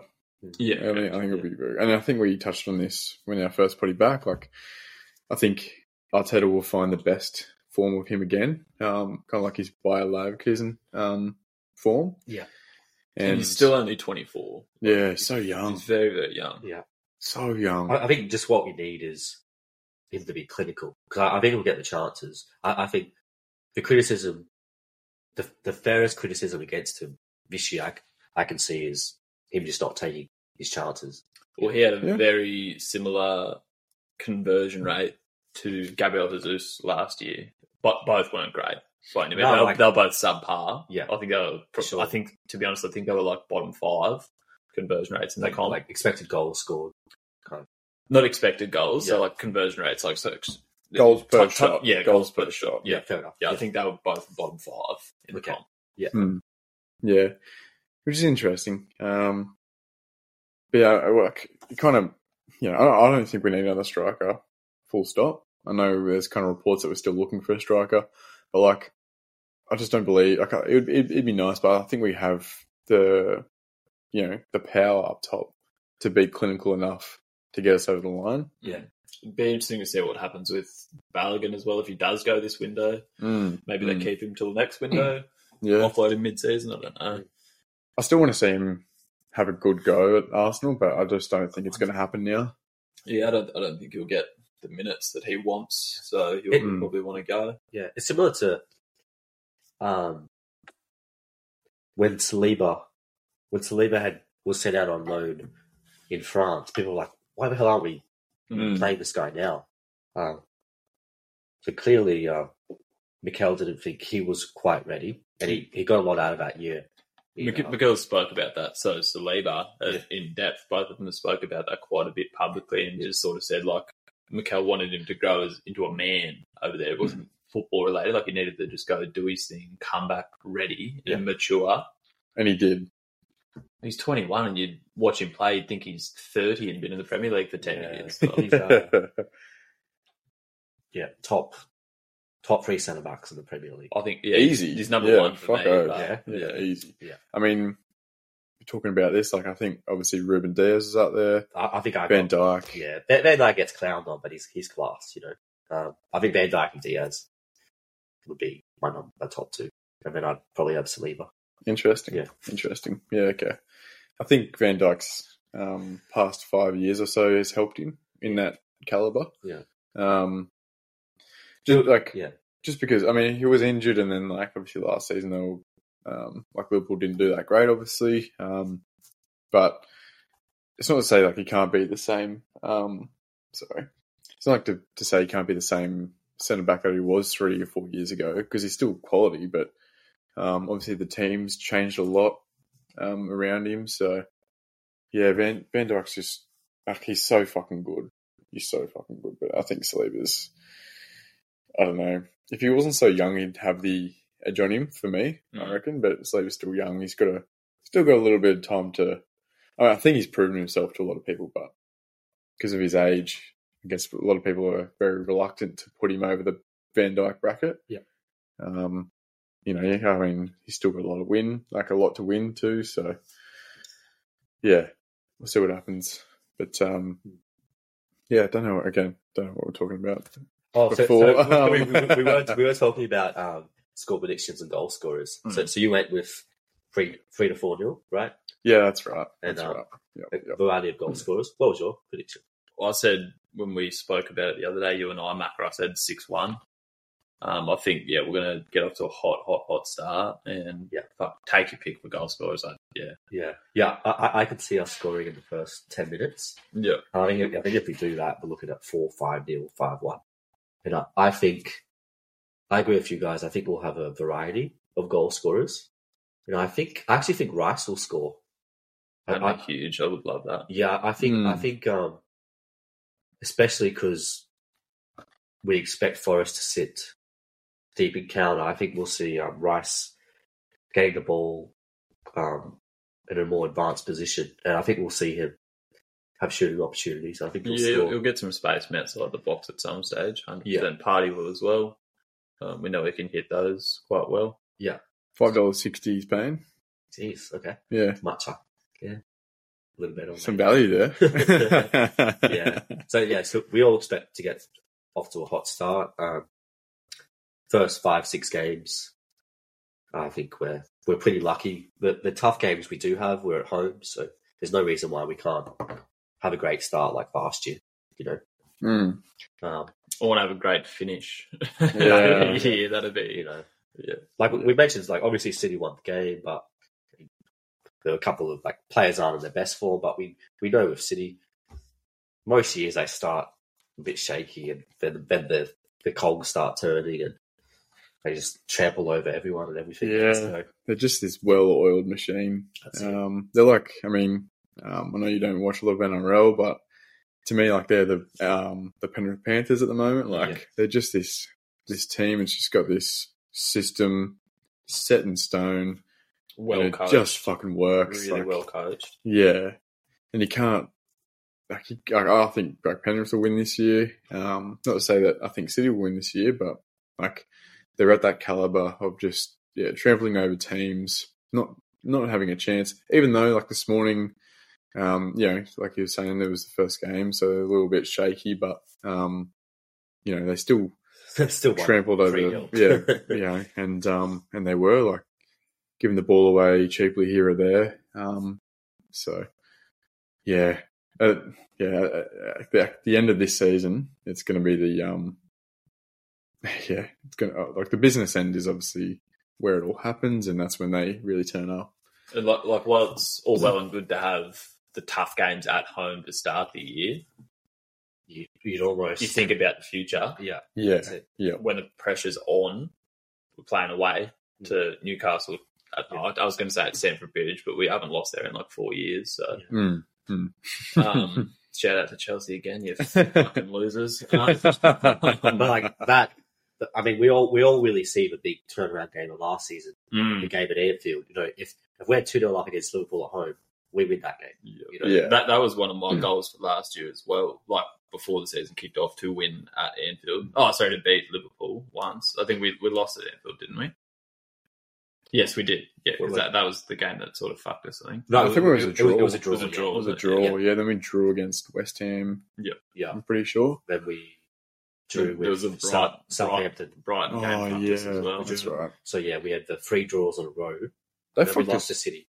S3: yeah,
S1: I think, I think it'll be very, and I think we touched on this when our first potty back. Like, I think Arteta will find the best form of him again, um, kind of like his Bayer Leverkusen um, form.
S2: Yeah.
S3: and
S1: and
S3: he's still only twenty four.
S1: yeah, so young,
S3: He's very very young.
S1: so young.
S2: I, I think just what we need is him to be clinical because I, I think he'll get the chances. I, I think the criticism, the the fairest criticism against him this year, I, c- I can see is him just not taking his chances.
S3: Well, he had a
S1: Yeah.
S3: very similar conversion rate to Gabriel Jesus last year, but both weren't great. By any means.
S2: No,
S3: they, were,
S2: like-
S3: they were both subpar.
S2: Yeah.
S3: I think they were. pro-
S2: Sure.
S3: I think to be honest, I think they were like bottom five conversion rates, and they
S2: Like
S3: can't
S2: like expected goals scored.
S3: not expected goals. So
S2: Yeah.
S3: like conversion rates, like so
S1: Goals per
S3: top- top-
S1: shot.
S3: yeah, goals per shot.
S2: Yeah, fair enough.
S3: yeah, I think they were both bottom five in the
S2: Okay.
S3: comp.
S1: Hmm. Yeah, which is interesting. Um, but yeah, I- like kind of, you know, I don't, I don't think we need another striker. Full stop. I know there's kind of reports that we're still looking for a striker, but like, I just don't believe. Like, it would it'd, it'd be nice, but I think we have the, you know, the power up top to be clinical enough to get us over the line.
S3: It'd be interesting to see what happens with Balogun as well if he does go this window.
S1: Mm.
S3: Maybe they keep him till next window,
S1: Yeah,
S3: offload him mid-season. I don't know.
S1: I still want to see him have a good go at Arsenal, but I just don't think it's going to happen now.
S3: Yeah, I don't, I don't think he'll get the minutes that he wants, so he'll
S2: Mm.
S3: probably want to go.
S2: Yeah, it's similar to um, when Saliba when Saliba had was sent out on loan in France. People were like, "Why the hell aren't we
S3: Mm.
S2: playing this guy now?" Um, so clearly, uh, Mikel didn't think he was quite ready, and he, he got a lot out of that year. uh, You know,
S3: Mc- McGill spoke about that, so Saliba uh,
S2: Yeah.
S3: in depth. Both of them spoke about that quite a bit publicly, and
S2: Yeah.
S3: just sort of said like Mikel wanted him to grow as into a man over there. It wasn't football related; like he needed to just go do his thing, come back ready
S2: Yeah.
S3: and mature.
S1: And he did.
S3: He's 21, and you'd watch him play, you'd think he's 30 and been in the Premier League for 10
S2: Yeah.
S3: years.
S2: He's, uh, yeah, top top three centre backs in the Premier League.
S3: I think yeah,
S1: Easy.
S3: He's number
S1: Yeah,
S3: one for
S1: fuck
S3: me.
S1: oath.
S3: but-
S2: Yeah.
S1: yeah, easy.
S2: Yeah.
S1: I mean, talking about this, like I think obviously Ruben Diaz is up there,
S2: I, I think I
S1: Van Dyke.
S2: Yeah, Van, Van Dyke gets clowned on, but he's he's class, you know. Um, I think Van Dyke and Diaz would be my, num- my top two, and then I'd probably have Saliba.
S1: Interesting.
S2: Yeah.
S1: Interesting. Yeah, okay. I think Van Dyke's um, past five years or so has helped him in that caliber.
S2: Yeah.
S1: Um, just like
S2: Yeah,
S1: just because I mean he was injured, and then like obviously last season they were, um, like Liverpool didn't do that great, obviously. Um, but it's not to say like he can't be the same. Um, sorry, it's not like to, to say he can't be the same centre back that he was three or four years ago because he's still quality, but um, obviously the team's changed a lot um, around him. So yeah, Van Van Dijk's just like he's so fucking good. He's so fucking good, but I think Saliba's. I don't know if he wasn't so young, he'd have the edge on him for me, I
S3: Mm.
S1: reckon. But Slater's still young; he's got a still got a little bit of time to. I, I think he's proven himself to a lot of people, but because of his age, I guess a lot of people are very reluctant to put him over the Van Dyke bracket.
S2: Yeah.
S1: Um, you know, I mean, he's still got a lot of win, like a lot to win too. So, yeah, we'll see what happens. But um, Yeah, don't know. Again, don't know what we're talking about.
S2: Oh, so,
S1: Before-
S2: so we, we, we, were, we were talking about um, score predictions and goal scorers. So, so you went with three three to four nil, right?
S1: Yeah, that's right.
S2: And,
S1: That's
S2: uh,
S1: right. Yep,
S2: A
S1: yep.
S2: variety of goal scorers. What was your prediction?
S3: I said when we spoke about it the other day, you and I, Macra, I said six one. Um, I think yeah, we're gonna get off to a hot, hot, hot start, and
S2: Yeah.
S3: fuck, take your pick for goal scorers. I, yeah,
S2: Yeah, yeah, I, I- I could see us scoring in the first ten minutes.
S3: yeah,
S2: And I think if, I think if we do that, we're looking at four five nil five one. And I, I think I agree with you guys. I think we'll have a variety of goal scorers. And I think I actually think Rice will score. I-
S3: that'd
S2: I-
S3: be huge. I would love that.
S2: Yeah, I think I
S1: Hmm.
S2: think um, especially because we expect Forrest to sit deep in counter. I think we'll see um, Rice getting the ball um, in a more advanced position, and I think we'll see him have shooting opportunities. I think he'll
S3: Yeah,
S2: score.
S3: he'll get some space from outside the box at some stage. Hundred
S2: Yeah.
S3: percent. Party will as well. Um, we know he can hit those quite well.
S1: Five dollars sixty he's paying.
S2: Jeez, okay,
S1: Yeah,
S2: matcha, yeah, a little bit on
S1: some
S2: that.
S1: value there.
S2: Yeah. So yeah, so we all expect to get off to a hot start. Um, first five six games, I think we're we're pretty lucky. The the tough games we do have, we're at home, so there's no reason why we can't have a great start like last year. You know,
S1: Mm.
S2: um,
S3: I want to have a great finish.
S1: Yeah.
S3: yeah, that'd
S2: you
S3: be.
S2: know,
S3: Yeah.
S2: like we mentioned, like obviously City won the game, but there were a couple of like players aren't in their best form. But we we know with City, most years they start a bit shaky, and then then the the cogs start turning, and they just trample over everyone and everything.
S1: Yeah.
S2: So,
S1: They're just this well-oiled machine.
S2: that's it.
S1: Um, they're like, I mean, um, I know you don't watch a lot of NRL, but to me, like they're the um, the Penrith Panthers at the moment. Like
S2: Yeah.
S1: they're just this this team. It's just got this system set in stone.
S3: Well
S1: and it
S3: coached.
S1: just fucking works.
S3: really
S1: like,
S3: well coached.
S1: Yeah, and you can't. Like, you, I, I think like Penrith will win this year. Um, not to say that I think City will win this year, but like they're at that caliber of just yeah trampling over teams, not not having a chance. Even though like this morning, um, you know, like you were saying, it was the first game, so a little bit shaky, but um, you know, they still
S2: Still won.
S1: trampled over, the, yeah, you know, and um, and they were like giving the ball away cheaply here or there. Um, so yeah, uh, yeah. uh, At the, at the end of this season, it's going to be the um, yeah, it's going to like the business end is obviously where it all happens, and that's when they really turn up.
S3: And like, like while it's all well and good to have the tough games at home to start the year,
S2: You, you'd almost
S3: you think about the future
S2: yeah,
S1: Yeah,
S2: that's it.
S1: yeah,
S3: when the pressure's on. We're playing away to Newcastle. At, I was going to say at Stamford Bridge, but we haven't lost there in like four years. So
S1: Mm.
S3: um, shout out to Chelsea again, you fucking losers. Um,
S2: But like that, I mean, we all we all really see the big turnaround game of last season. the
S3: mm,
S2: game at Anfield. You know, if, if we're 2 0 up against Liverpool at home, we win that game.
S3: yeah.
S2: You know?
S1: yeah,
S3: That that was one of my
S1: Mm.
S3: goals for last year as well. Like before the season kicked off, to win at Anfield. Oh, sorry, to beat Liverpool once. I think we we lost at Anfield, didn't we? Yes, we did. Yeah, 'cause
S2: Well,
S3: that that was the game that sort of fucked us. I think.
S1: I think it was a
S2: It
S1: draw.
S2: was, a draw.
S3: It was a
S2: yeah.
S3: draw.
S1: it was a
S3: wasn't
S1: draw.
S2: Yeah.
S1: Yeah. then we drew against West Ham.
S2: Yeah.
S1: I'm pretty sure.
S2: Then we drew
S3: There was
S2: with
S3: a
S2: South,
S3: bright-
S2: Southampton.
S3: Brighton game
S1: Oh
S3: fucked
S1: yeah,
S3: us as well.
S1: that's right.
S2: So, yeah, we had the three draws in a row.
S1: They
S2: then we
S1: fucked
S2: lost to
S1: us.
S2: City.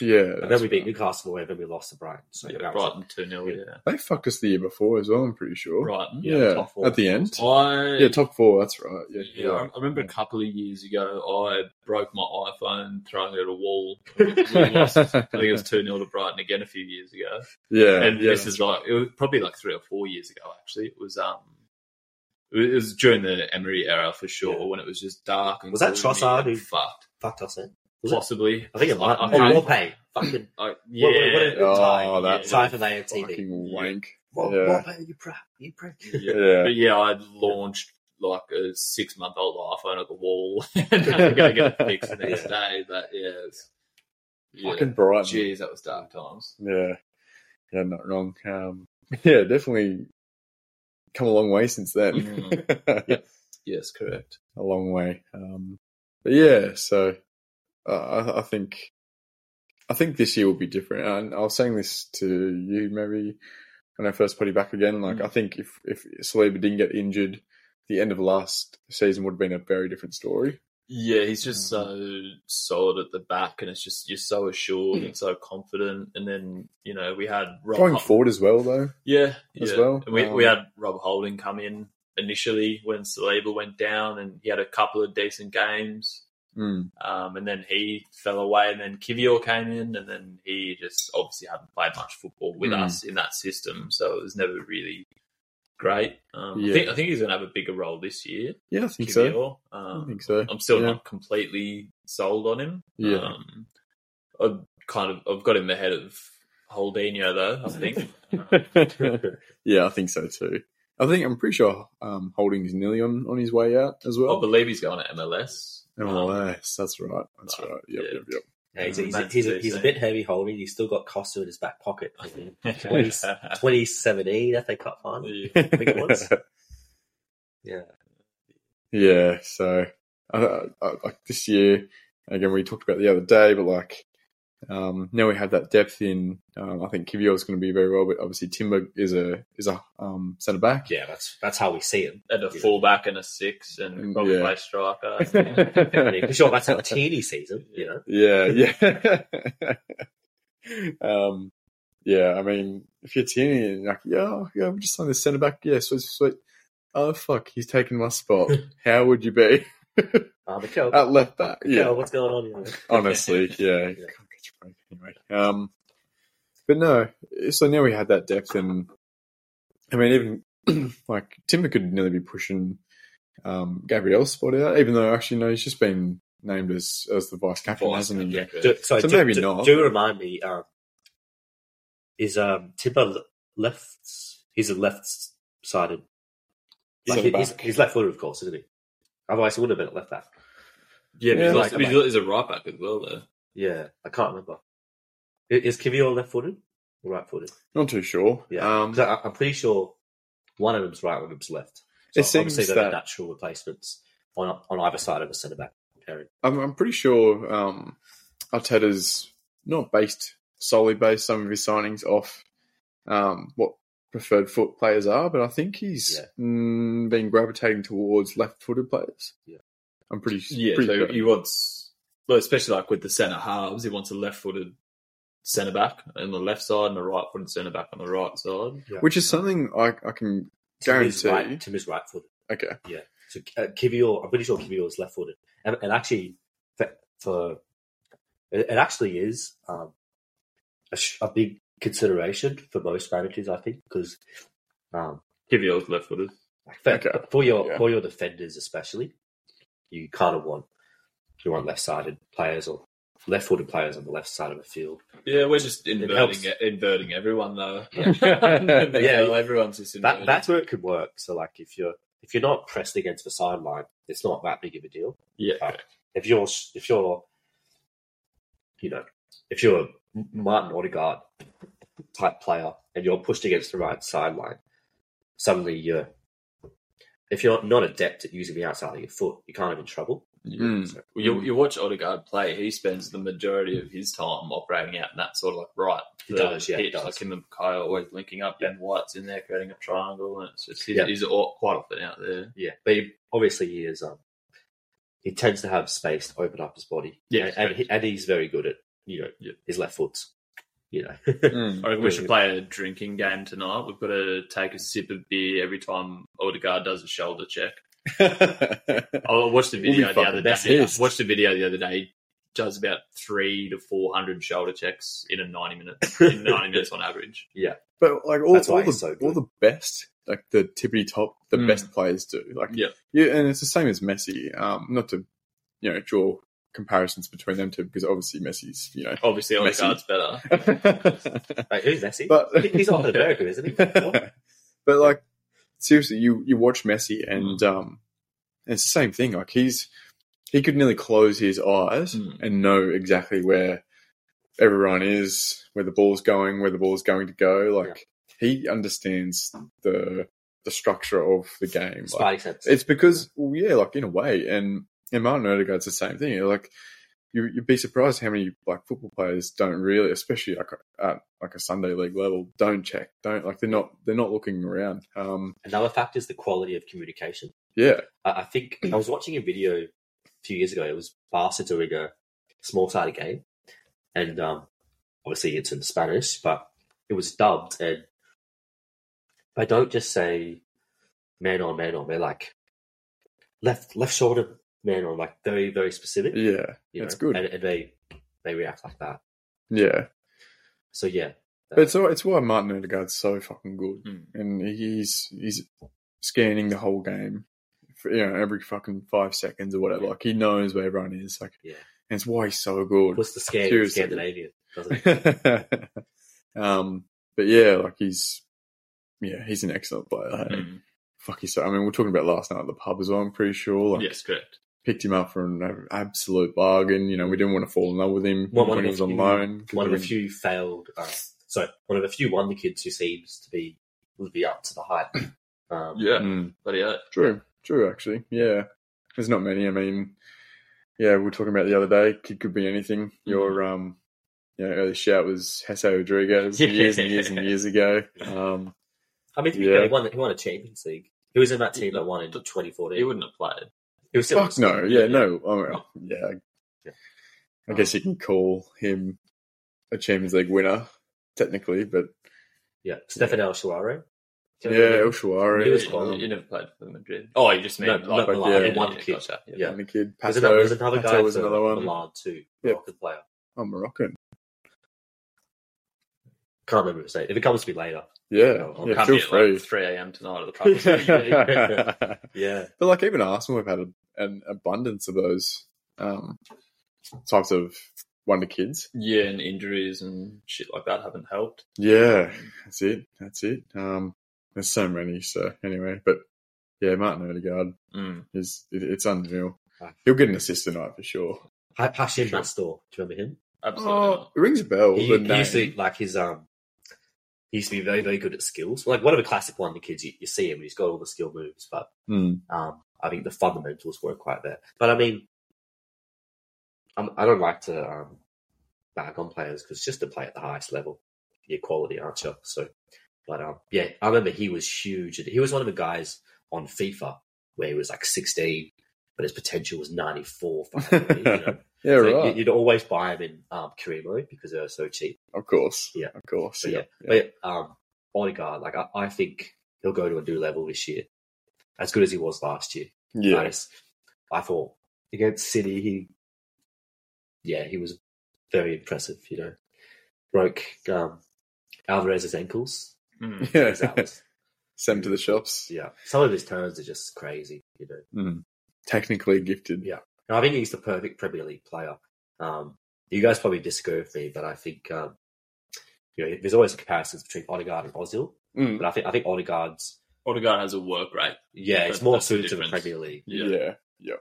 S1: Yeah,
S2: And then
S1: that's
S2: we beat
S1: right.
S2: Newcastle away, then we lost to Brighton. So,
S3: Yeah,
S2: that was
S3: Brighton two 0 Yeah,
S1: They fucked us the year before as well. I'm pretty sure.
S3: Brighton.
S1: Yeah,
S2: top four.
S1: at the end.
S3: I
S1: Yeah, top four. That's right. Yeah,
S3: Oh, Yeah,
S1: you're
S3: I
S1: right.
S3: I remember a couple of years ago, I broke my iPhone throwing it at a wall. We lost. I think it was 2 0 to Brighton again a few years ago.
S1: yeah,
S3: and
S1: yeah.
S3: this is like, it was probably like three or four years ago, actually. It was um, it was during the Emery era for sure,
S2: Yeah.
S3: when it was just dark. And
S2: Was that
S3: gloomy
S2: Trossard
S3: and
S2: who-
S3: Fucked.
S2: Fucked us in. Was it?
S3: Possibly.
S2: I think it might.
S3: I,
S2: Oh,
S3: can't-
S2: Warpay. Fucking.
S3: I- yeah.
S2: What- what- what a good tie.
S1: Oh, that-
S3: yeah.
S2: Tie for the AFTV.
S1: fucking wank.
S2: Wa-
S1: Yeah.
S2: Warpay, you prick. You prick.
S1: Yeah,
S3: But yeah, I launched like a six month old iPhone at the wall and had to go get it fixed the next day. But yeah, it's, yeah.
S1: fucking bright.
S3: Jeez, that was dark times.
S1: Yeah, yeah, not wrong. Um, yeah, definitely come a long way since then.
S3: Mm. Yes, correct.
S1: a long way. Um, but yeah, so uh, I, I think I think this year will be different. And I was saying this to you maybe when I first put him back again. Like I think if if Saliba didn't get injured, the end of last season would have been a very different story.
S3: Yeah, he's just
S1: Um,
S3: so solid at the back, and it's just you're so assured and so confident. And then you know we had Rob
S1: Mm. Going
S3: Hol-
S1: forward as well, though.
S3: yeah,
S1: as
S3: yeah.
S1: well.
S3: And we
S1: Um,
S3: we had Rob Holding come in initially when Saliba went down, and he had a couple of decent games.
S1: Mm.
S3: Um, and then he fell away, and then Kivior came in, and then he just obviously hadn't played much football with
S1: Mm.
S3: us in that system, so it was never really great. Um,
S1: Yeah.
S3: I think I think he's going to have a bigger role this year.
S1: Yeah, I think so.
S3: Kivior.
S1: I
S3: Um,
S1: think so.
S3: I'm still
S1: Yeah.
S3: not completely sold on him.
S1: Yeah.
S3: Um, I've kind of I've got him ahead of Holdinho though. I think.
S1: yeah, I think so too. I think I'm pretty sure um, Holding's nearly on, on his way out as
S3: I
S1: well.
S3: believe he's going to MLS. Um,
S1: MLS, that's right. That's
S3: but,
S1: right. Yep,
S3: yeah.
S1: yep, yep.
S2: Yeah, he's, he's,
S3: That's
S2: he's,
S3: what
S2: a,
S3: they
S2: he's a
S3: say.
S2: bit heavy holding. He's still got Costa in his back pocket. 2017 FA Cup final.
S3: Yeah.
S2: think it was. Yeah.
S1: yeah, so I, I, like this year, again, we talked about it the other day, but like um, now we have that depth in. Um, I think Kivior is going to be very well, but obviously Timber is a is a um, centre back.
S2: Yeah, that's that's how we see him.
S3: And a fullback and a six, and probably
S1: Mm, Yeah.
S3: play striker.
S2: I mean, for sure, that's how Teeny sees him, you know.
S1: Yeah, yeah. um, yeah, I mean, if you're teeny and like, yeah, yeah, I'm just on the centre back. Yeah, sweet, sweet. Oh, fuck, he's taking my spot. How would you be
S2: Ah, Mikel,
S1: at left back?
S2: Mikel,
S1: Oh, Yeah,
S2: what's going on? You know?
S1: honestly, yeah. God, that's great. Anyway, um, but no, so now we had that depth, and I mean, even like Timber could nearly be pushing um, Gabriel's spot out, even though actually, no, he's just been named as as the vice captain, hasn't he?
S3: Yeah.
S2: Do, sorry,
S1: So
S2: do,
S1: maybe
S2: do-
S1: not.
S2: Do remind me, um, is um, Tipper le- left? He's a left-sided. Like,
S1: Centre
S2: he's,
S1: back.
S2: he's left-footed, of course, isn't he? Otherwise, he wouldn't have been at left back.
S3: Yeah, but
S1: Yeah.
S3: he's, also-
S2: Like-
S3: he's- he's a right back as well, though.
S2: Yeah, I can't remember. I- Is Kivior left-footed or right-footed?
S1: Not too sure.
S2: Yeah,
S1: Um,
S2: 'Cause I, I'm pretty sure one of them's right, one of them's left. So
S1: It seems
S2: obviously they're
S1: that-
S2: natural replacements on on either side of a centre back pairing.
S1: I'm, I'm pretty sure um, Arteta's not based solely based some of his signings off um, what preferred foot players are, but I think he's mm, been gravitating towards left-footed players.
S2: Yeah.
S1: I'm pretty
S3: Yeah,
S1: pretty
S3: so
S1: certain.
S3: he wants, well, especially like with the centre halves, he wants a left-footed centre back on the left side and a right-footed centre back on the right side.
S1: which is something I, I can
S2: Tim is
S1: guarantee.
S2: right, Tim is right-footed.
S1: Okay,
S2: So uh, Kivior, I'm pretty sure Kivior is left-footed, and, and actually for, for it, it actually is um, a, sh- a big consideration for most managers, I think, because um,
S3: Kivior's left-footed.
S2: Like, For,
S1: Okay.
S2: for your
S1: Yeah.
S2: for your defenders especially, you kind of want you want left sided players or left footed players on the left side of the field.
S3: Yeah, we're just
S2: helps.
S3: inverting it inverting everyone though.
S2: Yeah.
S3: yeah,
S2: Yeah.
S3: everyone's just
S2: That
S3: inverted.
S2: that's where it could work. So like if you're if you're not pressed against the sideline, it's not that big of a deal.
S3: yeah.
S2: If you're if you're you know if you're Martin Odegaard type player and you're pushed against the right sideline, suddenly you're if you're not adept at using the outside of your foot, you're kind of in trouble.
S1: Mm.
S2: So-
S3: Well, You, you watch Odegaard play. He spends the majority of his time operating out in that sort of like right.
S2: He
S3: the
S2: does, yeah, he
S3: pitch,
S2: does.
S3: Like him and Kyle always linking up. Ben White's in there creating a triangle, and it's just he's,
S2: Yeah.
S3: he's all, quite often out there.
S2: Yeah, but he, obviously he is. Um, he tends to have space to open up his body.
S3: Yeah,
S2: and and, he, and he's very good at you know
S3: Yeah.
S2: his left foot. You know,
S1: Mm.
S3: I reckon we
S2: Really
S3: should
S2: good.
S3: play a drinking game tonight. We've got to take a sip of beer every time Odegaard does a shoulder check.
S1: Hmm.
S3: I watched the
S1: We'll be
S3: video the
S1: fucking
S3: other day.
S1: pissed.
S3: I watched the video the other day. He does about three to four hundred shoulder checks in a ninety minutes. In ninety minutes on average.
S1: But like all,
S2: That's why
S1: all the
S2: he's so good.
S1: all the best, like the tippity top, the
S3: Mm.
S1: best players do. Like
S3: Yeah.
S1: yeah, and it's the same as Messi. Um, not to you know draw comparisons between them two because obviously Messi's you know.
S3: Obviously,
S1: Messi.
S3: Odegaard's better.
S2: Like, who's Messi?
S1: but
S2: He- he's not in America, isn't he? What?
S1: but like seriously, you you watch Messi and um, it's the same thing. Like he's he could nearly close his eyes
S3: Mm.
S1: and know exactly where everyone is, where the ball's going, where the ball's going to go. Like he understands the the structure of the game. Like,
S2: Spidey sense.
S1: it's because well, yeah, like in a way, and and Martin Odegaard's the same thing. Like you, you'd be surprised how many like football players don't really, especially like at like a Sunday league level, don't check, don't like they're not they're not looking around. Um,
S2: Another factor is the quality of communication.
S1: yeah,
S2: I, I think
S1: Mm.
S2: I was watching a video a few years ago. It was Barca doing a small sided game, and um, obviously it's in Spanish, but it was dubbed. And they don't just say man on man on. They're like left left shoulder man on, like very very specific.
S1: yeah,
S2: you
S1: that's
S2: know,
S1: good.
S2: And, and they they react like that.
S1: yeah.
S2: So yeah,
S1: But it's why- it's why Martin Odegaard's so fucking good,
S3: Mm.
S1: and he's he's scanning the whole game, for, you know, every fucking five seconds or whatever. Like he knows where everyone is, like,
S2: Yeah.
S1: and it's why he's so good.
S2: what's the scan
S1: Seriously.
S2: Scandinavian? Doesn't it?
S1: um, but yeah, like he's yeah, he's an excellent player. hey?
S3: Mm.
S1: Fuck, he's so. I mean, we we're talking about last night at the pub as well. I'm pretty sure. Like,
S3: Yes, correct.
S1: picked him up for an absolute bargain. You know, we didn't want to fall in love with him
S2: Well, one
S1: when
S2: of
S1: he
S2: the
S1: was on
S2: few-
S1: loan. 'cause
S2: one of
S1: we
S2: the
S1: didn't-
S2: few failed. Um, sorry, one of the few wonder kids who seems to be would be up to the hype. Um,
S3: Yeah,
S1: Mm.
S3: but yeah,
S1: True, true. Actually, yeah. There's not many. I mean, yeah, we were talking about the other day. Kid could be
S2: Mm.
S1: anything. Your um, you know, early shout was Jesse Rodriguez years and years and years ago. Um,
S2: I mean, to be
S1: Yeah.
S2: fair, he won. He won a Champions League. He was in that team that won in
S3: he
S2: 2014.
S3: wouldn't have played.
S2: He was still
S1: fuck no, yeah, no. Oh, well, yeah,
S2: Yeah. Um,
S1: I guess you can call him a Champions League winner technically, but
S2: Yeah, Stefan El Shawari.
S1: yeah, El um, Shawari,
S2: He was
S3: You-
S2: quality.
S3: you never played for Madrid. Oh, you just mean
S2: No,
S3: like,
S2: not
S1: Milan,
S3: yeah,
S1: the
S2: one
S3: yeah,
S2: kid.
S3: gotcha, yeah.
S2: Yeah.
S1: and the kid
S2: There's
S1: Pato.
S2: another, there's another
S1: Pato
S2: guy
S1: was
S2: for
S1: another one.
S2: Milan too.
S1: Yeah.
S2: Moroccan player.
S1: Oh, Moroccan.
S2: Can't remember his name. If it comes to me later.
S1: Yeah,
S2: Oh,
S1: yeah.
S3: Can't
S1: Feel
S3: be at, like,
S1: free.
S3: 3 a.m. tonight at the pub.
S2: Yeah.
S1: But like even Arsenal have had a, an abundance of those um, types of wonder kids.
S3: yeah, and injuries and shit like that haven't helped.
S1: Yeah, that's it. That's it. Um, there's so many. So anyway, but yeah, Martin Odegaard
S3: Mm.
S1: is it, it's unreal.
S2: Right.
S1: He'll get an assist tonight for sure.
S2: Ha- Hashim Mastor. Do you remember him?
S3: Absolutely.
S1: Oh,
S3: not.
S1: it rings a bell.
S2: he,
S1: the
S2: he
S1: name.
S2: used to like his um he used to be very very good at skills like one of the classic one the kids you, you see him he's got all the skill moves but
S1: Hmm.
S2: um i think the fundamentals weren't quite there but i mean I'm, i don't like to um bag on players because just to play at the highest level you're quality aren't you so but um yeah i remember he was huge he was one of the guys on fifa where he was like 16 but his potential was 94 fucking, you know?
S1: Yeah,
S2: So
S1: right.
S2: you, would always buy him in um, career mode because they were so cheap
S1: of course.
S2: Yeah.
S1: Of course.
S2: but yeah,
S1: Yeah.
S2: but yeah, um, Odegaard, like I, I think he'll go to a new level this year, as good as he was last year.
S1: Yeah.
S2: I, just- I thought against City, he, yeah, he was very impressive. You know, broke um, Alvarez's ankles.
S3: Mm.
S1: Yeah.
S2: His Alvarez.
S1: Send him to the shops.
S2: yeah, some of his turns are just crazy. You know,
S1: Mm. Technically gifted.
S2: Yeah. and I think he's the perfect Premier League player. Um, you guys probably disagree with me, but I think um, you know, there's always comparisons between Odegaard and Ozil,
S1: Mm.
S2: but I think I think Odegaard's
S3: Odegaard has a work rate.
S2: Yeah,
S3: That-
S2: it's more
S3: that's the
S2: suited to the
S3: difference.
S2: Premier League.
S1: Yeah.
S3: Yeah.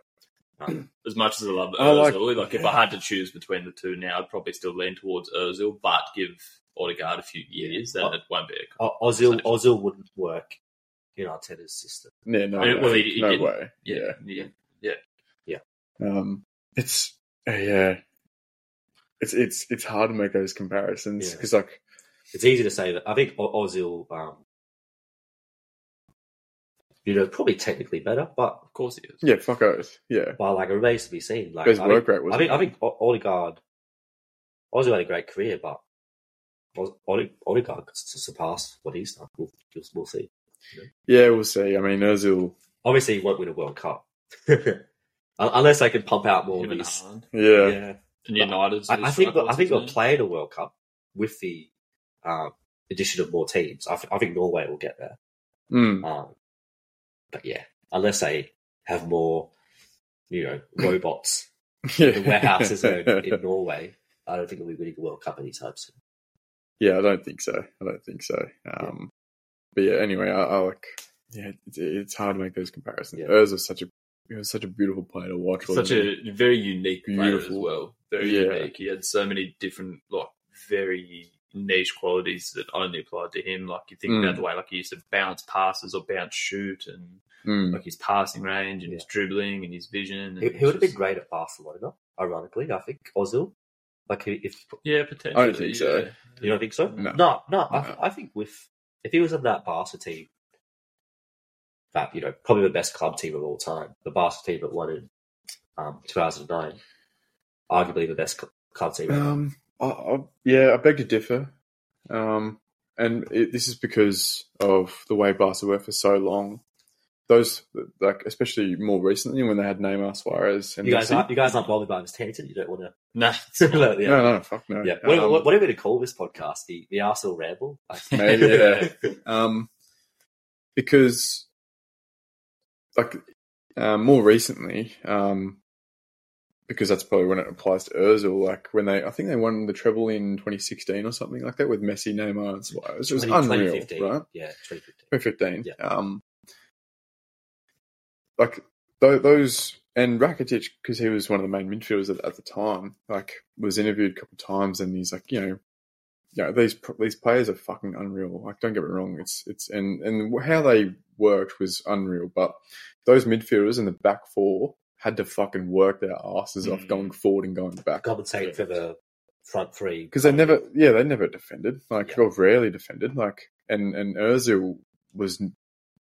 S2: Um,
S3: As much as I love
S1: I like-
S3: Ozil, like, if I had to choose between the two now, I'd probably still lean towards Ozil, but give Odegaard a few years, then
S2: Oh.
S3: it won't be a
S2: O- Ozil, Ozil wouldn't work in Arteta's system.
S1: Yeah. No.
S3: Well,
S1: way.
S3: he- he
S1: no
S3: didn't.
S1: way. yeah.
S3: yeah.
S1: Um, it's uh, yeah, it's it's it's hard to make those comparisons
S2: Yeah.
S1: because like
S2: It's easy to say that. I think O- Ozil, um, you know, probably technically better, but
S3: Of course he is.
S1: yeah, fuck oath, yeah,
S2: well, like it remains to be seen. Like
S1: his
S2: I
S1: work
S2: think,
S1: rate was.
S2: I think I think O- Odegaard, Ozil had a great career, but Oz- Ode- Odegaard could s- surpass what he's done. We'll, we'll, we'll see.
S1: yeah, we'll see. I mean, Özil,
S2: Obviously, he won't win a World Cup Un- unless they can pump out more
S3: Him
S2: of
S3: and
S2: these.
S3: Haaland.
S1: yeah,
S2: yeah.
S3: And
S2: But
S3: United's
S2: I,
S3: his
S2: I think
S3: strike
S2: I think
S3: force,
S2: they'll
S3: isn't
S2: play in a World Cup with the um, addition of more teams. I, th- I think Norway will get there.
S1: Mm,
S2: Um, but yeah, unless they have more, you know, robots
S1: yeah.
S2: in warehouses in, in Norway, I don't think they'll be winning the World Cup anytime soon.
S1: yeah, I don't think so. I don't think so. Um, but yeah, anyway, I, I like yeah, it's, it's hard to make those comparisons.
S2: Yeah.
S1: Ozil's such a he was such a beautiful player to watch.
S3: it? Such
S1: wasn't he?
S3: a very unique player as
S1: Beautiful.
S3: well. Very
S1: Yeah.
S3: unique. He had so many different, like, very niche qualities that only applied to him. Like, you think
S1: Mm.
S3: about the way, like, he used to bounce passes or bounce shoot and
S1: Mm.
S3: like his passing range and his dribbling and his vision. and
S2: He, he would have been
S3: just-
S2: great at Barcelona. ironically, I think Ozil. Like he- if
S3: Yeah, potentially.
S1: I don't think so.
S3: yeah.
S2: you don't think so,
S1: No.
S2: no, no, I,
S1: No.
S2: I think with if he was in that Barca team, that you know probably the best club team of all time, the Barca team that won in um, 2009, arguably the best cl- club team.
S1: Um, I, I, yeah, I beg to differ. Um, and it, this is because of the way Barca were for so long. Those, like, especially more recently when they had Neymar, Suarez, and
S2: you guys,
S1: Messi.
S2: aren't, you guys aren't bothered by Miss Tanton. You don't want
S3: No,
S2: to. yeah.
S1: No, no, fuck no.
S2: yeah. What,
S1: Um,
S2: what, what are we going to call this podcast? The the Arsenal Ramble. I think.
S1: Maybe, yeah. um, because like uh, more recently, um, because that's probably when it applies to Özil. Like when they, I think they won the treble in 2016 or something like that with Messi, Neymar, and Suarez. It was unreal, right?
S2: Yeah, 2015.
S1: 2015.
S2: Yeah.
S1: Um, like tho- those and Rakitic because he was one of the main midfielders at, at the time. Like was interviewed a couple of times, and he's like, you know, you know these pro- these players are fucking unreal. Like don't get me wrong, it's it's and and how they worked was unreal. But those midfielders in the back four had to fucking work their asses off
S3: Mm.
S1: going forward and going back
S2: Compensate for the front three
S1: because they never, yeah, they never defended, like
S2: Yeah.
S1: or rarely defended, like and and Özil was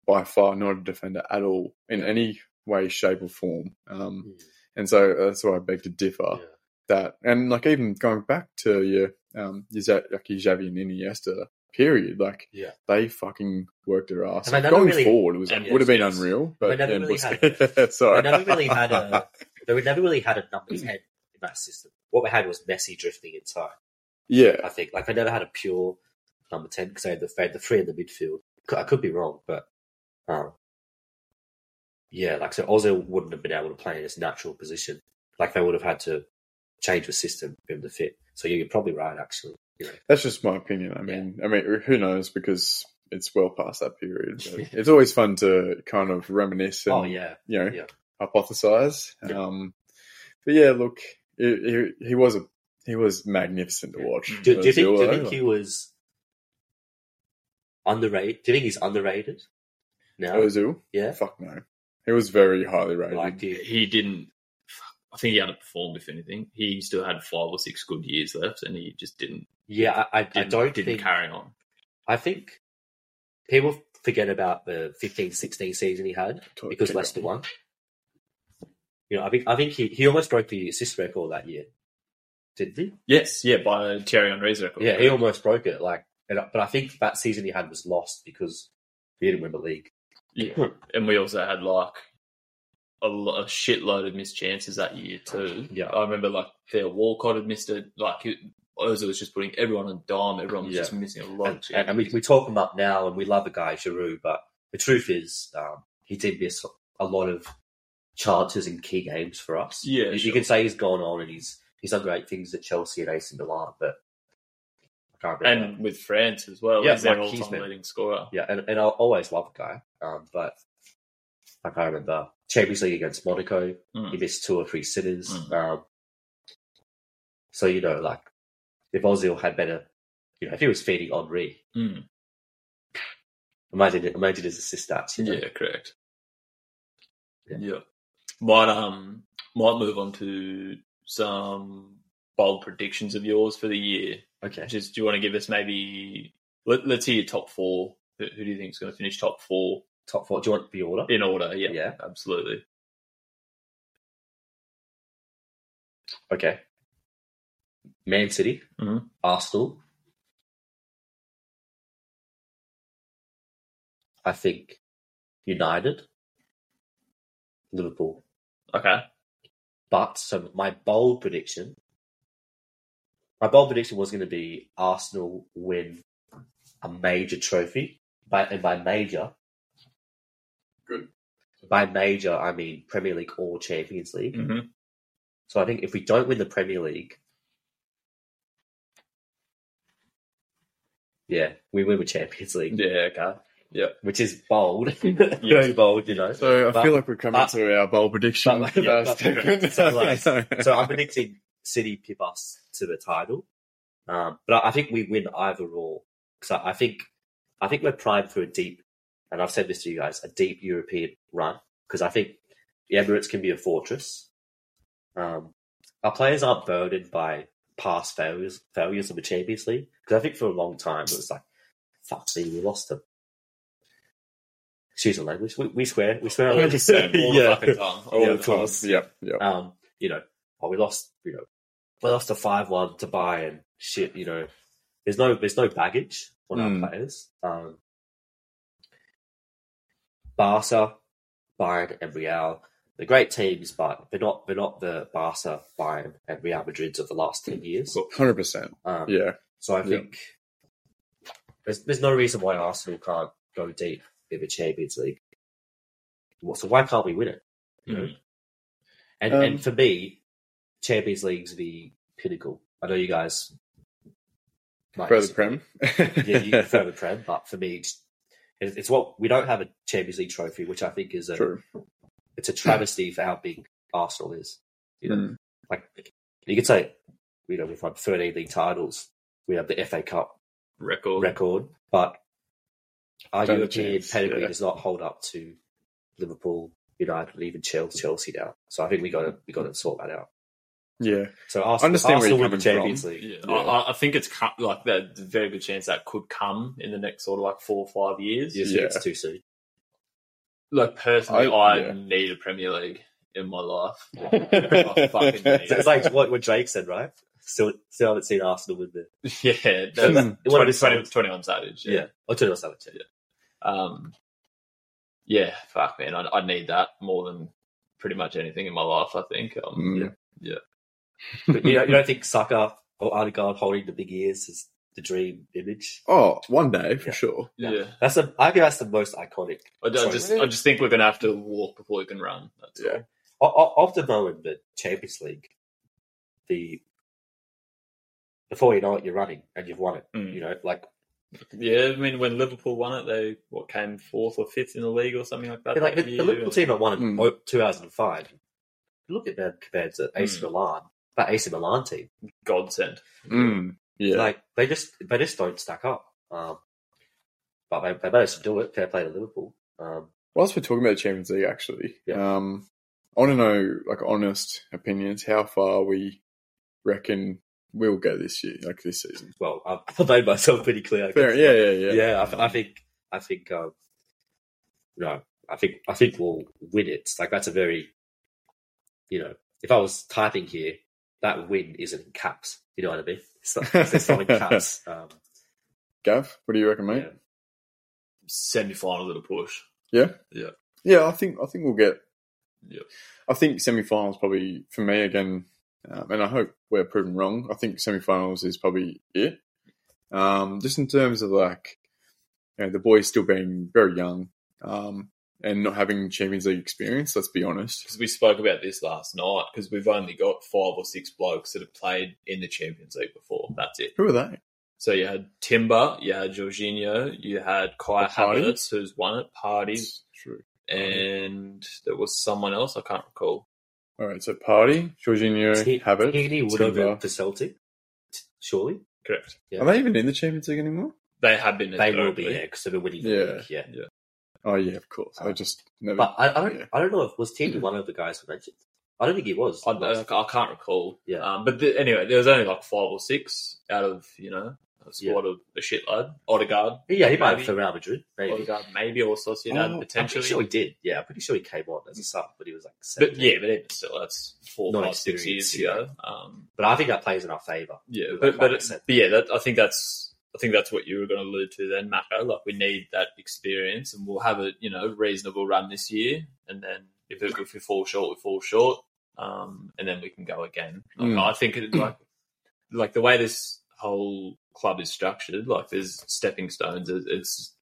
S1: by far not a defender at all in any way, shape, or form. Um,
S2: Mm.
S1: and so that's why I beg to differ
S2: Yeah.
S1: that, and like even going back to your um, your Za- like your Xavi and Iniesta period, like
S2: Yeah.
S1: they fucking worked their ass.
S2: And they
S1: off.
S2: never
S1: Going
S2: really-
S1: forward was
S3: And
S1: would have been
S3: Busquets.
S1: unreal, but
S2: never
S1: and
S2: really had-
S1: Busquets. sorry,
S2: They never really had a- They never really had a number 10 in that system. What we had was Messi drifting in time,
S1: yeah.
S2: I think. Like, they never had a pure number 10 because they, had the- they had the three in the midfield. C- I could be wrong, but um, yeah, like, so Ozil wouldn't have been able to play in his natural position. Like, they would have had to change the system for him to fit. So you're probably right, actually. You know,
S1: That's just my opinion. I mean, I mean, who knows? Because it's well past that period. But it's always fun to kind of reminisce and
S2: oh, yeah.
S1: you know
S2: yeah.
S1: hypothesize.
S2: Yeah.
S1: Um, but yeah, look, he, he, he was a he was magnificent to watch.
S2: Do, do you think? Do you
S1: Ozil, eh?
S2: think
S1: like-
S2: he was underrated? Do you think he's underrated? No.
S1: Ozil?
S2: uh, yeah.
S1: Fuck no, he was very highly rated.
S2: Like do you,
S3: he didn't. I think he underperformed. If anything, he still had five or six good years left, and he just didn't.
S2: yeah, I, I, I
S3: didn't,
S2: don't
S3: didn't
S2: think.
S3: carry on.
S2: I think people forget about the 15-16 season he had
S1: To-
S2: because
S1: to-
S2: Leicester won. You know, I think I think he, he almost broke the assist record that year, didn't he?
S3: Yes, yeah, by Thierry Henry's record.
S2: Yeah, he almost broke it. Like, and, I- but I think that season he had was lost because he didn't win the league.
S3: Yeah. and we also had like a, lo- a shitload of missed chances that year too.
S2: Yeah.
S3: I remember like Theo Walcott had missed it. Like he, Ozil was just putting everyone on dime. Everyone was
S2: Yeah.
S3: just missing a lot.
S2: and,
S3: of chances.
S2: and, and we, we talk him up now and we love the guy Giroud, but the truth is um, he did miss a lot of chances in key games for us.
S3: Yeah,
S2: you, you
S3: sure.
S2: can say he's gone on and he's he's done great things at Chelsea and AC Milan, but I can't remember.
S3: And with France as well,
S2: Yeah,
S3: he's their
S2: like, he's
S3: all-time
S2: been-
S3: leading scorer.
S2: yeah, and, and I'll always love the guy, um, but I can't remember Champions League against Monaco.
S3: Mm.
S2: He missed two or three sitters.
S3: Mm.
S2: Um, so you know, like if Ozil had better, you know, if he was feeding Henri,
S3: Mm.
S2: imagine imagine his assist stats. You know?
S3: Yeah, correct.
S2: Yeah.
S3: Yeah. might um might move on to some bold predictions of yours for the year.
S2: Okay.
S3: Just do you want to give us maybe let, let's hear your top four. Who, who do you think is going to finish top four
S2: Top four. Do you want the order?
S3: in order? Yeah,
S2: Yeah.
S3: absolutely.
S2: Okay. Man City,
S3: Mhm.
S2: Arsenal. I think United, Liverpool.
S3: Okay.
S2: But so my bold prediction, my bold prediction was going to be Arsenal win a major trophy. By and by major,
S1: Good.
S2: by major I mean Premier League or Champions League.
S3: hmm
S2: So I think if we don't win the Premier League, yeah, we win the Champions League,
S3: Yeah. Okay.
S2: which is bold, very bold, you know. So,
S1: So I
S2: But-
S1: feel like we're coming
S2: but-
S1: to our bold prediction.
S2: but- yeah,
S1: last
S2: but-
S1: second.
S2: so like- I'm predicting City pip us to the title, um, but I, I think we win either or. So I think I think we're primed for a deep, and I've said this to you guys, a deep European run because I think the Emirates can be a fortress. Um, our players aren't burdened by past failures failures of the Champions League. Because I think for a long time it was like, fuck me, we lost them. Excuse the language. We, we swear, we swear. on
S3: All
S2: every
S3: the time, all the
S1: Yeah.
S3: fucking time.
S1: All
S2: Yeah,
S1: the time.
S2: class.
S1: Yep, yep.
S2: um, you know, oh, we lost, you know, we lost a five one to Bayern. Shit, you know, there's no there's no baggage on
S1: Mm.
S2: our players. Um, Barca, Bayern, and Real, they're great teams, but they're not they're not the Barca, Bayern, and Real Madrids of the last ten years.
S1: Hundred percent.
S2: Um,
S1: Yeah.
S2: so I
S1: Yeah.
S2: think there's there's no reason why Arsenal can't go deep in the Champions League. Well, So why can't we win it? You know? And
S1: Mm-hmm. Um,
S2: and for me, Champions League's the pinnacle. I know you guys might
S1: Further prem.
S2: yeah, you prefer the prem, but for me, it's, it's what we don't have a Champions League trophy, which I think is a
S1: True.
S2: it's a travesty for how big Arsenal is. You know,
S1: Mm.
S2: like you could say, you know, we've won 13 league titles, we have the FA Cup,
S3: Record.
S2: record, but our
S1: Don't
S2: European
S1: chance,
S2: pedigree
S1: yeah.
S2: does not hold up to Liverpool, United, even Chel- Chelsea now. So I think we got to we got to sort that out.
S1: Yeah.
S2: So Arsenal,
S1: Understand where
S2: Arsenal
S1: you're
S2: win the
S1: coming
S2: Champions League.
S3: Yeah,
S1: Yeah.
S3: I, I- I think it's co- like there's a very good chance that could come in the next sort of like four or five years.
S2: You think It's too soon.
S3: Like personally,
S1: I-
S3: I,
S1: yeah.
S3: need a Premier League in my life.
S1: I
S3: fucking
S2: So it's like what, what Drake said, right? Still, still haven't seen Arsenal win the
S3: yeah,
S1: Hmm.
S3: that's
S2: one of
S3: 20,
S2: his
S3: 20,
S2: songs.
S3: 21 Savage.
S2: yeah. Or two nil seven two.
S3: Um, yeah, fuck man, I, I need that more than pretty much anything in my life. I think. Um,
S1: Mm.
S2: But you, don't- you don't think Saka or Odegaard holding the big ears is the dream image?
S1: Oh, one day for
S2: Yeah.
S1: sure.
S3: yeah,
S2: That's the I think that's the most iconic.
S3: I, d- I
S2: Sorry.
S3: just I just think we're gonna have to walk before we can run. That's
S1: Yeah.
S3: all.
S2: O- o- Of the moment, the Champions League, the before you know it, you're running and you've won it.
S3: Mm.
S2: You know, like
S3: Yeah, I mean, when Liverpool won it, they what came fourth or fifth in the league or something like that.
S2: like the,
S3: that
S2: the
S3: year.
S2: Liverpool team that won it in
S1: Mm.
S2: o- 2005. Look at them compared to AC
S3: Mm.
S2: Milan. That AC Milan team,
S3: godsend.
S1: Mm. Yeah.
S2: like they just they just don't stack up. Um, but they, they managed to do it. Fair play to Liverpool. Um,
S1: Whilst we're talking about the Champions League, actually,
S2: Yeah.
S1: um, I want to know like honest opinions. How far we reckon we'll go this year, like this season?
S2: well, I've I've made myself pretty clear. I
S1: Fair,
S2: guess.
S1: yeah, yeah, yeah.
S2: yeah, I, th- I think I think um, no, I think I think we'll win it. Like that's a very, you know, if I was typing here, that win isn't in caps. You know what I mean? It's not, it's not in caps. Um,
S1: Gav, what do you reckon, mate?
S2: yeah.
S3: Semi final at a push.
S1: Yeah, I think I think we'll get.
S3: Yep.
S1: I think semi-finals probably for me again, um, and I hope we're proven wrong. I think semi-finals is probably it. Um, just in terms of like, you know, the boys still being very young um, and not having Champions League experience. Let's be honest.
S3: Because we spoke about this last night, because we've only got five or six blokes that have played in the Champions League before. That's it.
S1: Who are they?
S3: So you had Timber, you had Jorginho, you had Kai
S1: Oh, Party?
S3: Havertz, who's won it, Parties,
S1: True.
S3: and there was someone else, I can't recall.
S1: All right, so Party, Jorginho,
S2: T-
S1: Habit.
S2: Tierney would have
S1: Timber.
S2: been for Celtic, t- surely.
S3: Correct.
S1: Are they even in the Champions League anymore?
S3: They have been.
S2: They will be
S3: historically.
S2: yeah because they've been winning.
S1: Yeah.
S2: Yeah, league, yeah.
S1: Oh yeah, of course. I just never.
S2: Uh, But I, I don't
S1: Yeah.
S2: I don't know if was Tierney one of the guys who mentioned. I don't think he was.
S3: I, I I can't recall.
S2: Yeah.
S3: Um, but the, anyway, there was only like five or six out of, you know, a squad of a shitload. Odegaard.
S2: yeah, he might have
S3: Maybe.
S2: for Real Madrid. Maybe.
S3: Odegaard, maybe, or Sociedad,
S1: Oh,
S2: I'm
S3: potentially.
S2: pretty sure he did. Yeah, I'm pretty sure he came on as a sub, but he was like seven.
S3: But yeah, but even still, that's four,
S2: Not
S3: five, six
S2: experience,
S3: years
S2: yeah.
S3: ago. Um,
S2: But I think that plays in our favour.
S3: yeah,
S2: Like
S3: but but,
S2: Mark
S3: it,
S2: said.
S3: but yeah, that, I think that's I think that's what you were going to allude to then, Mako. Like we need that experience, and we'll have a you know reasonable run this year, and then if it, if we fall short, we fall short, um, and then we can go again. Like,
S1: Mm.
S3: I think it, like like the way this whole club is structured, like there's stepping stones. It, it's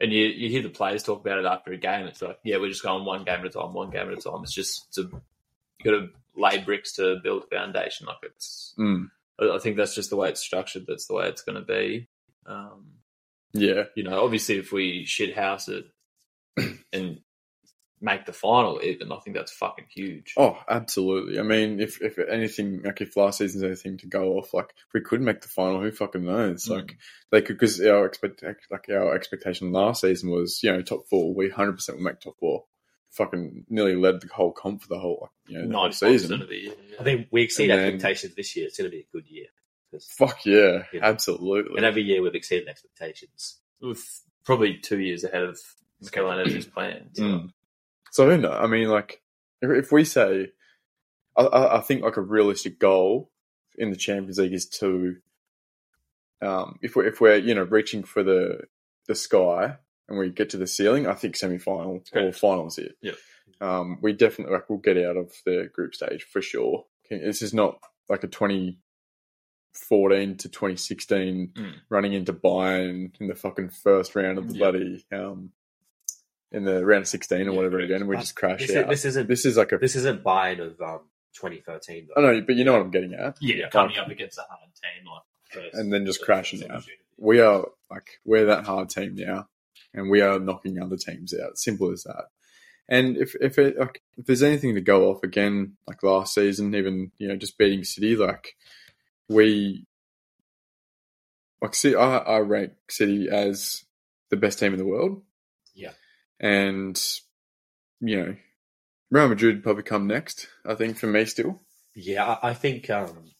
S3: and you, you hear the players talk about it after a game. It's like, yeah, we're just going one game at a time, one game at a time. It's just it's a, you got to lay bricks to build a foundation. Like it's,
S1: Mm,
S3: I I think that's just the way it's structured. That's the way it's going to be. Um,
S1: yeah,
S3: you know, obviously, if we shit house it and make the final, even I think that's fucking huge.
S1: Oh, absolutely. I mean, if if anything, like if last season's anything to go off, like if we could make the final, who fucking knows?
S2: Hmm.
S3: Mm.
S1: Like they could, because our expect like our expectation last season was you know top four. We hundred percent will make top four. fucking nearly led the whole comp for the whole like, you know the whole
S3: Ninety
S1: season.
S3: percent of it.
S2: I
S3: Yeah.
S2: think we exceed
S1: And then-
S2: expectations this year. It's going to be a good year. 'Cause-
S1: Fuck yeah,
S2: Yeah.
S1: absolutely.
S2: And every year we've exceeded expectations.
S3: With probably two years ahead of Mikael Energy's plan. So
S1: Mm. So who knows? I mean, like, if, if we say, I, I, I think like a realistic goal in the Champions League is to, um, if we're if we're you know reaching for the the sky and we get to the ceiling, I think semi final or
S3: Correct.
S1: finals here.
S3: Yep.
S1: Um, we definitely like we'll get out of the group stage for sure. Okay, This is not like a twenty fourteen to twenty sixteen
S3: Mm.
S1: running into Bayern in the fucking first round of the
S3: Yeah.
S1: bloody um in the round of 16 or
S3: Yeah,
S1: whatever
S3: correct.
S1: again, and we
S2: But
S1: just crash
S2: This, is,
S1: out. This,
S2: this isn't this,
S1: is like a.
S2: isn't Bayern of um, 2013.
S1: I
S2: Though.
S1: know, but you know what I'm getting at.
S3: yeah, coming up against a hard team like first,
S1: And then just
S3: first
S1: crashing out.
S3: opportunity.
S1: We are like we're that hard team now, and we are knocking other teams out. Simple as that. And if if it like if there's anything to go off again, like last season, even you know just beating City, like we like see, I, I rank City as the best team in the world.
S2: Yeah.
S1: and you know Real Madrid probably come next. I think for me still.
S2: Yeah, I, I think um,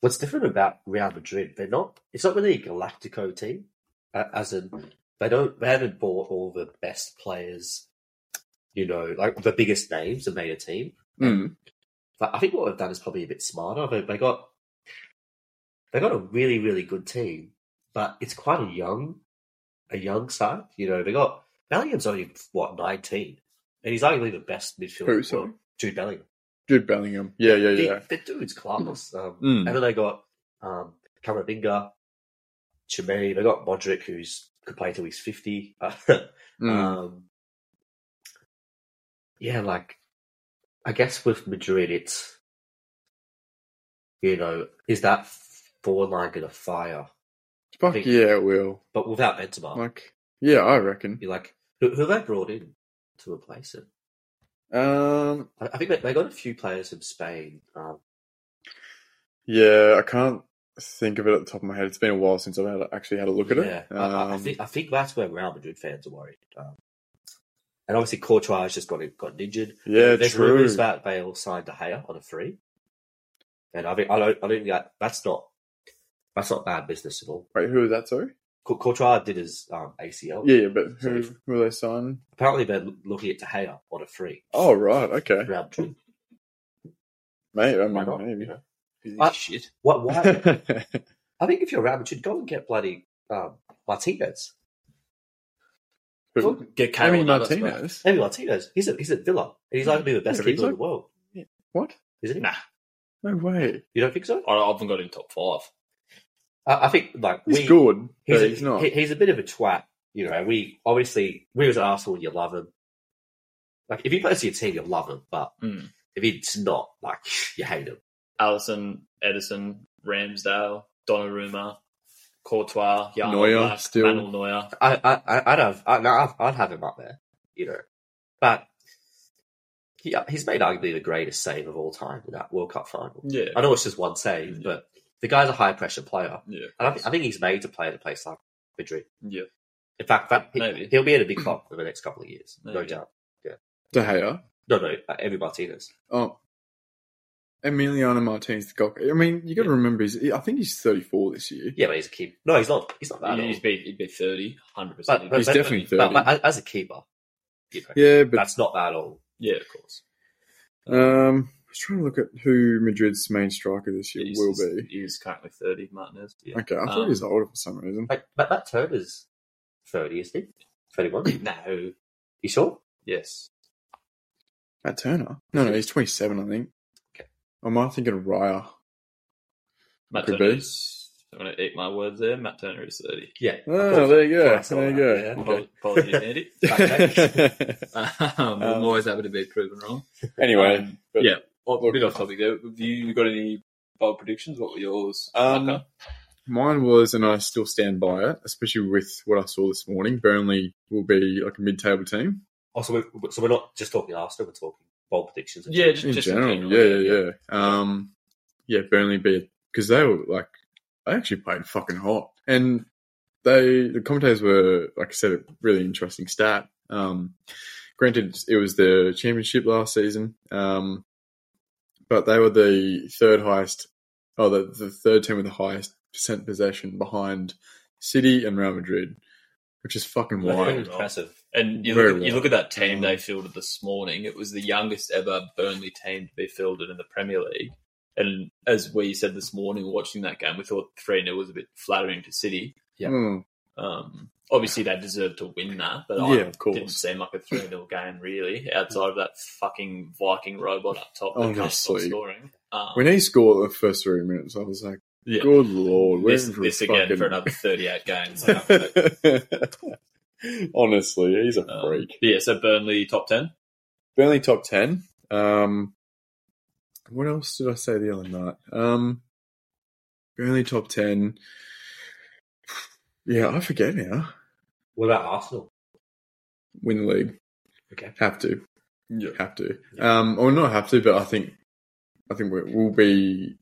S2: what's different about Real Madrid, they're not. It's not really a Galactico team, uh, as in they don't. They haven't bought all the best players. You know, like the biggest names and made a team.
S1: Mm.
S2: But I think what they've done is probably a bit smarter. They, they got they got a really really good team, but it's quite a young a young side. You know, they got Bellingham's only what nineteen, and he's arguably the best midfielder. in
S1: Who,
S2: the
S1: sorry?
S2: world. Jude Bellingham.
S1: Jude Bellingham. Yeah, yeah, yeah.
S2: The, the dude's class. Um,
S1: Mm.
S2: And then they got um, Camavinga, Chimay. They got Modric, who's could play till he's fifty. Uh,
S1: Mm.
S2: Um, yeah, like I guess with Madrid, it's you know, is that forward line going to fire?
S1: Fuck
S2: think-
S1: yeah, it will.
S2: But without Benzema,
S1: Like, yeah, I reckon.
S2: you're like, who, who have they brought in to replace him?
S1: Um,
S2: I, I think they, they got a few players from Spain. Um,
S1: yeah, I can't think of it at the top of my head. It's been a while since I've had, actually had a look at
S2: yeah,
S1: it.
S2: I- I, I
S1: Um,
S2: think I think that's where Real Madrid fans are worried. Um, and obviously, Courtois has just got got injured.
S1: yeah,
S2: there's
S1: true.
S2: rumours that they'll sign De Gea on a free, and I think I don't I don't think that that's not that's not bad business at all.
S1: Wait, who was that? Sorry.
S2: Cour- Courtois did his um, ACL.
S1: Yeah, yeah, but who
S2: Sorry.
S1: who are they signing?
S2: Apparently they're l- looking at De Gea on a free.
S1: Oh right, okay,
S2: Real Madrid.
S1: mate. I
S2: Why
S1: mean,
S2: not?
S1: maybe.
S2: You know?
S3: Piece of
S2: I-
S3: shit.
S2: What? Why? I think if you're Real Madrid, go and get bloody um, Martinez.
S1: Who-
S3: Get Kane
S1: Amy
S3: on that as well.
S1: Martinez.
S2: Maybe Martinez. He's at he's at Villa, and he's
S1: Mm.
S2: like be the best
S1: Yeah, he's
S2: keeper in
S1: like-
S2: the world,
S1: What?
S2: isn't he?
S3: Nah.
S1: No way.
S2: You don't think so?
S1: Oh.
S3: I I haven't got in top five.
S2: I, I think like
S1: He's
S2: we,
S1: good,
S2: He's,
S1: but
S2: a,
S1: he's not.
S2: he- he's a bit of a twat. You know, we obviously we was at Arsenal, you love him. Like if he plays for your team, you love him, but
S3: Mm.
S2: if he's not, like you hate him.
S3: Allison, Edison, Ramsdale, Donnarumma, Courtois, Jan
S1: Neuer,
S3: Black,
S1: still.
S3: Manuel Neuer.
S2: I, I, I- I'd have, I, no, I'd- I'd have him up there, you know. But he, he's made arguably the greatest save of all time in that World Cup final.
S3: Yeah,
S2: I know it's just one save,
S3: Yeah.
S2: but the guy's a high pressure player,
S3: yeah,
S2: and I, thi- I think he's made to play at a place like Madrid.
S3: yeah.
S2: In fact, that he,
S3: Maybe.
S2: he'll be at a big club for the next couple of years, no
S3: Maybe.
S2: doubt.
S1: De Gea.
S2: No, no, uh, every Martinez.
S1: Oh, Emiliano Martinez, the goal. I mean, you got to
S3: Yeah.
S1: remember, he's, I think he's 34 this year.
S2: Yeah, but he's a keeper. No, he's not. He's not that.
S3: He'd,
S2: old.
S3: he'd be he'd be thirty, hundred
S2: But-
S3: percent.
S2: but-
S1: He's
S2: but-
S1: definitely 30.
S2: But, but as a keeper, you know,
S1: yeah, but
S2: that's not that old.
S3: Yeah, of course.
S1: Um, I was trying to look at who Madrid's main striker this year
S3: He's-
S1: will
S3: he's-
S1: be.
S3: He's currently thirty, Martinez. Yeah.
S1: Okay, I thought he was older for some reason.
S2: Like, but that Turner's thirty, isn't he? Thirty-one.
S3: No.
S2: you sure?
S3: Yes.
S1: Matt Turner? No, no, he's 27, I think.
S2: Okay.
S1: Or Am I thinking of Raya? Ah,
S3: Matt
S1: Could
S3: Turner
S1: be.
S3: is- I'm going to eat my words there. Matt Turner is thirty.
S2: Yeah. I
S1: Oh,
S2: thought-
S1: there you
S2: thought I
S1: go.
S2: saw
S1: There you
S2: that,
S1: go.
S3: Apol- Apologies, Andy. um, I'm always happy to be proven wrong.
S1: anyway,
S3: Um,
S1: but-
S3: yeah. Well,
S1: Look-
S3: bit off topic there. Have you got any bold predictions? What were yours? uh,
S1: Um,
S3: Luca?
S1: mine was, and I still stand by it, especially with what I saw this morning. Burnley will be like a mid-table team
S2: Oh, so we're, so we're not just talking Arsenal. We're talking bold predictions.
S3: yeah, just
S1: in
S3: just
S1: general.
S3: In
S1: yeah, yeah, yeah. Um, yeah, Burnley be because they were like they actually played fucking hot, and they the commentators were like I said, a really interesting stat. Um, Granted, it was the championship last season, um, but they were the third highest, oh, the, the third team with the highest percent possession behind City and Real Madrid, which is fucking
S2: That's pretty
S1: wild.
S2: impressive.
S3: And you
S1: Very Mm.
S3: look, at, you
S1: well.
S3: look at that team they fielded this morning. It was the youngest ever Burnley team to be fielded in the Premier League. And as we said this morning, watching that game, we thought three 0 was a bit flattering to City.
S2: Yeah.
S1: Mm,
S3: Um, obviously, they deserved to win that, but
S1: yeah,
S3: I
S1: of
S3: didn't
S1: course.
S3: seem like a three 0 game really. Outside of that fucking Viking robot up top that can't stop
S1: Honestly.
S3: scoring. Um,
S1: Oh, When he scored the first three minutes, I was like,
S3: yeah.
S1: good lord, we're
S3: this,
S1: in for
S3: this
S1: a
S3: again
S1: fucking...
S3: for another thirty-eight games. Um,
S1: Honestly, he's a freak.
S3: yeah, so Burnley top ten.
S1: Burnley top ten. Um, what else did I say the other night? Um, Burnley top ten. Yeah, I forget now.
S2: What about Arsenal?
S1: Win the league.
S2: Okay.
S1: Have to.
S3: Yeah.
S1: Have to.
S2: Yeah.
S1: Um, or not have to, but I think, I think we- we'll be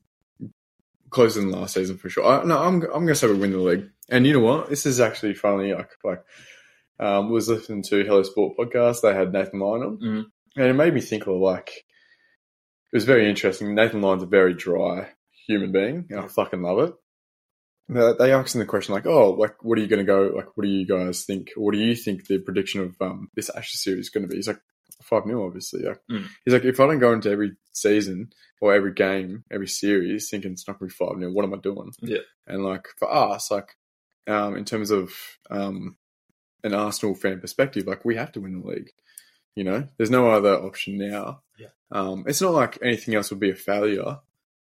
S1: closer than last season for sure. I, no, I'm I'm gonna say we win the league. And you know what? This is actually funny. Like, like um, was listening to Hello Sport podcast. They had Nathan Lyon on,
S2: Mm-hmm.
S3: Mm.
S1: and it made me think of like it was very interesting. Nathan Lyon's a very dry human being, and I fucking love it. They, they asked him the question like, "Oh, like, what are you going to go? Like, what do you guys think? What do you think the prediction of um, this Ashes series is going to be?" He's like, 5 0, obviously. Like,
S3: Mm.
S1: He's like, if I don't go into every season or every game, every series thinking it's not going to be 5 0, what am I doing?
S3: Yeah.
S1: And like for us, like um, in terms of um, an Arsenal fan perspective, like we have to win the league. You know, there's no other option now.
S2: Yeah.
S1: Um, it's not like anything else would be a failure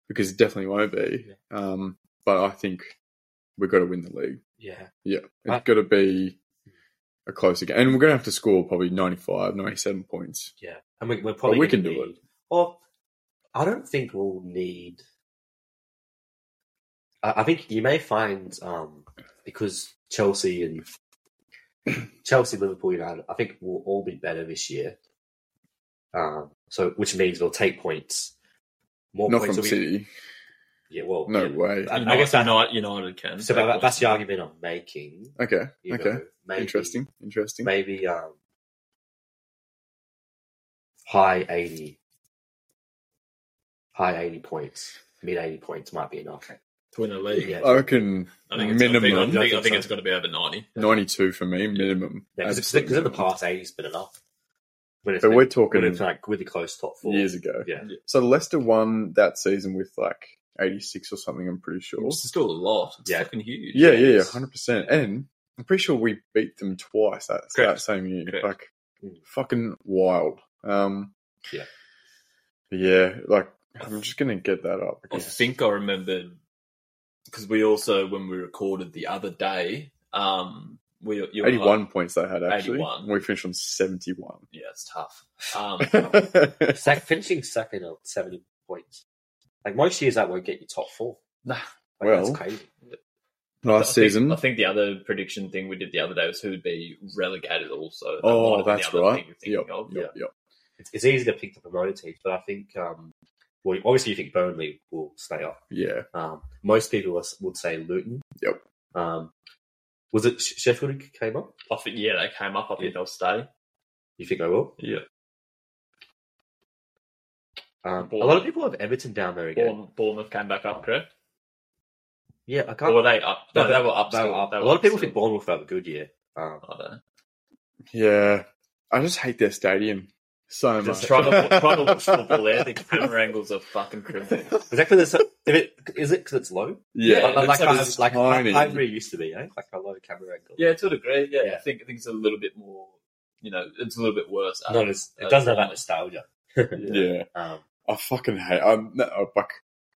S1: because it definitely won't be. Um, but I think we've got to win the league.
S2: Yeah.
S1: Yeah, it's
S2: I-
S1: got to be a closer game. And we're going to have to score probably 95, 97 points.
S2: Yeah. And we, we're probably
S1: Oh, we
S2: gonna
S1: can do
S2: need- Well, I don't think we'll need. I, I think you may find um, because Chelsea and Chelsea, Liverpool, United, I think we'll all be better this year. Um, so, which means we'll take points. More
S1: Not
S2: points
S1: from
S2: will be-
S1: City.
S2: Yeah. Well.
S1: No
S2: yeah.
S1: way.
S2: I- I
S3: United,
S2: guess that-
S3: United, United can.
S2: So
S3: take
S2: that, that's
S3: points.
S2: the argument I'm making.
S1: Okay.
S2: you
S1: Okay.
S2: know, maybe-
S1: Interesting. Interesting.
S2: Maybe um, high eighty, high eighty points, mid eighty points might be enough.
S3: to win the league.
S2: Yeah.
S1: I reckon
S3: I think it's I think-
S1: Minimum.
S3: I think,
S2: Yeah, I
S3: I
S2: think
S3: think
S2: so.
S3: it's got to be over ninety.
S1: 92 for me, minimum.
S2: Because
S1: Absolute
S2: in the
S1: minimum.
S2: past eighty's been enough. When it's
S1: But
S2: been-
S1: we're
S2: when
S1: talking
S2: it's like with the close top four
S1: years ago.
S2: Yeah,
S1: So Leicester won that season with like 86 or something, I'm pretty sure.
S3: It's still a lot. It's
S2: Yeah.
S3: fucking huge.
S1: Yeah, yeah, yeah,
S3: It's-
S1: 100%. And I'm pretty sure we beat them twice that, that
S3: Correct.
S1: same year.
S3: Correct.
S1: Like,
S2: Mm.
S1: fucking wild. Um,
S2: Yeah.
S1: but yeah, like, I'm just going to get that up.
S3: I
S1: because-
S3: think I remembered because we also when we recorded the other day, um, we you
S1: 81 points they had, actually.
S3: 81.
S1: We finished on 71.
S3: yeah, it's tough. Um,
S2: Sec- finishing second at seventy points. Like most years, that won't get you top four.
S3: Nah.
S2: Like,
S1: Well,
S2: that's crazy.
S3: I
S1: Last
S3: think-
S1: season,
S3: I think the other prediction thing we did the other day was who would be relegated. Also, That might
S1: Oh,
S3: have been the
S1: that's
S3: other
S1: right.
S3: thing you're
S1: Yep,
S3: thinking of,
S1: yep, yep.
S2: It's, it's easy to pick the promoted teams, but I think um, well, obviously you think Burnley will stay up.
S1: Yeah.
S2: Um, most people was- would say Luton.
S1: Yep.
S2: Um, was it Sh- Sheffield who came up?
S3: I think yeah, they came up. I think they'll stay.
S2: You think they will?
S3: Yeah,
S2: Um, a
S3: Bournemouth.
S2: lot of people have Everton down there again.
S3: Bournemouth, Bournemouth came back up, correct?
S2: Yeah, I can't.
S3: Or were they up? No,
S2: No,
S3: they, were up.
S2: they
S3: still.
S2: were up.
S3: They
S2: a
S3: were
S2: lot of
S3: up
S2: people
S3: still.
S2: think Bournemouth will have a good year. Um,
S3: I don't know.
S1: Yeah. I just hate their stadium so
S2: Just
S1: much.
S3: Try to, try to watch football there. The camera angles are fucking criminal.
S2: is that because it's if it is it because it's low?
S1: yeah.
S3: Yeah,
S2: like, like,
S3: it's
S2: like,
S1: just
S2: like,
S1: tiny.
S2: like Ivory used to be, eh? Like a low camera angle.
S3: Yeah, to a degree. Yeah,
S2: Yeah.
S3: I think I think it's a little bit more. You know, it's a little bit worse. at-
S2: Not as, it
S3: at
S2: doesn't have that
S3: Bournemouth.
S2: nostalgia.
S1: yeah.
S2: Um,
S1: I fucking hate. I'm no, I, like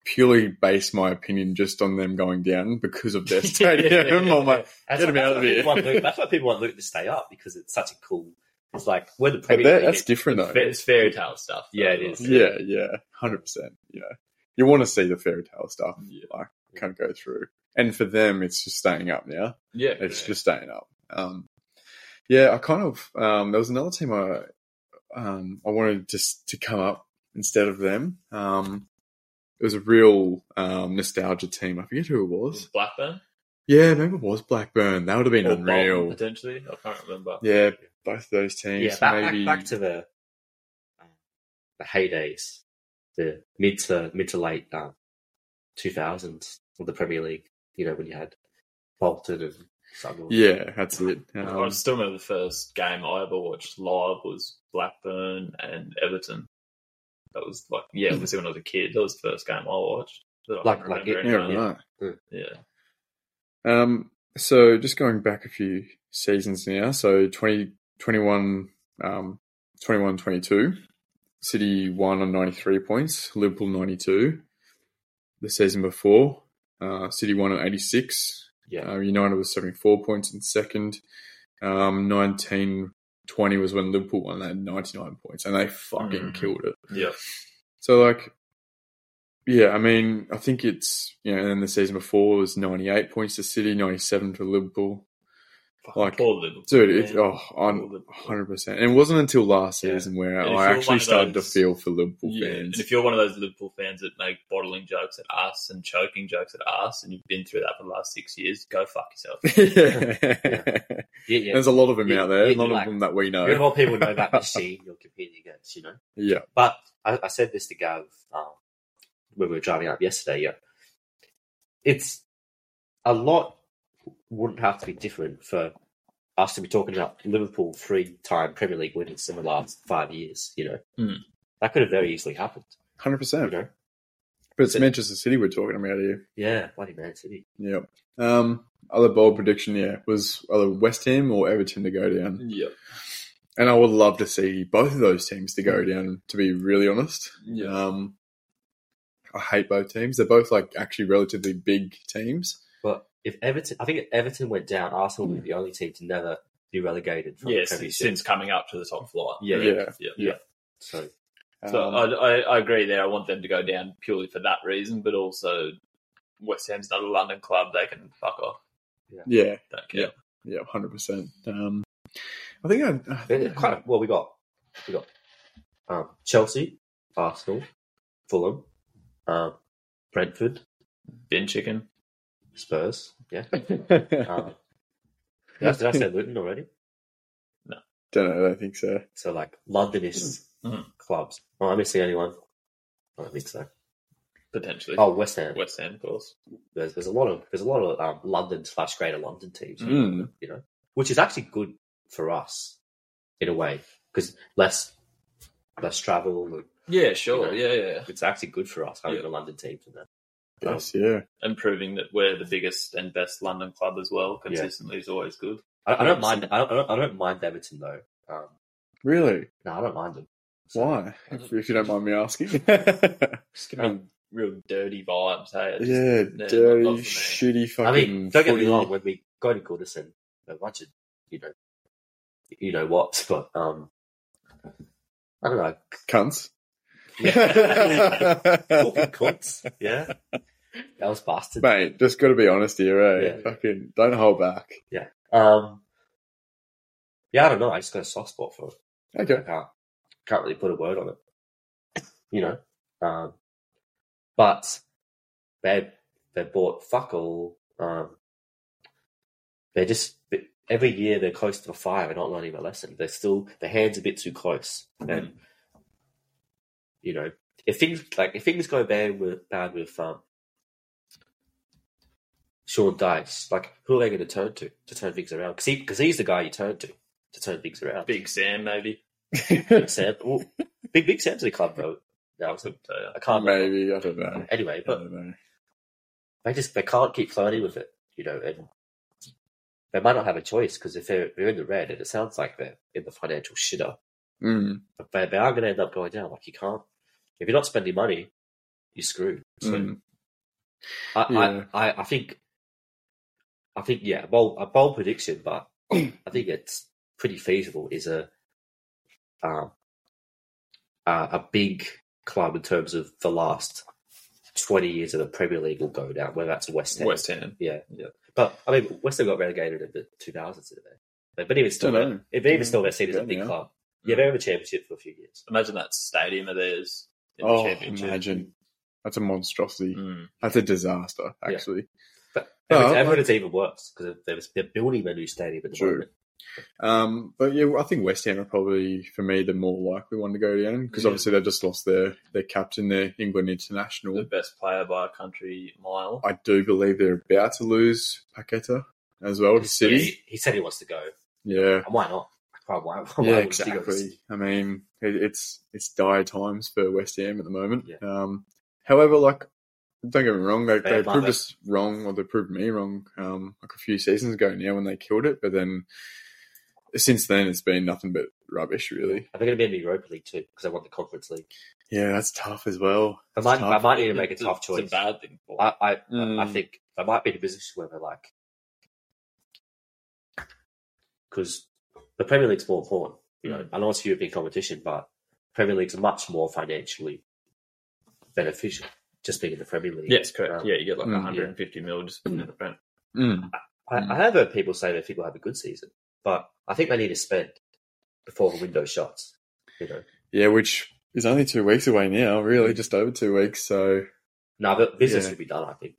S1: purely base my opinion just on them going down because of their stadium. I'm like,
S2: that's
S1: Get 'em
S2: why-
S1: out of
S2: that's
S1: here.
S2: why people want Luton- That's why people want Luton to stay up because it's such a cool. It's like we're the
S1: but
S2: Premier
S1: that,
S2: League.
S1: that's different though.
S3: It's fairy tale stuff.
S2: Yeah, it is.
S1: Yeah, yeah, hundred percent. Yeah, you want to see the fairy tale stuff.
S3: Yeah.
S1: Like, kind of go through. And for them, it's just staying up now.
S3: Yeah,
S1: It's just staying up. Um, yeah, I kind of um, there was another team I um, I wanted just to come up instead of them. Um, it was a real um, nostalgia team. I forget who it was.
S3: Blackburn.
S1: Yeah, maybe it was Blackburn. That would have been
S3: or
S1: unreal.
S3: Bolton, potentially. I can't remember.
S1: Yeah, both of those teams.
S2: yeah, back,
S1: maybe.
S2: back, back to the um, the heydays, the mid to mid to late um, 2000s of the Premier League. You know when you had Bolton and Sunderland.
S1: yeah, that's it.
S3: I
S1: Um,
S3: still remember the first game I ever watched live was Blackburn and Everton. That was like, yeah, obviously when I was a kid, that was the first game I watched. that I
S2: Like-
S3: can
S2: like
S3: remember
S2: it-
S1: yeah,
S3: anyway.
S1: right.
S3: yeah.
S1: Um, so just going back a few seasons now, so 20, 21, um, 21 22, City won on 93 points, Liverpool 92. The season before, uh, City won on 86,
S2: yeah.
S1: uh, United was 74 points in second. Um, 19 20 was when Liverpool won, they had 99 points, and they fucking
S3: Mhm.
S1: killed it.
S3: Yeah.
S1: So like, yeah, I mean, I think it's you know, and then the season before was ninety eight points to City, ninety seven to Liverpool.
S3: Fucking
S1: Like,
S3: poor Liverpool,
S1: Dude, it's
S3: man.
S1: oh,
S3: Poor
S1: on
S3: Liverpool.
S1: hundred percent. And it wasn't until last
S3: Yeah.
S1: season where
S3: And if
S1: I
S3: you're one
S1: actually
S3: of
S1: started
S3: those-
S1: to feel for Liverpool
S3: Yeah, And
S1: fans.
S3: if you're one of those Liverpool fans that make bottling jokes at us and choking jokes at us, and you've been through that for the last six years, go fuck yourself.
S1: yeah.
S2: yeah, yeah.
S1: There's a lot of them
S2: Yeah,
S1: out there,
S2: yeah,
S1: a lot
S2: like-
S1: of them that we know.
S2: You know more people know about the scene you're competing against, you know.
S1: yeah,
S2: But I, I said this to Gav um, when we were driving up yesterday. Yeah, it's a lot. Wouldn't have to be different for us to be talking about Liverpool three-time Premier League winners in the last five years. You know,
S3: Hmm.
S2: that could have very easily happened.
S1: hundred
S2: You
S1: percent.
S2: know,
S1: But it's Manchester City we're talking about here.
S2: yeah, bloody Man City.
S1: Yeah. Um, other bold prediction, yeah, was either West Ham or Everton to go down.
S3: Yeah,
S1: And I would love to see both of those teams to go down, to be really honest.
S3: Yeah.
S1: Um, I hate both teams. They're both like actually relatively big teams.
S2: But if Everton, I think if Everton went down, Arsenal would be the only team to never be relegated from
S3: yes,
S2: the Premiership.
S3: since coming up to the top flight.
S2: Yeah.
S1: Yeah.
S3: yeah.
S2: So
S3: So
S1: Um,
S3: I, I, I agree there. I want them to go down purely for that reason, but also West Ham's not a London club. They can fuck off.
S1: yeah,
S3: Don't care.
S1: yeah, hundred percent. Um, I think I, I
S2: But
S1: think I-
S2: it kind of, well, we got we got um, Chelsea, Arsenal, Fulham, um, Brentford,
S3: Bin chicken.
S2: Spurs. Yeah. Um, did, I, did I say Luton already?
S1: don't know. I don't think so.
S2: So like Londonist
S3: Mhm.
S2: clubs. Oh, I'm missing anyone. I don't think so.
S3: Potentially.
S2: Oh, West Ham.
S3: West Ham, of course.
S2: There's, there's a lot of there's a lot of um, London slash Greater London teams,
S1: Mm.
S2: which is actually good for us in a way because less less travel. And
S3: Yeah,
S2: sure.
S3: Yeah, yeah.
S2: it's actually good for us having
S3: Yeah.
S2: the London teams in there.
S1: Yes, yeah.
S3: And proving that we're the biggest and best London club as well consistently is always good.
S2: I, I don't mind. I don't, I don't. I don't mind Everton though. Um,
S1: Really?
S2: no, I don't mind them.
S1: Why? If, if you don't mind me asking.
S3: Just giving me real dirty vibes, hey? Just-
S1: yeah,
S3: not
S1: dirty,
S3: for me.
S1: shitty fucking.
S2: I mean, don't get me
S1: footy.
S2: wrong. When we go to Goodison, a bunch of you know, you know what, but um, I don't know.
S1: Cunts.
S2: Fucking cunts. Yeah, that was bastard.
S1: Mate, just got to be honest here, eh?
S2: Yeah.
S1: Fucking don't hold back.
S2: Um, yeah, I don't know. I just got a soft spot for it. I
S1: Okay.
S2: can't, can't really put a word on it. You know, um, but they they bought fuck all. Um, they're just every year they're close to the fire. They're not learning their lesson. They're still their hands a bit too close, and you know if things like if things go bad with bad with um, Sean Dice, like who are they going to turn to to turn things around? Because he, cause he's the guy you turn to to turn things around.
S3: Big Sam, maybe.
S2: Big Sam. Well, Big Big Sam's in the club though. Now so
S3: So, yeah.
S2: I can't remember.
S1: Maybe I don't know.
S2: Anyway,
S1: I
S2: but
S1: don't know.
S2: they just they can't keep flirting with it, you know, and they might not have a choice because if they're, they're in the red, and it sounds like they're in the financial shitter,
S1: Mm.
S2: but they, they are going to end up going down. Like you can't if you're not spending money, you're screwed. So
S1: Mm.
S2: I,
S1: Yeah.
S2: I, I, I think, I think, yeah, bold, a bold prediction, but I think it's pretty feasible. Is a, um, a, a big club in terms of the last twenty years of the Premier League will go down. Whether that's West Ham,
S3: West Ham.
S2: yeah,
S3: yeah.
S2: But I mean, West Ham got relegated in the two thousands, didn't they? But even still,
S1: Dunno.
S2: they're- but even still, they're seen as a
S1: Yeah, Mm.
S2: big
S1: yeah.
S2: club. Yeah, they have a championship for a few years.
S3: Imagine that stadium of theirs in the
S1: Oh,
S3: championship.
S1: imagine. That's a monstrosity.
S3: Mm.
S1: That's a disaster,
S2: Yeah.
S1: actually.
S2: But
S1: But-
S2: Everton- Everton's even worse because they're, they're building a new stadium at the
S1: True.
S2: moment.
S1: Um, but yeah, I think West Ham are probably for me the more likely one to go down because
S3: Yeah.
S1: obviously they've just lost their their captain, their England international.
S3: The best player by a country mile.
S1: I do believe they're about to lose Paqueta as well to City.
S2: He, he said he wants to go.
S1: Yeah,
S2: And why not? Why, why, why
S1: yeah,
S2: wouldn't he go?
S1: exactly. I mean, it, it's it's dire times for West Ham at the moment.
S2: Yeah.
S1: Um, however, like don't get me wrong, they,
S2: They
S1: they
S2: have
S1: proved
S2: Mane.
S1: us wrong, or they proved me wrong, um, like a few seasons ago now when they killed it. But then since then, it's been nothing but rubbish, really.
S2: Are they going to be in the Europa League too? Because they want the Conference League.
S1: Yeah, that's tough as well.
S2: I
S1: That's
S2: might,
S1: tough.
S2: I might need to make a
S3: It's
S2: tough
S3: it's
S2: choice. Ah,
S3: a bad thing. for
S2: I, I, I
S1: Mm.
S2: think I might be in a position where they're like, because the Premier League's more important. You
S3: Mm.
S2: know, I know it's a European competition, but Premier League's much more financially beneficial just being in the Premier League.
S3: Yes, correct.
S2: Um,
S3: yeah, you get like
S1: Mm, yeah.
S3: 150 mil just for the rent.
S1: Mm.
S2: I, I have heard people say they think we'll have a good season, but I think they need to spend before the window shuts. You know,
S1: Yeah, which is only two weeks away now, really, just over two weeks. So,
S2: now the business
S1: Yeah.
S2: will be done. I think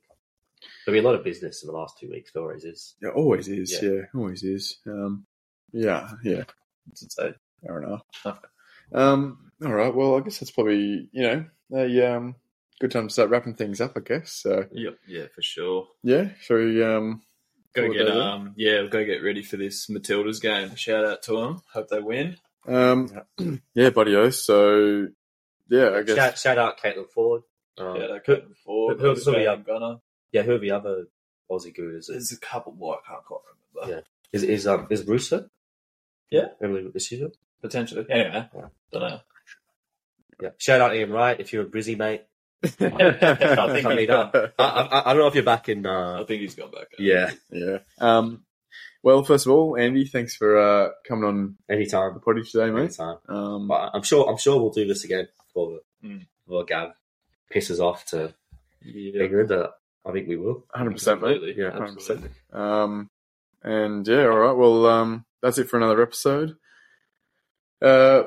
S2: there'll be a lot of business in the last two weeks. There always is.
S1: it always is. Yeah,
S2: Yeah.
S1: always is. Um, yeah, yeah.
S3: It's a
S1: Fair enough.
S3: Okay.
S1: Um, all right. Well, I guess that's probably, you know, a um, good time to start wrapping things up, I guess. So,
S3: yeah, yeah, for sure.
S1: yeah, shall we um,
S3: Go
S1: What
S3: get
S1: about that?
S3: um, yeah, go get ready for this Matildas game. Shout out to them. Hope they win.
S1: um, yeah, buddy oh, So, yeah, I guess.
S2: Shout, shout out Caitlin Ford. Um,
S3: yeah, they came before.
S2: who- who's the, um,
S3: Gunner?
S2: Yeah, who are the other Aussie good is it?
S3: There's a couple more I can't quite remember.
S2: Yeah. Is is um is Russo?
S3: Yeah.
S2: Emily is she there?
S3: Potentially. Anyway,
S2: Yeah.
S3: don't know.
S2: Yeah. Shout out Ian Wright if you're a Brizzy mate.
S3: I think
S2: he done. I, I I don't know if you're back in
S3: I
S2: uh
S3: think he's gone back. eh?
S2: Yeah.
S1: yeah. Um, well, first of all, Andy, thanks for uh, coming on the
S2: Anytime.
S1: potty today, mate.
S2: Anytime.
S1: Um,
S2: But I'm sure I'm sure we'll do this again before the
S1: Hmm.
S3: Mm.
S2: before Gav pisses off to
S3: yeah.
S2: England. Uh, I think we will.
S1: 100%, mate.
S2: Yeah,
S3: absolutely.
S1: Um, and yeah, all right. Well, um, that's it for another episode. Uh,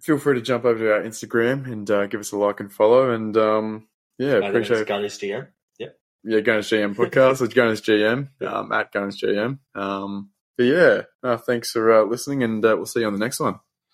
S1: feel free to jump over to our Instagram and uh, give us a like and follow. And um, yeah,
S2: I think it's
S1: appreciate
S2: Gunner's GM.
S1: yeah Gunners GM podcast. It's Gunners GM um, at Gunners GM. Um, but yeah, uh, thanks for uh, listening, and uh, we'll see you on the next one.